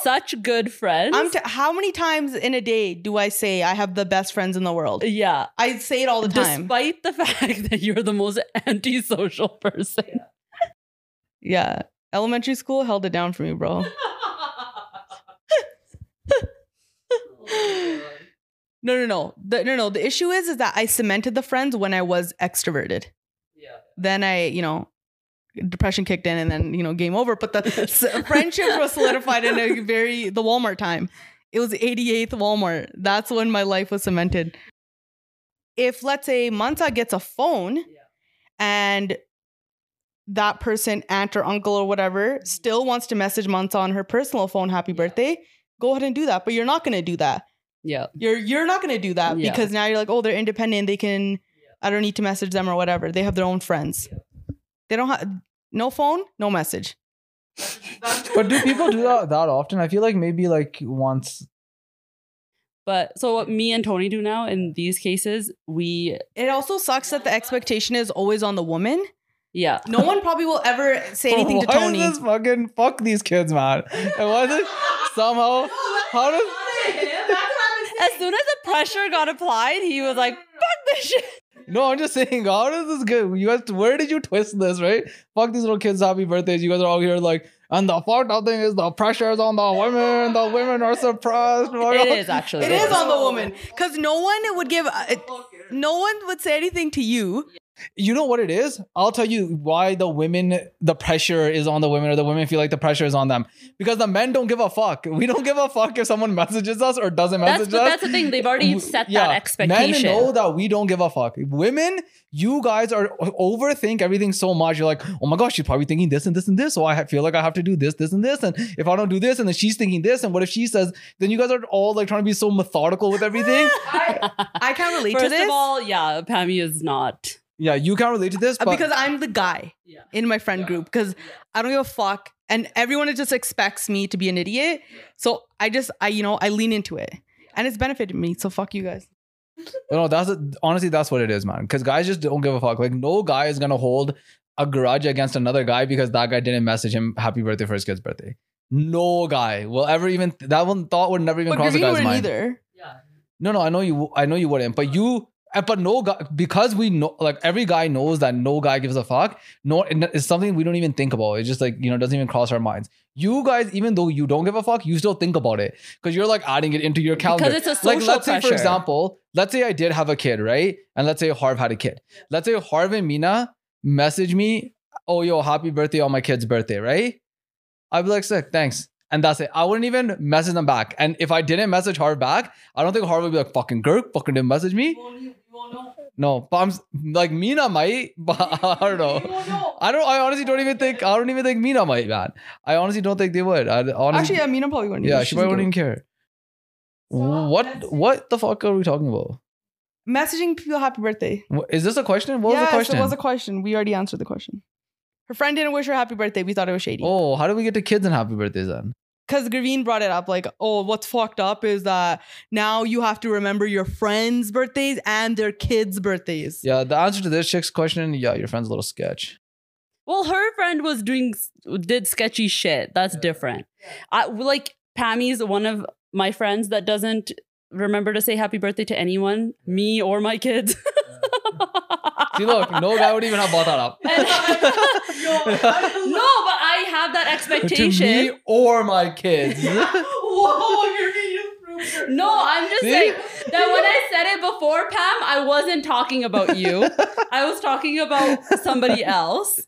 Speaker 3: such good friends.
Speaker 1: I'm t- how many times in a day do I say I have the best friends in the world?
Speaker 3: yeah,
Speaker 1: I say it all the time.
Speaker 3: despite the <laughs> fact that you're the most antisocial person.
Speaker 1: yeah. Elementary school held it down for me, bro. <laughs> No, no, no. The, no, no. The issue is, is that I cemented the friends when I was extroverted.
Speaker 3: Yeah.
Speaker 1: Then I, you know, depression kicked in, and then you know, game over. But the s- friendships were solidified in a very the Walmart time. It was 88th Walmart. That's when my life was cemented. If let's say Manta gets a phone, and that person, aunt or uncle or whatever, still wants to message Manta on her personal phone, "Happy birthday." Go ahead and do that, but you're not going to do that
Speaker 3: Yeah.
Speaker 1: you're you're not going to do that
Speaker 3: Yeah.
Speaker 1: because now you're like oh they're independent they can i don't need to message them or whatever they have their own friends they don't have No phone, no message.
Speaker 2: But do people do that that often? I feel like maybe like once.
Speaker 3: But so what me and Tony do now in these cases, we
Speaker 1: It also sucks that the expectation is always on the woman.
Speaker 3: yeah.
Speaker 1: No one probably will ever say anything to
Speaker 2: <laughs> Why is
Speaker 1: Tony.
Speaker 2: this fucking fuck these kids, man? And why is it somehow? How does?
Speaker 3: As soon as the pressure got applied, he was like, "Fuck this shit."
Speaker 2: No, I'm just saying. How does this go? You guys, where did you twist this? Right? Fuck these little kids. Happy birthdays. You guys are all here like. And the fucked up thing is the pressure is on the women. The women are suppressed.
Speaker 3: It is actually.
Speaker 1: It is on the woman because no one would give. uh, it- no one would say anything to you.
Speaker 2: you know what it is i'll tell you why the women the pressure is on the women or the women feel like the pressure is on them because the men don't give a fuck we don't give a fuck if someone messages us or doesn't
Speaker 3: That's
Speaker 2: message
Speaker 3: the,
Speaker 2: us
Speaker 3: that's the thing. They've already set that expectation.
Speaker 2: Men know that we don't give a fuck. Women, you guys are uh, overthink everything so much. You're like, oh my gosh, she's probably thinking this and this and this. So I ha- feel like I have to do this, this and this. And if I don't do this, and then she's thinking this, and what if she says? Then you guys are all like trying to be so methodical with everything.
Speaker 1: I can't relate to
Speaker 3: First
Speaker 1: this
Speaker 3: of all, yeah, Pammy is not.
Speaker 2: yeah, you can't relate to this,
Speaker 1: uh,
Speaker 2: but
Speaker 1: because I'm the guy in my friend group because I don't give a fuck and everyone just expects me to be an idiot. So I just I you know I lean into it and it's benefited me. So fuck you guys.
Speaker 2: No, that's honestly that's what it is, man. Because guys just don't give a fuck. Like no guy is gonna hold a grudge against another guy because that guy didn't message him happy birthday for his kid's birthday. No guy will ever even that one thought would never even
Speaker 1: But
Speaker 2: cross a
Speaker 1: Gravy
Speaker 2: guy's
Speaker 1: wouldn't
Speaker 2: mind.
Speaker 1: either.
Speaker 2: No, no, I know you. I know you wouldn't. But you, uh, but no guy because we know like every guy knows that no guy gives a fuck. No, and it's something we don't even think about. It's just like you know it doesn't even cross our minds. You guys, even though you don't give a fuck, you still think about it because you're like adding it into your calendar
Speaker 3: Because it's a social
Speaker 2: like let's say for
Speaker 3: pressure.
Speaker 2: example let's say i did have a kid right and let's say harv had a kid let's say harv and mina message me oh yo happy birthday on my kid's birthday right i'd be like sick thanks and that's it i wouldn't even message them back and if i didn't message harv back i don't think harv would be like fucking girk fucking didn't message me no but i'm s- like mina might <laughs> but i don't know i don't i honestly don't even think i don't even think mina might man i honestly don't think they would i honestly
Speaker 1: Actually, I mean, I probably wouldn't.
Speaker 2: yeah,
Speaker 1: either.
Speaker 2: she
Speaker 1: She's
Speaker 2: probably
Speaker 1: a
Speaker 2: wouldn't even care. what what the fuck are we talking about?
Speaker 1: girl. messaging people happy birthday.
Speaker 2: Wha- Is this a question? What
Speaker 1: yes,
Speaker 2: was the question?
Speaker 1: it was a question. We already answered the question. Her friend didn't wish her happy birthday. We thought it was shady.
Speaker 2: oh, how do we get to kids and happy birthdays then?
Speaker 1: because Graveen brought it up, like, oh, what's fucked up is that now you have to remember your friends' birthdays and their kids' birthdays.
Speaker 2: Yeah, the answer to this chick's question, yeah, your friend's a little sketch.
Speaker 3: Well, her friend was doing did sketchy shit. That's different. I like Pammy's one of my friends that doesn't remember to say happy birthday to anyone, me or my
Speaker 2: <laughs>
Speaker 3: kids.
Speaker 2: See, look, no guy would even have brought that up.
Speaker 3: And- no, but I have that
Speaker 2: <laughs> to me
Speaker 3: expectation.
Speaker 2: or my kids.
Speaker 3: No, I'm just
Speaker 2: See?
Speaker 3: saying that when I said it before, Pam, I wasn't talking
Speaker 1: <laughs>
Speaker 3: about you. I was talking about somebody else.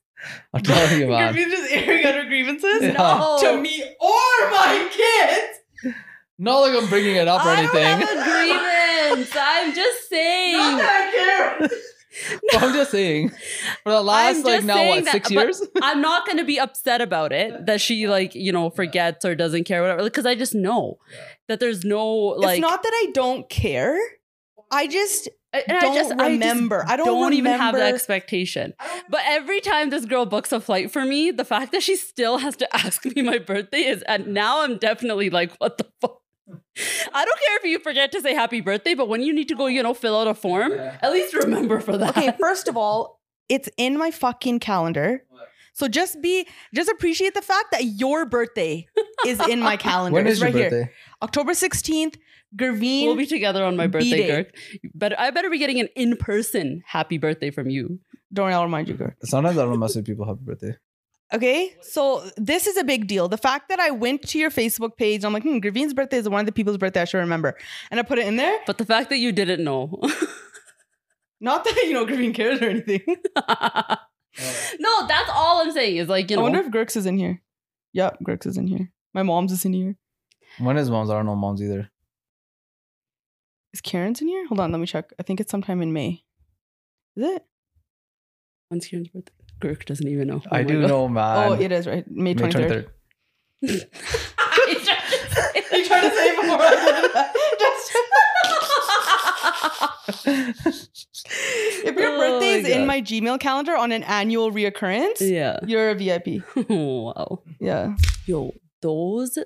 Speaker 2: I'm telling you, man.
Speaker 1: Graveen just airing out her grievances
Speaker 2: Yeah.
Speaker 3: No.
Speaker 1: to me or my kids.
Speaker 2: Not like I'm bringing it up or
Speaker 3: I don't
Speaker 2: anything.
Speaker 3: have a grievance. I'm just saying.
Speaker 2: <laughs> But I'm just saying. For the
Speaker 3: I'm
Speaker 2: last, like,
Speaker 3: just
Speaker 2: now
Speaker 3: saying
Speaker 2: what,
Speaker 3: that-
Speaker 2: six
Speaker 3: but
Speaker 2: years?
Speaker 3: I'm not going to be upset about it that she like you know forgets or doesn't care whatever because I just know that there's no like
Speaker 1: it's not that I don't care. I just
Speaker 3: and
Speaker 1: don't remember. I don't
Speaker 3: even have the
Speaker 1: remember-
Speaker 3: expectation. But every time this girl books a flight for me, the fact that she still has to <laughs> ask me my birthday is and now I'm definitely like what the fuck. I don't care if you forget to say happy birthday, but when you need to go, you know, fill out a form, at least remember for that.
Speaker 1: okay. First of all, it's in my fucking calendar. So just be, just appreciate the fact that your birthday is in
Speaker 3: <laughs>
Speaker 1: my calendar.
Speaker 2: When
Speaker 1: It's
Speaker 2: is your
Speaker 1: right
Speaker 2: birthday?
Speaker 1: Here. October 16th, Graveen.
Speaker 3: <laughs> We'll be together on my birthday,
Speaker 1: B-Day.
Speaker 3: Dirk. But I better be getting an in-person happy birthday from you.
Speaker 1: don't worry, I'll remind you, girl.
Speaker 2: Sometimes I don't message people happy birthday.
Speaker 1: Okay, so this is a big deal. The fact that I went to your Facebook page, I'm like, hmm, Graveen's birthday is one of the people's birthday I should remember. And I put it in there.
Speaker 3: But the fact that you didn't know. <laughs>
Speaker 1: Not that, you know, Graveen cares or anything. Oh.
Speaker 3: no, that's all I'm saying is like, you
Speaker 1: I
Speaker 3: know.
Speaker 1: wonder if Gurks is in here. Yep, Gurks is in here. My mom's is in here.
Speaker 2: When is mom's? I don't know mom's either.
Speaker 1: Is Karen's in here? Hold on, let me check. I think it's sometime in May. Is it?
Speaker 3: When's Kieran's birthday? Girk doesn't even know.
Speaker 2: I do know, man.
Speaker 1: oh,
Speaker 3: Um,
Speaker 1: it is, right? May 23rd. <laughs>
Speaker 3: know.
Speaker 1: You tried to say it before I did that. Just-
Speaker 3: <laughs>
Speaker 1: If your
Speaker 3: Oh my
Speaker 1: birthday is
Speaker 3: God.
Speaker 1: in my Gmail calendar on an annual reoccurrence,
Speaker 3: Yeah.
Speaker 1: you're a VIP.
Speaker 3: wow.
Speaker 1: Yeah.
Speaker 3: Yo, those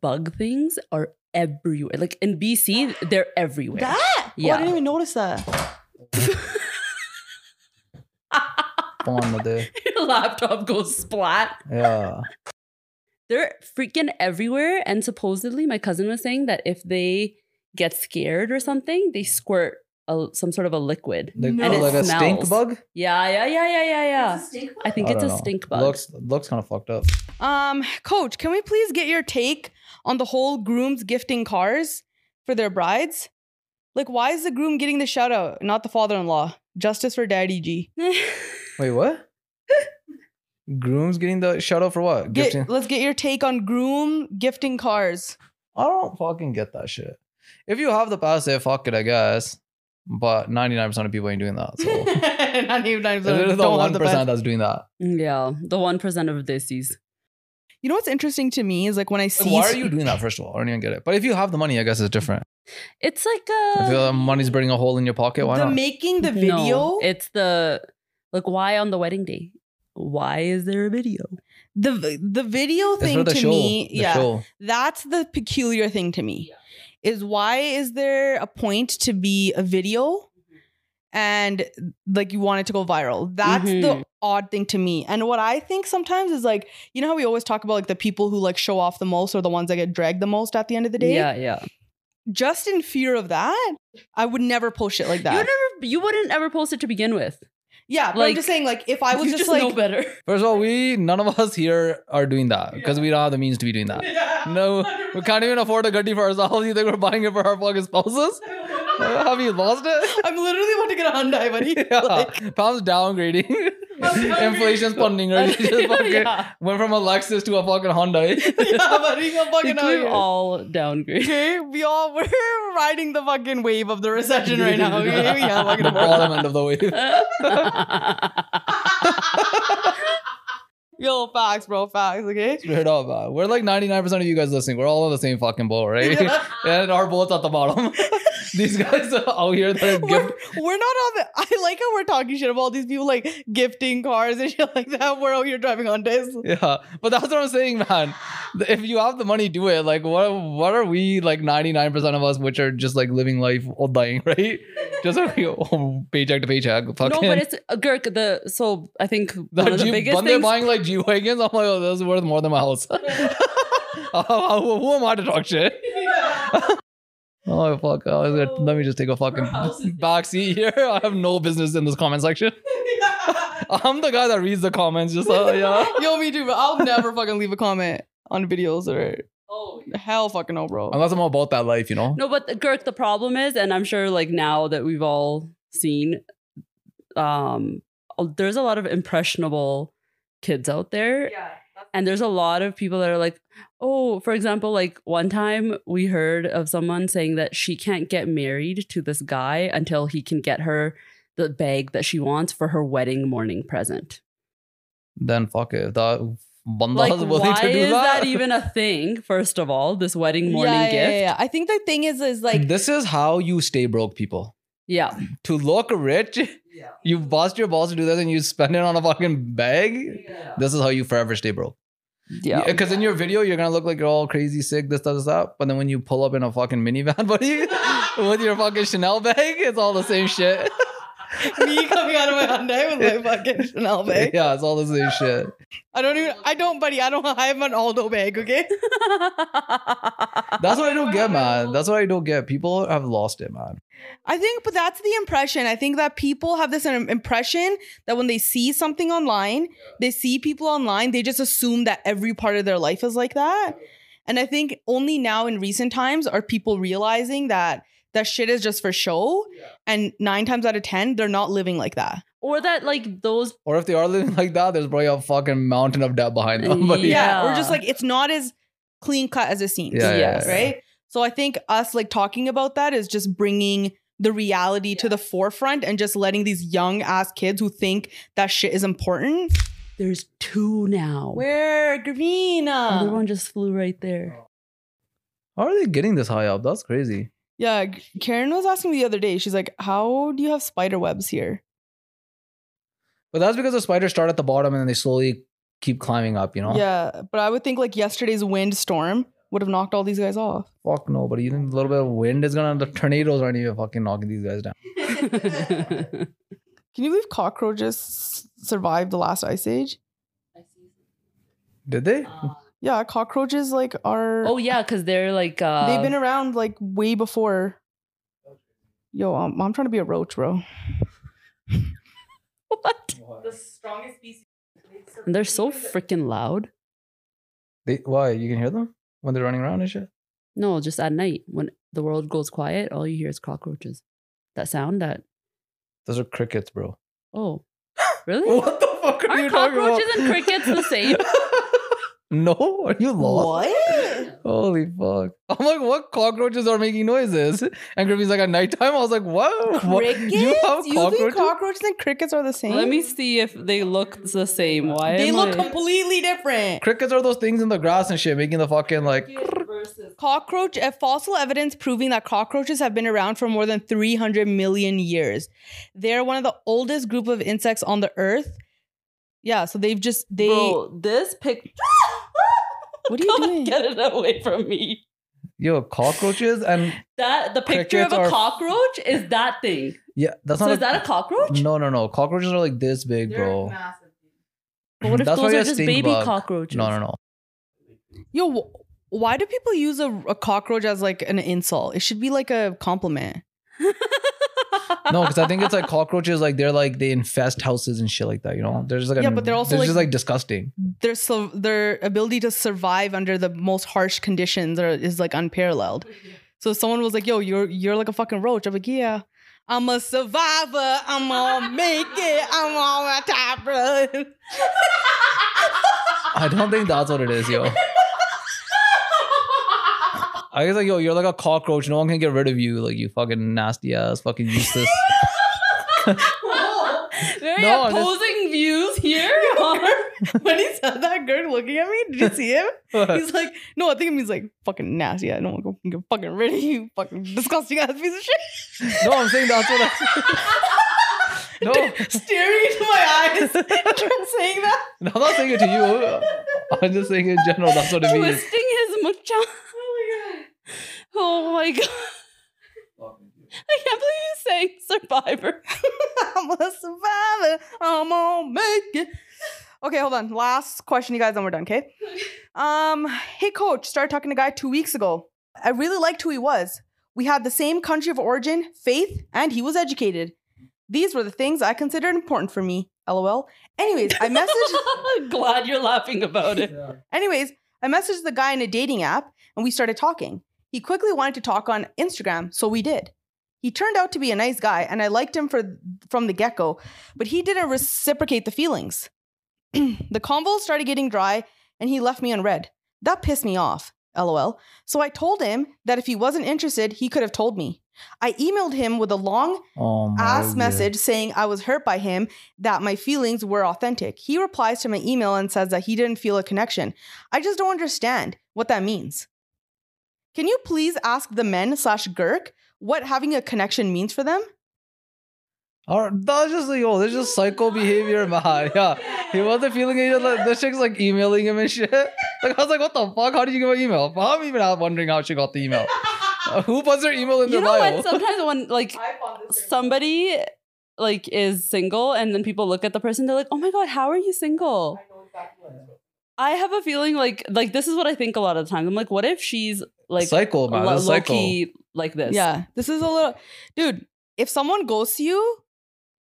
Speaker 3: bug things are everywhere. Like in BC, they're everywhere.
Speaker 1: That? Oh, I
Speaker 3: Yeah.
Speaker 1: didn't even notice that.
Speaker 2: Bond
Speaker 3: Your <laughs> laptop goes splat.
Speaker 1: <laughs>
Speaker 2: Yeah.
Speaker 3: They're freaking everywhere. And supposedly, my cousin was saying that if they get scared or something, they squirt a, some sort of a liquid.
Speaker 2: Like,
Speaker 1: No. And it
Speaker 2: like a stink
Speaker 3: smells.
Speaker 2: bug?
Speaker 3: Yeah, yeah, yeah, yeah, yeah, yeah. I think it's
Speaker 2: don't
Speaker 3: a
Speaker 2: know.
Speaker 3: stink bug.
Speaker 2: Looks looks kind of fucked up.
Speaker 1: Um, coach, can we please get your take on the whole grooms gifting cars for their brides? Like, why is the groom getting the shout out, not the father in law? Justice for Daddy G. <laughs>
Speaker 2: Wait, what? Groom's getting the shout out for what? Gifting?
Speaker 1: Get, let's get your take on groom gifting cars.
Speaker 2: I don't fucking get that shit. If you have the pass, say fuck it, I guess. But 99% of people ain't
Speaker 1: <laughs>
Speaker 2: doing that. So it's
Speaker 1: <laughs> Not even- not even-
Speaker 2: literally the
Speaker 1: don't have
Speaker 2: 1%
Speaker 1: the best.
Speaker 2: that's doing that.
Speaker 3: <laughs> yeah, the 1% of this is.
Speaker 1: You know what's interesting to me is like when I see.
Speaker 2: Like, why are you doing that, first of all? I don't even get it. But if you have the money, I guess it's different.
Speaker 3: It's like
Speaker 2: If
Speaker 3: a.
Speaker 2: the money's burning a hole in your pocket, why
Speaker 1: Uh, the
Speaker 2: not?
Speaker 1: making the
Speaker 3: No,
Speaker 1: video?
Speaker 3: it's the. Like, why on the wedding day? Why is there a video?
Speaker 1: the the video
Speaker 2: It's for
Speaker 1: thing
Speaker 2: the
Speaker 1: to
Speaker 2: show.
Speaker 1: me,
Speaker 2: the
Speaker 1: yeah,
Speaker 2: show.
Speaker 1: that's the peculiar thing to me. Is why is there a point to be a video,
Speaker 3: Mm-hmm.
Speaker 1: and like you want it to go viral? That's
Speaker 3: Mhm.
Speaker 1: the odd thing to me. And what I think sometimes is like, you know how we always talk about like the people who like show off the most or the ones that get dragged the most at the end of the day.
Speaker 3: Yeah, yeah.
Speaker 1: Just in fear of that, I would never push it like that.
Speaker 3: You never, you wouldn't ever post it to begin with.
Speaker 1: yeah, but I'm
Speaker 3: like,
Speaker 1: just saying, like if I was
Speaker 3: you
Speaker 1: just, like,
Speaker 3: know better.
Speaker 2: First of all, we none of us here are doing that because we don't have the means to be doing that. No, we can't even afford a goodie for ourselves. You think we're buying it for our fucking
Speaker 1: <laughs>
Speaker 2: spouses? have you lost
Speaker 1: <laughs>
Speaker 2: it? <laughs>
Speaker 1: I'm literally about to get a Hyundai, buddy.
Speaker 3: <laughs>
Speaker 1: <laughs>
Speaker 2: Yeah. Pound's downgrading. Inflation's punting her.
Speaker 1: <laughs>
Speaker 2: She just fucking
Speaker 3: <laughs> yeah.
Speaker 2: went from a Lexus to a fucking Hyundai.
Speaker 1: yeah, buddy, I'm
Speaker 3: I
Speaker 1: fucking
Speaker 3: think
Speaker 1: out
Speaker 3: we've
Speaker 1: here. <laughs>
Speaker 3: all <laughs> downgrade.
Speaker 1: Okay, we all <laughs> we're riding the fucking wave of the recession <laughs> right
Speaker 2: <laughs>
Speaker 1: now. Okay, we got fucking
Speaker 2: the
Speaker 3: <laughs>
Speaker 2: bottom end of the wave. <laughs>
Speaker 1: yo facts, bro, facts. Okay,
Speaker 2: Straight up, man. we're like 99% of you guys listening. We're all on the same fucking boat,
Speaker 1: <laughs>
Speaker 2: right? <laughs> and our boat's at the bottom. <laughs> These guys are out here that are
Speaker 1: we're,
Speaker 2: gift-
Speaker 1: we're not on the. <laughs> I like how we're talking shit about all these people like gifting cars and <laughs> shit like that. We're out here driving on days.
Speaker 2: <laughs> Yeah, but that's what I'm saying, man. The- If you have the money, do it. Like, what? What are we like? 99% of us, which are just like living life or dying, <laughs> right? Just like, <laughs> oh, paycheck to paycheck.
Speaker 3: no,
Speaker 2: Fucking.
Speaker 3: but it's uh, Girk. The so I think
Speaker 2: the
Speaker 3: one of the
Speaker 2: Jeep-
Speaker 3: biggest
Speaker 2: when they're
Speaker 3: things.
Speaker 2: buying like G wagons, I'm like, oh, this is worth more than my house. <laughs> How- who, who am I to talk shit? <laughs> oh fuck! I was gonna- let me just take a fucking backseat here. I have no business in this comment section. <laughs> I'm the guy that reads the comments. Just uh, yeah.
Speaker 3: <laughs>
Speaker 1: Yo, me too. But I'll never fucking leave a comment on videos or
Speaker 3: oh,
Speaker 1: hell fucking no, bro.
Speaker 2: Unless I'm about that life, you know.
Speaker 3: no, but the, Girk. The problem is, and I'm sure like now that we've all seen, um, there's a lot of impressionable kids out there. Yeah. And there's a lot of people that are like, oh, for example, like one time we heard of someone saying that she can't get married to this guy until he can get her the bag that she wants for her wedding morning present.
Speaker 2: then fuck it. If that banda <laughs>
Speaker 3: Like,
Speaker 2: is willing
Speaker 3: why
Speaker 2: to do
Speaker 3: is
Speaker 2: that,
Speaker 3: that even a thing? First of all, this wedding morning
Speaker 1: yeah,
Speaker 3: gift.
Speaker 1: yeah, yeah, yeah. I think the thing is, is
Speaker 3: <laughs>
Speaker 1: like
Speaker 2: this is how you stay broke, people.
Speaker 3: Yeah.
Speaker 2: To look rich, <laughs> you bust your balls to do this, and you spend it on a fucking bag. This is how you forever stay broke.
Speaker 3: Yeah.
Speaker 2: Because in your video, you're gonna look like you're all crazy, sick, this, that, this, that. But then when you pull up in a fucking minivan, <laughs> buddy, with your fucking Chanel bag, it's all the same
Speaker 3: <laughs>
Speaker 2: shit.
Speaker 1: me coming out of my Hyundai with my fucking Chanel bag.
Speaker 2: Yeah, it's all the same shit.
Speaker 1: I don't even. I don't, buddy. I don't. I have an Aldo bag. Okay.
Speaker 3: <laughs>
Speaker 2: That's what I don't get, man. That's what I don't get. People have lost it, man.
Speaker 1: I think, but that's the impression. I think that people have this im- impression that when they see something online, they see people online, they just assume that every part of their life is like that. And I think only now in recent times are people realizing that that shit is just for show. And nine times out of 10, they're not living like that.
Speaker 3: or that like those
Speaker 2: Or if they are living <laughs> like that, there's probably a fucking mountain of debt behind them. <laughs> Buddy.
Speaker 3: Yeah.
Speaker 1: Or just like it's not as clean cut as it seems.
Speaker 2: Yeah, yeah,
Speaker 3: Yes.
Speaker 2: yeah.
Speaker 1: Right. So I think us like talking about that is just bringing the reality to the forefront and just letting these young ass kids who think that shit is important
Speaker 3: there's two now.
Speaker 1: Where green? uh.
Speaker 3: Other one just flew right there.
Speaker 2: How are they getting this high up? That's crazy.
Speaker 1: Yeah, G- Karen was asking me the other day. She's like, "How do you have spider webs here?"
Speaker 2: But that's because the spiders start at the bottom and then they slowly keep climbing up, you know?
Speaker 1: Yeah, but I would think like yesterday's wind storm would have knocked all these guys off.
Speaker 2: Fuck no, but you think a little bit of wind is gonna the tornadoes aren't even fucking knocking these guys down.
Speaker 3: Oh. <laughs>
Speaker 1: Can you believe cockroaches s- survived the last ice age?
Speaker 2: Did they?
Speaker 3: Uh,
Speaker 1: Yeah, cockroaches like are
Speaker 3: oh yeah, because they're like uh,
Speaker 1: they've
Speaker 2: Um,
Speaker 1: been around like way before. Yo, um, I'm trying to be a roach, bro.
Speaker 3: what? And they're so freaking loud.
Speaker 2: they why? You can hear them when they're running around and shit?
Speaker 3: No, just at night when the world goes quiet, all you hear is cockroaches. That sound that
Speaker 2: Those are crickets, bro.
Speaker 1: <gasps>
Speaker 3: oh really?
Speaker 2: <laughs> What the fuck are, you
Speaker 3: Aren't
Speaker 2: talking about?
Speaker 3: cockroaches and crickets
Speaker 2: <laughs>
Speaker 3: the same?
Speaker 2: no, are you lost? Holy fuck. I'm like, what cockroaches are making noises? And Griffey's like, at nighttime? I was like, what? What?
Speaker 1: Crickets?
Speaker 2: You have
Speaker 1: You think
Speaker 2: cockroaches?
Speaker 1: cockroaches and crickets are the same?
Speaker 3: Let me see if they look the same. Why
Speaker 1: They
Speaker 3: am
Speaker 1: look
Speaker 3: I-
Speaker 1: completely different.
Speaker 2: crickets are those things in the grass and shit, making the fucking like.
Speaker 1: Cockroach uh, fossil evidence proving that cockroaches have been around for more than 300 million years. They're one of the oldest group of insects on the earth. Yeah, so they've just they
Speaker 3: Bro, this picture.
Speaker 1: <laughs> What are you doing?
Speaker 3: Get it away from me.
Speaker 2: Yo, cockroaches and
Speaker 3: That the picture
Speaker 2: Crickets
Speaker 3: of a
Speaker 2: are-
Speaker 3: cockroach is that thing.
Speaker 2: yeah, that's
Speaker 3: So
Speaker 2: not. Mm,
Speaker 3: is that a cockroach?
Speaker 2: No, no, no. Cockroaches are like this big, bro.
Speaker 3: But what if
Speaker 2: That's why
Speaker 3: those
Speaker 2: we
Speaker 3: are
Speaker 2: have
Speaker 3: just
Speaker 2: stink
Speaker 3: baby
Speaker 2: bug.
Speaker 3: cockroaches?
Speaker 2: No, no, no.
Speaker 1: Yo, wh- why do people use a, a cockroach as like an insult? It should be like a compliment.
Speaker 2: No, because I think
Speaker 3: <laughs>
Speaker 2: it's like cockroaches, like they're like they infest houses and shit like that. You know, they're just like
Speaker 1: Yeah, but they're also,
Speaker 2: they're just
Speaker 1: like-
Speaker 2: like disgusting.
Speaker 1: Their su- their ability to survive under the most harsh conditions are, is like unparalleled. So if someone was like, "Yo, you're you're like a fucking roach," I'm like, "Yeah." I'm a survivor. I'm gonna make it. I'm on my top, <laughs> bro.
Speaker 2: I don't think that's what it is,
Speaker 3: <laughs>
Speaker 2: yo. I guess like yo, you're like a cockroach. No one can get rid of you. Like you fucking nasty ass, fucking
Speaker 3: <laughs>
Speaker 2: useless. <laughs>
Speaker 3: Very
Speaker 2: No, I'm just- <laughs>
Speaker 3: opposing
Speaker 1: <laughs>
Speaker 3: views here. are-
Speaker 1: when he saw that girl looking at me, did you see him? He's like, no, I think he's like fucking nasty. I don't want to get fucking rid of you, fucking disgusting ass piece of shit.
Speaker 2: no, I'm saying that's what. I, <laughs> no,
Speaker 1: <laughs> Staring into my <laughs> eyes, saying that.
Speaker 2: no, I'm not saying it to you. I'm just saying in general. That's what it means.
Speaker 3: twisting his mucha. Oh my god. I can't believe you sang Survivor.
Speaker 1: <laughs> I'm a survivor. I'm gonna make it. Okay, hold on. Last question, you guys, then we're done. Okay. Um, hey, coach, started talking to a guy two weeks ago. I really liked who he was. We had the same country of origin, faith, and he was educated. These were the things I considered important for me. LOL. Anyways, I
Speaker 3: <laughs>
Speaker 1: messaged.
Speaker 3: I'm glad you're laughing about it.
Speaker 1: Anyways, I messaged the guy in a dating app and we started talking. He quickly wanted to talk on Instagram, so we did. He turned out to be a nice guy and I liked him for from the get-go, but he didn't reciprocate the feelings. <clears throat> the convo started getting dry and he left me on red. That pissed me off. LOL. So I told him that if he wasn't interested, he could have told me. I emailed him with a long
Speaker 2: Oh my
Speaker 1: ass
Speaker 2: God.
Speaker 1: message saying I was hurt by him, that my feelings were authentic. He replies to my email and says that he didn't feel a connection. I just don't understand what that means. Can you please ask the men slash Girk what having a connection means for them?
Speaker 2: Or that's just like, yo, that's just psycho behavior, man. <laughs> Yeah. He wasn't feeling it. He just, like, this chick's like emailing him and shit. <laughs> Like, I was like, what the fuck? How did you get my email? I'm even out wondering how she got the email. Uh, who puts their email in
Speaker 3: You
Speaker 2: their
Speaker 3: know uh,
Speaker 2: bio?
Speaker 3: what? Sometimes when like somebody like is single and then people look at the person, they're like, "Oh my god, how are you single?" I have a feeling like like this is what I think a lot of the time. I'm like, what if she's like
Speaker 2: psycho, man. That's
Speaker 3: low
Speaker 2: psycho.
Speaker 3: key like this?
Speaker 1: Yeah, this is a little dude. If someone ghosts you,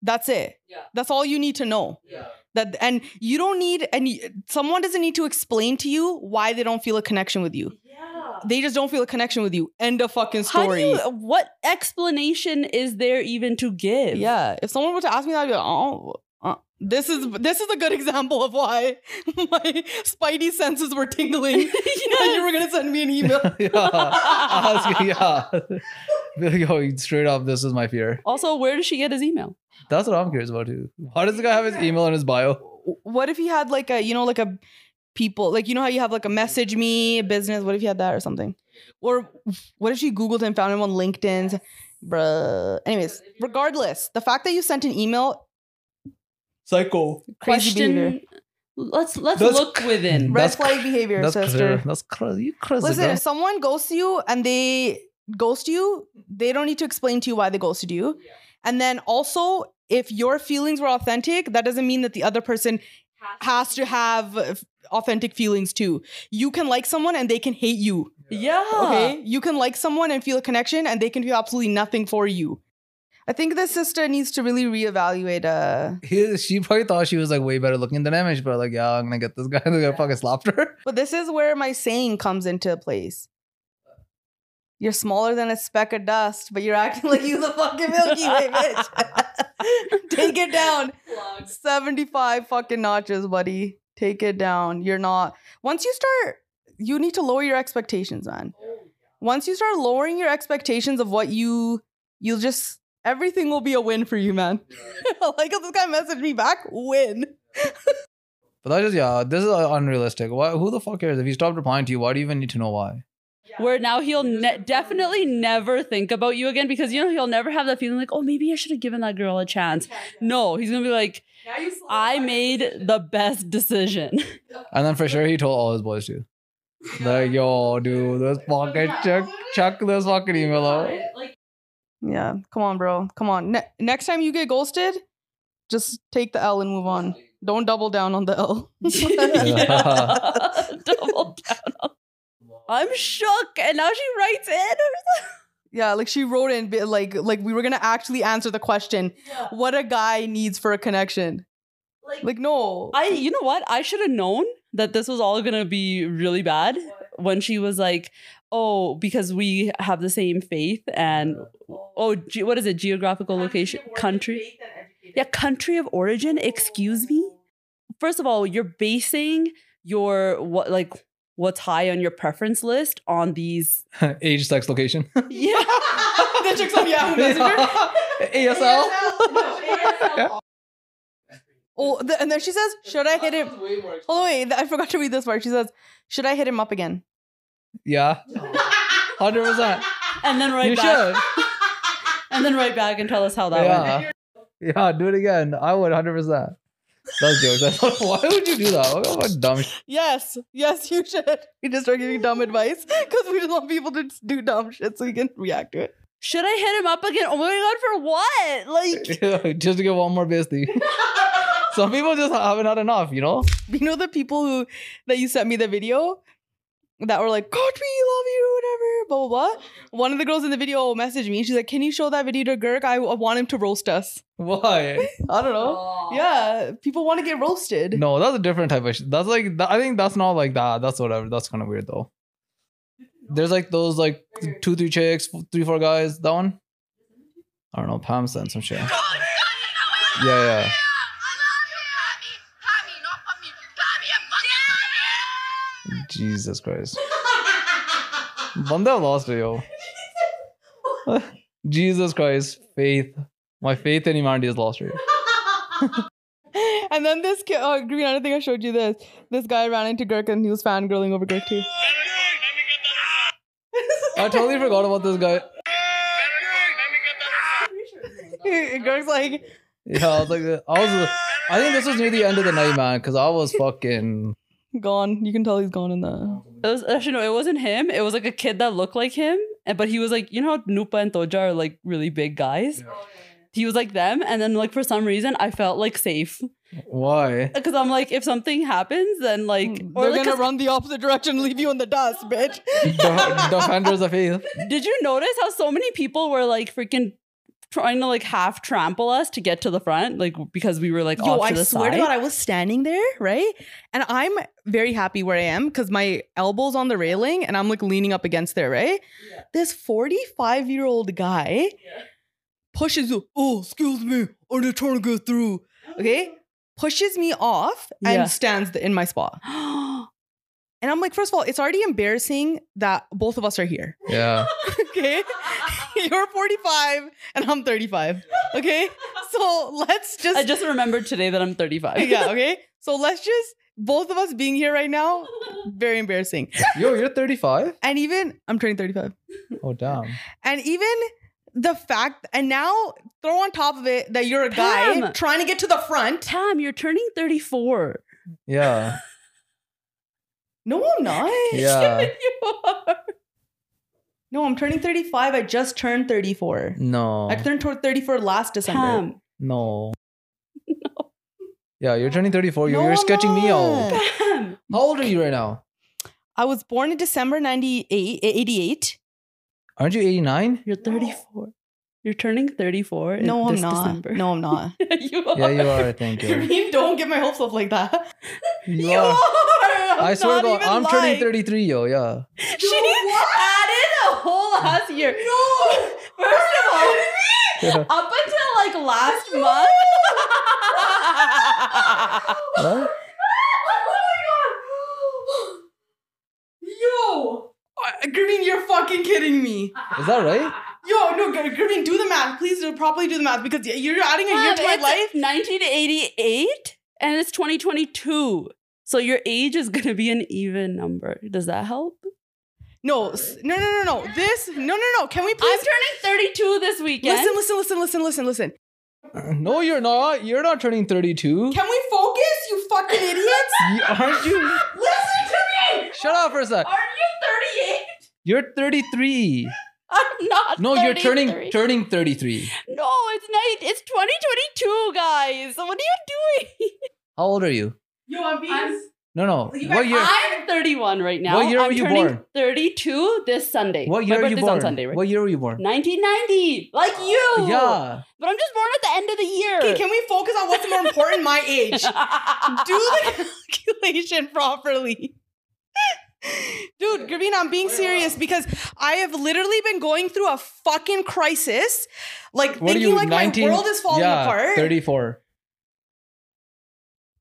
Speaker 1: that's it.
Speaker 3: Yeah.
Speaker 1: That's all you need to know.
Speaker 3: Yeah.
Speaker 1: That and you don't need any. Someone doesn't need to explain to you why they don't feel a connection with you.
Speaker 3: Yeah.
Speaker 1: They just don't feel a connection with you. End of fucking story.
Speaker 3: How do you, uh, what explanation is there even to give?
Speaker 1: Yeah, if someone were to ask me that, I'd be like, oh, uh, this is this is a good <laughs> example of why <laughs> my spidey senses were <laughs> tingling. And you were gonna send me an email.
Speaker 2: <laughs> yeah. Ask, yeah. <laughs> Be like, yo, straight up, this is my fear.
Speaker 3: <laughs> Also, where does she get his email?
Speaker 2: That's what I'm curious about, too. Why does the guy have his email in his bio?
Speaker 1: <laughs> what if he had like a you know like a people like you know how you have like a message me business? What if he had that or something? Or what if she Googled and found him on LinkedIn's? Bruh. Anyways, regardless, the fact that you sent an email,
Speaker 2: Psycho.
Speaker 1: crazy behavior.
Speaker 3: Question. Let's let's
Speaker 2: That's
Speaker 3: look
Speaker 1: <laughs>
Speaker 2: c-
Speaker 3: within.
Speaker 1: Red
Speaker 2: That's
Speaker 1: flag
Speaker 2: cr-
Speaker 1: behavior,
Speaker 2: That's
Speaker 1: sister.
Speaker 2: crazy. That's crazy. You crazy,
Speaker 1: Listen,
Speaker 2: girl.
Speaker 1: if someone ghosts you and they ghost you, they don't need to explain to you why they ghosted you. And then also, if your feelings were authentic, that doesn't mean that the other person has to have uh, authentic feelings too. You can like someone and they can hate you.
Speaker 3: Yeah. <laughs>
Speaker 1: Okay? You can like someone and feel a connection and they can feel absolutely nothing for you. I think this sister needs to really reevaluate uh
Speaker 2: He- she probably thought she was like way better looking than him, and she probably like, yeah, I'm gonna get this guy. They're gonna fucking slap her. <laughs>
Speaker 1: But this is where my saying comes into place. You're smaller than a speck of dust, but you're acting like you the fucking Milky Way, bitch. <laughs> Take it down. 75 fucking notches, buddy. Take it down. You're not. Once you start, you need to lower your expectations, man. Once you start lowering your expectations of what you, you'll just, everything will be a win for you, man. <laughs> like how this guy messaged me back, win.
Speaker 2: But that's just yeah, this is uh, unrealistic. Why? Who the fuck cares if he stopped replying to you? Why do you even need to know why?
Speaker 3: Where now he'll ne- definitely never think about you again because you know he'll never have that feeling like, oh, maybe I should have given that girl a chance. No, he's gonna be like, I made the best
Speaker 1: <laughs>
Speaker 3: decision. <laughs>
Speaker 2: And then for sure he told all his boys too. Like yo, dude, this fucking chuck chuck this fucking email out.
Speaker 1: Yeah, come on, bro. Come on. Ne- next time you get ghosted, just take the L and move on. Don't double down on the L. <laughs>
Speaker 3: Yeah. <laughs> Double down. on- I'm shook, and now she writes in.
Speaker 1: yeah, like she wrote in bi- like like we were gonna actually answer the question, what a guy needs for a connection. Like, no,
Speaker 3: I, you know what? I should have known that this was all gonna be really bad when she was like, "Oh, because we have the same faith and oh, ge- what is it? Geographical location, country, yeah, country of origin. Excuse me. First of all, you're basing your what like what's high on your preference list on these.
Speaker 2: <laughs> Age, sex, location.
Speaker 3: Yeah,
Speaker 1: the chicks on
Speaker 2: <laughs>
Speaker 1: Yahoo Messenger.
Speaker 2: ASL.
Speaker 1: Oh, the, and then she says, should I <laughs> hit him? Hold on, wait, I forgot to read this part. She says, should I hit him up again?
Speaker 2: Yeah, <laughs> hundred percent.
Speaker 3: and then right
Speaker 2: You
Speaker 3: back, <laughs>
Speaker 2: should.
Speaker 3: and then right back and tell us how that went.
Speaker 2: Yeah. Yeah, do it again. I would 100%. Those jokes. <laughs> Why would you do that? What kind of dumb shit?
Speaker 1: Yes, yes, you should. <laughs> We just start giving dumb advice because we just want people to just do dumb shit so we can react to it.
Speaker 3: Should I hit him up again? Oh my god, for what?
Speaker 2: <laughs>
Speaker 3: Like.
Speaker 2: just to get one more basically. <laughs> Some people just haven't had enough, you know?
Speaker 1: <laughs> You know the people who that you sent me the video that were like, God, we love you, whatever, blah blah blah. One of the girls in the video messaged me. She's like, Can you show that video to Girk? I, I want him to roast us.
Speaker 2: Why?
Speaker 1: I don't know. Yeah, people want to get roasted.
Speaker 2: No, that's a different type of shit. That's like, th- I think that's not like that. That's whatever. That's kind of weird though. There's like those like two, three chicks, three, four guys. That one? I don't know. Pam sent some shit. Yeah, yeah. Jesus Christ. Banda lost it, yo. <laughs> Jesus Christ, faith. My faith in humanity is lost, right?
Speaker 1: And then this kid, oh, Green, I don't think I showed you this. This guy ran into Girk and he was fangirling over Girk
Speaker 3: <laughs>
Speaker 1: too. <laughs>
Speaker 2: I totally forgot about this guy.
Speaker 1: Girk's like,
Speaker 2: Yeah, I was like, I was. I think this was near the end of the night, man, because I was fucking.
Speaker 1: gone. You can tell he's gone in the.
Speaker 3: It was uh, actually no, it wasn't him. It was like a kid that looked like him, and but he was like, you know how Nupa and Toja are like really big guys. He was like them, and then like for some reason I felt like safe
Speaker 2: Why?
Speaker 3: because I'm like, if something happens, then like, or
Speaker 1: Hmm. They're
Speaker 3: like,
Speaker 1: gonna
Speaker 3: 'cause
Speaker 1: run the opposite direction and leave you in the dust, bitch.
Speaker 2: The defenders of faith.
Speaker 3: did you notice how so many people were like freaking trying to like half trample us to get to the front, like because we were like
Speaker 1: Yo,
Speaker 3: off to
Speaker 1: I
Speaker 3: the
Speaker 1: swear
Speaker 3: side.
Speaker 1: to
Speaker 3: <gasps>
Speaker 1: God, I was standing there, right? And I'm very happy where I am because my elbow's on the railing and I'm like leaning up against there, right? This 45 year old guy pushes you, oh, excuse me, I'm just trying to get through, okay? Pushes me off and
Speaker 3: Yeah.
Speaker 1: stands in my spot. And I'm like, first of all, it's already embarrassing that both of us are here, <laughs>
Speaker 2: Yeah.
Speaker 1: okay? <laughs> You're 45 and I'm 35, okay? So let's just.
Speaker 3: I just remembered today that I'm
Speaker 1: <laughs>
Speaker 3: 35. <laughs>
Speaker 1: yeah, okay. So let's just both of us being here right now, very embarrassing.
Speaker 2: Yo, you're 35?
Speaker 1: And even I'm turning 35.
Speaker 2: Oh, damn.
Speaker 1: And even the fact, and now throw on top of it that you're a guy
Speaker 3: Pam.
Speaker 1: trying to get to the front.
Speaker 3: Tam, you're turning 34.
Speaker 1: <laughs>
Speaker 2: Yeah.
Speaker 1: No, I'm not.
Speaker 2: Yeah.
Speaker 3: you are.
Speaker 1: No, I'm turning 35. I just turned 34.
Speaker 2: No.
Speaker 1: I turned toward 34 last December.
Speaker 3: Tam.
Speaker 1: <laughs>
Speaker 2: No. Yeah, you're turning 34. You're,
Speaker 1: No,
Speaker 2: you're
Speaker 1: I'm
Speaker 2: sketching me out.
Speaker 1: not.
Speaker 3: Tam.
Speaker 2: How old are you right now?
Speaker 1: I was born in December eh, 98, 88.
Speaker 2: Aren't you 89?
Speaker 3: You're 34. You're turning 34. in
Speaker 1: No, I'm
Speaker 3: this
Speaker 1: not.
Speaker 3: December.
Speaker 1: No, I'm not.
Speaker 3: <laughs> you are.
Speaker 2: Yeah,
Speaker 3: <laughs>
Speaker 2: you are. I
Speaker 1: <laughs>
Speaker 2: think you.
Speaker 1: Kareem, don't get my hopes up like that.
Speaker 2: You
Speaker 1: You
Speaker 2: are.
Speaker 1: are. I'm
Speaker 2: I swear to
Speaker 1: not
Speaker 2: God,
Speaker 1: even
Speaker 2: I'm
Speaker 1: lying.
Speaker 2: turning 33, yo. Yeah.
Speaker 3: She added a
Speaker 2: <laughs>
Speaker 3: whole last year. No. <laughs> First of all,
Speaker 2: Yeah.
Speaker 3: up until like last <laughs> month.
Speaker 2: Huh?
Speaker 1: Yo, uh, Graveen, you're fucking kidding me.
Speaker 2: Is that right?
Speaker 1: Yo, no, Gra- Graveen, do the math. Please do properly do the math because you're adding a year to my
Speaker 3: it's
Speaker 1: life.
Speaker 3: 1988 and it's 2022. So your age is going to be an even number. Does that help?
Speaker 1: No, s- no, no, no, no. This, no, no, no. Can we
Speaker 3: I'm
Speaker 1: please?
Speaker 3: turning 32 this weekend.
Speaker 1: Listen, listen, listen, listen, listen, listen.
Speaker 2: No, you're not. You're not turning 32.
Speaker 1: Can we focus, you fucking idiots?
Speaker 2: You- aren't you?
Speaker 3: Listen to me.
Speaker 2: Shut up for a sec.
Speaker 3: Are you 38?
Speaker 2: You're 33.
Speaker 3: <laughs> I'm not.
Speaker 2: No, you're turning
Speaker 3: 33.
Speaker 2: turning 33.
Speaker 3: No, it's night. It's 2022, guys. What are you doing?
Speaker 2: How old are you?
Speaker 1: Yo, I'm being.
Speaker 3: I'm-
Speaker 2: No, no.
Speaker 1: You
Speaker 2: What
Speaker 1: guys-
Speaker 2: year?
Speaker 3: <laughs> I'm 31 right now.
Speaker 2: What year
Speaker 3: I'm
Speaker 2: were you
Speaker 3: turning
Speaker 2: born?
Speaker 3: 32 this Sunday.
Speaker 2: What year
Speaker 3: My
Speaker 2: are you
Speaker 3: birthday's
Speaker 2: born?
Speaker 3: on Sunday, right?
Speaker 2: What year were you born?
Speaker 3: 1990, like you.
Speaker 2: Yeah.
Speaker 3: But I'm just born at the end of the year.
Speaker 1: Okay,
Speaker 3: <laughs>
Speaker 1: can we focus on what's more important, my age? do the calculation properly. Dude, Gravina, I'm being serious because I have literally been going through a fucking crisis. Like
Speaker 2: What are
Speaker 1: thinking
Speaker 2: you?
Speaker 1: like
Speaker 2: 19?
Speaker 1: my world is falling
Speaker 2: yeah,
Speaker 1: apart.
Speaker 2: 34.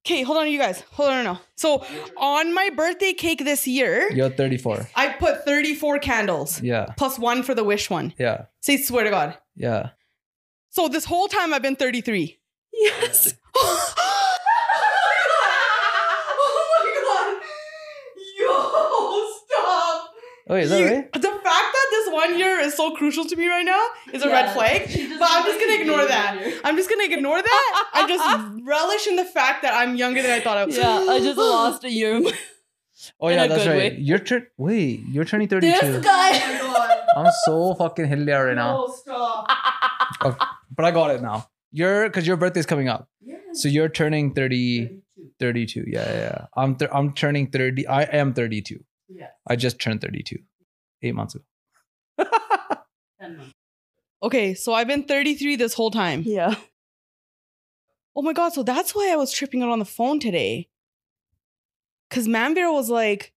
Speaker 1: Okay, hold on, you guys. Hold on, no. So on my birthday cake this year,
Speaker 2: You're 34.
Speaker 1: I put 34 candles
Speaker 2: Yeah.
Speaker 1: plus one for the wish one.
Speaker 2: Yeah.
Speaker 1: Say, swear to God.
Speaker 2: Yeah.
Speaker 1: So this whole time I've been 33. <gasps>
Speaker 3: yes.
Speaker 1: oh my god! Yo, stop!
Speaker 2: Okay, Oh, is that
Speaker 1: You-
Speaker 2: right?
Speaker 1: The fact that this one year is so crucial to me right now is a
Speaker 3: Yeah.
Speaker 1: red flag. But I'm just gonna ignore that.
Speaker 3: Yeah,
Speaker 1: I'm just gonna ignore that. I
Speaker 3: <laughs>
Speaker 1: just relish in the fact that I'm younger than I thought I was. <laughs>
Speaker 3: I just lost a year.
Speaker 2: <laughs>
Speaker 3: of my-
Speaker 2: Oh
Speaker 3: In
Speaker 2: yeah,
Speaker 3: a
Speaker 2: that's
Speaker 3: good
Speaker 2: right.
Speaker 3: way.
Speaker 2: You're turn. Wait, you're turning 32.
Speaker 3: This <laughs> guy.
Speaker 2: I'm so fucking hilarious right now. <laughs> But I got it now. You're because your birthday's coming up. So you're turning 30, 32. Yeah, yeah. yeah. I'm th- I'm turning 30. I am 32.
Speaker 3: Yeah.
Speaker 2: I just turned 32, eight months ago.
Speaker 1: Okay, so I've been 33 this whole time.
Speaker 3: Yeah.
Speaker 1: Oh my god, so that's why I was tripping out on the phone today. Cause Manbeer was like,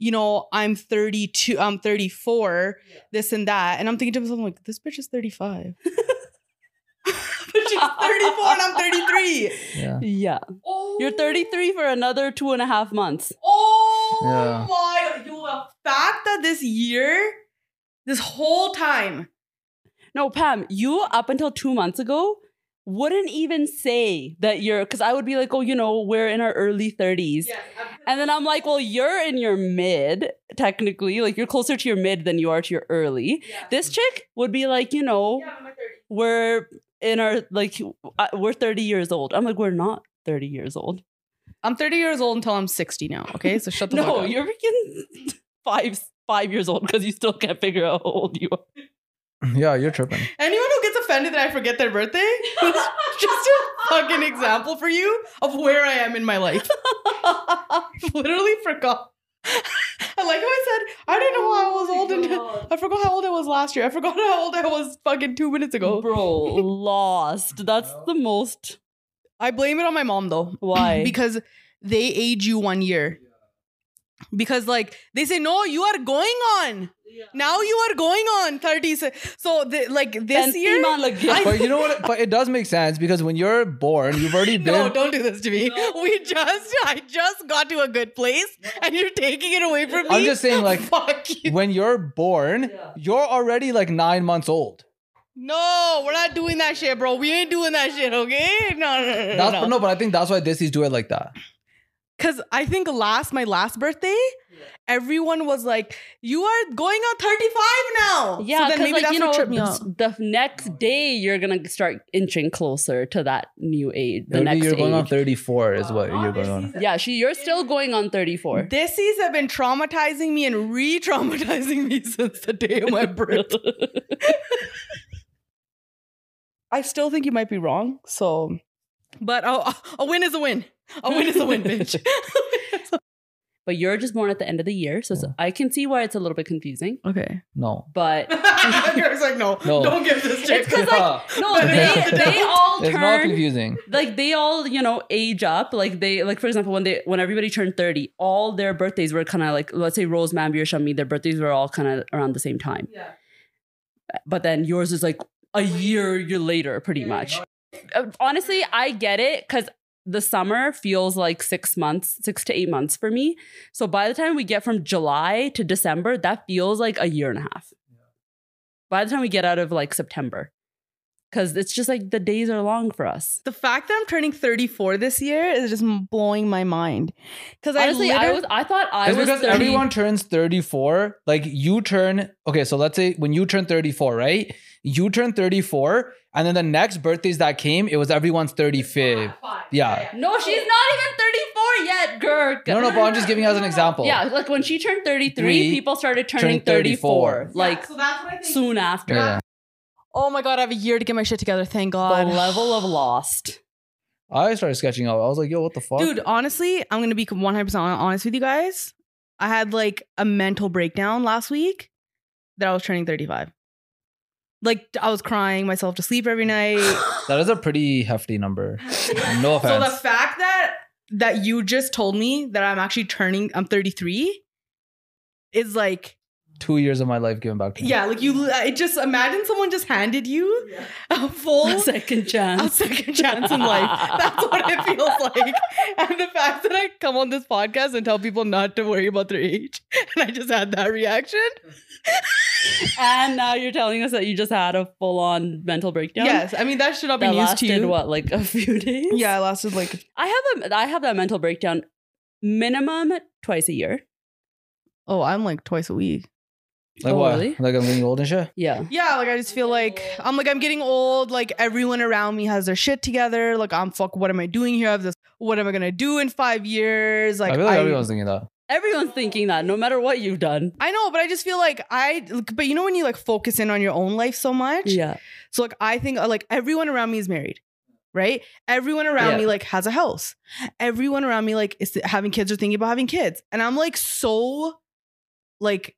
Speaker 1: you know, I'm 32, I'm 34, this and that. And I'm thinking to myself, I'm like, this bitch is 35. but <laughs> she's 34 and I'm 33.
Speaker 2: <laughs>
Speaker 1: <laughs>
Speaker 2: Yeah.
Speaker 3: Yeah.
Speaker 1: Oh,
Speaker 3: You're 33 for another two and a half months.
Speaker 1: Oh
Speaker 2: Yeah.
Speaker 1: my yo, the fact that this year, this whole time.
Speaker 3: No, Pam, you up until two months ago wouldn't even say that you're because I would be like, oh, you know, we're in our early 30s. And then I'm like, well, you're in your mid, technically. Like you're closer to your mid than you are to your early. This chick would be like, you know, we're in our like uh, we're 30 years old. I'm like, we're not 30 years old.
Speaker 1: I'm 30 years old until I'm 60 now. Okay, so <laughs> shut the fuck
Speaker 3: No,
Speaker 1: up.
Speaker 3: you're freaking <laughs> five five years old because you still can't figure out how old you are.
Speaker 2: Yeah, you're
Speaker 3: <laughs>
Speaker 2: tripping.
Speaker 1: <laughs> Anyone who gets offended that I forget their birthday, <laughs> it's just a fucking example for you of where I am in my life.
Speaker 2: <laughs>
Speaker 1: <laughs> I've literally forgot. I like how I said I didn't know how I
Speaker 2: Oh
Speaker 1: was old until I forgot how old I was last year. I forgot how old I was fucking two minutes ago.
Speaker 3: Bro, lost. That's the most
Speaker 1: I blame it on my mom though.
Speaker 2: <laughs>
Speaker 1: <clears throat>
Speaker 3: why.
Speaker 1: Because they age you one year. Because like they say, no, you are going on. Now you are going on 30. So the, like this
Speaker 3: And
Speaker 1: year.
Speaker 3: Iman, like, yeah.
Speaker 2: But you know what? But it does make sense because when you're born, you've
Speaker 3: <laughs>
Speaker 2: already been.
Speaker 1: No, don't do this to me. <laughs> We just, I just got to a good place, and you're taking it away from me.
Speaker 2: I'm just saying, like,
Speaker 1: fuck you.
Speaker 2: when you're born, you're already like nine months old.
Speaker 1: No, we're not doing that shit, bro. We ain't doing that shit, okay? <laughs> No, no, no, no,
Speaker 2: That's
Speaker 1: no.
Speaker 2: but no, but I think that's why this is do it like that.
Speaker 1: Cause I think last my last birthday, everyone was like, "You are going on 35 now."
Speaker 3: Yeah,
Speaker 1: so then
Speaker 3: because
Speaker 1: maybe
Speaker 3: like
Speaker 1: that's
Speaker 3: you
Speaker 1: what
Speaker 3: know,
Speaker 1: tripped me
Speaker 3: the,
Speaker 1: up.
Speaker 3: the next day you're gonna start inching closer to that new age. The next
Speaker 2: you're going on
Speaker 3: age.
Speaker 2: 34 is what you're going on.
Speaker 3: yeah, she, you're still going on 34.
Speaker 1: Dissies have been traumatizing me and re-traumatizing <laughs> me since the day of my birth. <laughs> I still think you might be wrong. So, but a, a win is a win. A win is a win, <laughs> bitch.
Speaker 3: <laughs> but you're just born at the end of the year, so it's- I can see why it's a little bit confusing.
Speaker 4: Okay.
Speaker 2: No.
Speaker 1: <laughs>
Speaker 3: But <laughs>
Speaker 1: Girl's like, no,
Speaker 2: No.
Speaker 1: don't give this
Speaker 3: it's
Speaker 1: chick. <laughs>
Speaker 3: because like no, they they all
Speaker 2: It's not
Speaker 3: turn
Speaker 2: confusing.
Speaker 3: like they all you know age up like they like for example when they when everybody turned 30 all their birthdays were kind of like let's say rose mambi or shami their birthdays were all kind of around the same time yeah but then yours is like a year year later pretty much Uh, honestly i get it because the summer feels like six months six to eight months for me so by the time we get from july to december that feels like a year and a half by the time we get out of like september because it's just like the days are long for us
Speaker 1: The fact that I'm turning 34 this year is just blowing my mind. Because I
Speaker 3: Honestly, I,
Speaker 1: literally-
Speaker 3: was. I thought I
Speaker 2: It's
Speaker 3: was.
Speaker 2: because
Speaker 3: 30
Speaker 2: everyone turns 34. Like you turn, okay, so let's say when you turn 34, right? You turn 34, and then the next birthdays that came, it was everyone's 35th. Yeah.
Speaker 3: No, she's not even thirty-four yet, Girk.
Speaker 2: No, no, but I'm just giving as an example.
Speaker 3: Yeah, like when she turned thirty-three,
Speaker 2: Three,
Speaker 3: people started turning
Speaker 2: turning 34.
Speaker 3: thirty-four, like soon after.
Speaker 2: Yeah.
Speaker 1: oh my god, I have a year to get my shit together. Thank
Speaker 3: The
Speaker 1: God.
Speaker 3: level of lost.
Speaker 2: I started sketching out. I was like, yo, what the fuck?
Speaker 1: Dude, honestly, I'm gonna be 100% honest with you guys. I had like a mental breakdown last week that I was turning 35. Like I was crying myself to sleep every night.
Speaker 2: that is a pretty hefty number. No
Speaker 1: so
Speaker 2: offense.
Speaker 1: the fact that that you just told me that I'm actually turning, I'm 33, is like,
Speaker 2: Two years of my life given back to me.
Speaker 1: yeah, like you. It just imagine someone just handed you a <laughs>
Speaker 3: <laughs>
Speaker 1: full
Speaker 3: Second
Speaker 1: a <laughs>
Speaker 3: chance.
Speaker 1: second chance in life. That's what it feels like. And the fact that I come on this podcast and tell people not to worry about their age, and I just had that reaction.
Speaker 3: and now you're telling us that you just had a full-on mental breakdown.
Speaker 1: Yes, I mean that should not be
Speaker 3: That
Speaker 1: news to
Speaker 3: lasted
Speaker 1: you.
Speaker 3: what, like a few days?
Speaker 1: Yeah, it lasted like
Speaker 3: I have a I have that mental breakdown minimum twice a year.
Speaker 1: oh, I'm like twice a week.
Speaker 2: Like
Speaker 3: Oh,
Speaker 2: what?
Speaker 3: really?
Speaker 2: Like I'm getting old and shit?
Speaker 3: Yeah.
Speaker 1: Yeah, like I just feel like I'm like I'm getting old. Like everyone around me has their shit together. Like I'm fuck. What am I doing here? I have this. What am I gonna do in five years? Like
Speaker 2: I feel like
Speaker 1: I-
Speaker 2: everyone's thinking that.
Speaker 3: Everyone's thinking that no matter what you've done.
Speaker 1: I know, but I just feel like I. But you know when you like focus in on your own life so much.
Speaker 3: Yeah.
Speaker 1: So like I think uh, like everyone around me is married, right? Everyone around
Speaker 2: Yeah.
Speaker 1: me like has a house. Everyone around me like is having kids or thinking about having kids, and I'm like so like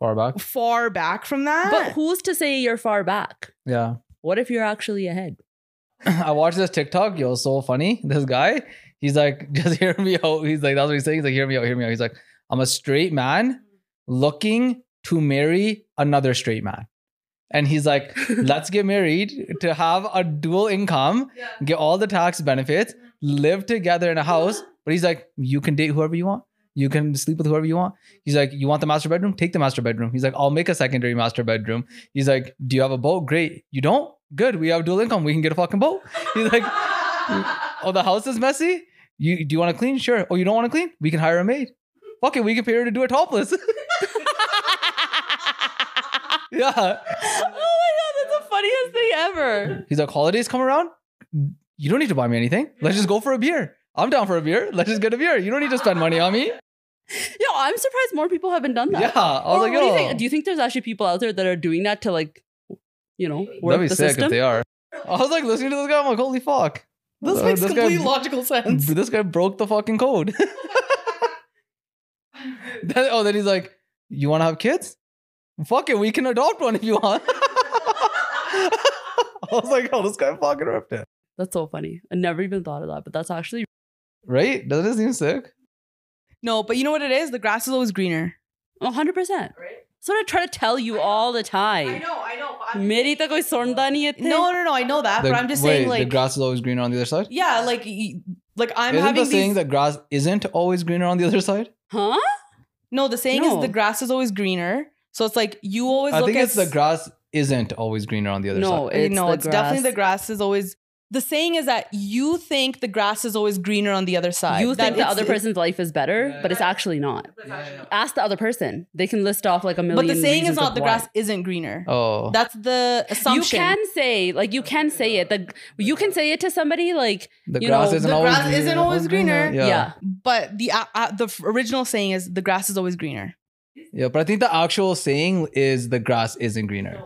Speaker 2: Far back.
Speaker 1: far back from that.
Speaker 3: But who's to say you're far back?
Speaker 2: Yeah.
Speaker 3: What if you're actually ahead?
Speaker 2: <clears throat> I watched this TikTok. Yo, so funny. This guy, he's like, <laughs> just hear me out. He's like, that's what he's saying. He's like, hear me out, hear me out. He's like, I'm a straight man looking to marry another straight man. And he's like, let's get married to have a dual income, get all the tax benefits, live together in a house. But he's like, you can date whoever you want. You can sleep with whoever you want. He's like, you want the master bedroom? Take the master bedroom. He's like, I'll make a secondary master bedroom. He's like, do you have a boat? Great. You don't? Good. We have dual income. We can get a fucking boat. He's like, oh, the house is messy. You do you want to clean? Sure. Oh, you don't want to clean? We can hire a maid. Fuck it. We can pay her to do it topless. <laughs> yeah.
Speaker 3: <laughs> oh my god, that's the funniest thing ever.
Speaker 2: He's like, holidays come around. You don't need to buy me anything. Let's just go for a beer. I'm down for a beer. Let's just get a beer. You don't need to spend money on me.
Speaker 3: Yo, I'm surprised more people haven't done that.
Speaker 2: Yeah. I was
Speaker 3: Or
Speaker 2: like,
Speaker 3: what do you
Speaker 2: yo,
Speaker 3: think? Do you think there's actually people out there that are doing that to like, you know, work
Speaker 2: that'd be
Speaker 3: the
Speaker 2: sick
Speaker 3: system?
Speaker 2: if they are. I was like listening to this guy. I'm like, holy fuck.
Speaker 1: this
Speaker 2: Uh,
Speaker 1: makes
Speaker 2: this guy-
Speaker 1: complete logical sense.
Speaker 2: This guy broke the fucking code. <laughs> Then- oh, then he's like, you want to have kids? Fuck it. We can adopt one if you want. <laughs> I was like, oh, this guy fucking ripped it.
Speaker 3: that's so funny. I never even thought of that, but that's actually
Speaker 2: Right? Doesn't it seem sick?
Speaker 1: No, but you know what it is? The grass is always greener.
Speaker 3: 100. percent That's what I try to tell you all the time.
Speaker 1: know, I know.
Speaker 3: मेरी तो कोई सुनता नहीं है इतने।
Speaker 1: no, no, no. I know that,
Speaker 2: The-
Speaker 1: Uh, but I'm just
Speaker 2: wait,
Speaker 1: saying,
Speaker 2: the
Speaker 1: like,
Speaker 2: grass is always greener on the other side.
Speaker 1: yeah, like, y- like I'm
Speaker 2: isn't
Speaker 1: having
Speaker 2: the saying
Speaker 1: these.
Speaker 2: that grass isn't always greener on the other side?
Speaker 3: huh?
Speaker 1: no, the saying
Speaker 3: No.
Speaker 1: is the grass is always greener. So it's like you always
Speaker 2: I
Speaker 1: look
Speaker 2: think
Speaker 1: at
Speaker 2: it's the grass isn't always greener on the other
Speaker 3: No,
Speaker 2: side.
Speaker 3: it's
Speaker 1: no,
Speaker 3: the
Speaker 1: it's definitely the
Speaker 3: grass.
Speaker 1: grass is always the saying is that you think the grass is always greener on the other side.
Speaker 3: you
Speaker 1: That
Speaker 3: think the
Speaker 1: it's-
Speaker 3: other person's life is better,
Speaker 2: Yeah.
Speaker 3: but it's actually not. Ask the other person. They can list off like a million.
Speaker 1: But the saying is
Speaker 3: reasons
Speaker 1: not
Speaker 3: of
Speaker 1: the
Speaker 3: why.
Speaker 1: grass isn't greener.
Speaker 2: Oh.
Speaker 1: That's the assumption.
Speaker 3: You can say like you can say it. The you can say it to somebody like
Speaker 2: the
Speaker 3: you
Speaker 2: grass
Speaker 3: know,
Speaker 2: isn't
Speaker 1: the
Speaker 2: always
Speaker 1: grass
Speaker 2: greener.
Speaker 1: isn't always greener.
Speaker 2: Yeah. yeah.
Speaker 3: yeah.
Speaker 1: but the uh, uh, the f- original saying is the grass is always greener.
Speaker 2: But I think the actual saying is the grass isn't greener.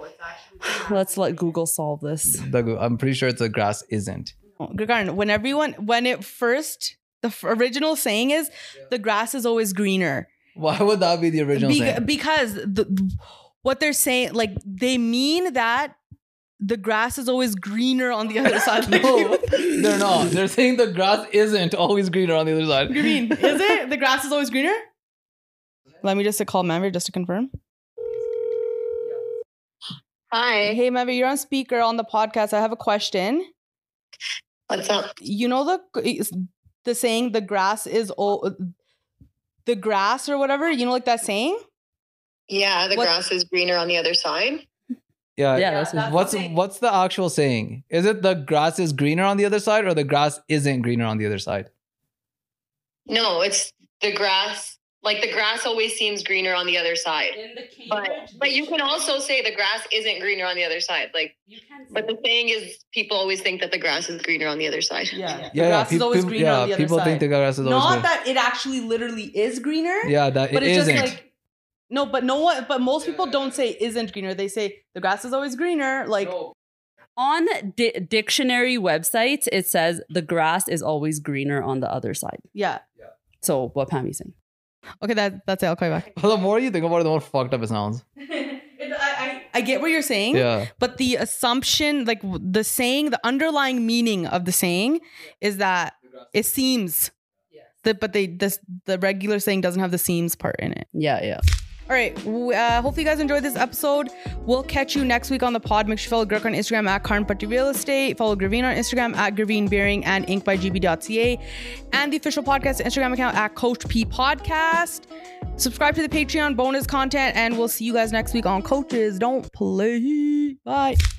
Speaker 3: Let's let Google solve this.
Speaker 2: The, I'm pretty sure it's the grass isn't.
Speaker 1: Gagan, when everyone when it first the f- original saying is the grass is always greener
Speaker 2: Why would that be the original
Speaker 1: Be-
Speaker 2: saying?
Speaker 1: because the, what they're saying like they mean that the grass is always greener on the
Speaker 3: <laughs>
Speaker 1: other side.
Speaker 2: no,
Speaker 1: <laughs>
Speaker 2: they're not. They're saying the grass isn't always greener on the other side.
Speaker 1: Green. Is it? The grass is always greener? Let me just call Manvi just to confirm.
Speaker 7: Hi,
Speaker 1: Hey Manvi, you're on speaker on the podcast. I have a question.
Speaker 7: what's up?
Speaker 1: you know the the saying the grass is all the grass or whatever you know like that saying
Speaker 7: Yeah, the
Speaker 1: What-
Speaker 7: grass is greener on the other side.
Speaker 2: Yeah.
Speaker 3: Yeah, that's what-
Speaker 2: What's what's the actual saying? Is it the grass is greener on the other side or the grass isn't greener on the other side?
Speaker 7: No, it's the grass. Like the grass always seems greener on the other side. But but you can also say the grass isn't greener on the other side. Like, but the thing is, people always think that the grass is greener on the other side.
Speaker 1: yeah
Speaker 2: Yeah,
Speaker 1: the grass
Speaker 2: yeah.
Speaker 1: is
Speaker 2: peop-
Speaker 1: always
Speaker 2: peop-
Speaker 1: greener
Speaker 2: yeah,
Speaker 1: on the other
Speaker 2: people
Speaker 1: side
Speaker 2: think the grass is always
Speaker 1: not
Speaker 2: greener.
Speaker 1: that it actually literally is greener
Speaker 2: yeah, that
Speaker 1: but
Speaker 2: it
Speaker 1: it's
Speaker 2: isn't.
Speaker 1: just like no but no one but most people don't say isn't greener they say the grass is always greener like
Speaker 3: On di- dictionary websites, it says the grass is always greener on the other side.
Speaker 1: yeah
Speaker 3: So what Pammy's saying?
Speaker 1: okay that that's it i'll call you back
Speaker 2: <laughs> the more you think about it, the more fucked up it sounds.
Speaker 1: I, I, I get what you're saying
Speaker 2: Yeah.
Speaker 1: but the assumption like w- the saying the underlying meaning of the saying is that it seems the, but they this the regular saying doesn't have the seams part in it
Speaker 3: Yeah, yeah.
Speaker 1: all right w- uh, hopefully you guys enjoyed this episode we'll catch you next week on the pod make sure you follow Gurk on instagram at Karn Patti real estate follow Graveen on instagram at Graveen Bearing and Inc by GB.ca and the official podcast instagram account at coach p podcast subscribe to the patreon bonus content and we'll see you guys next week on coaches don't play bye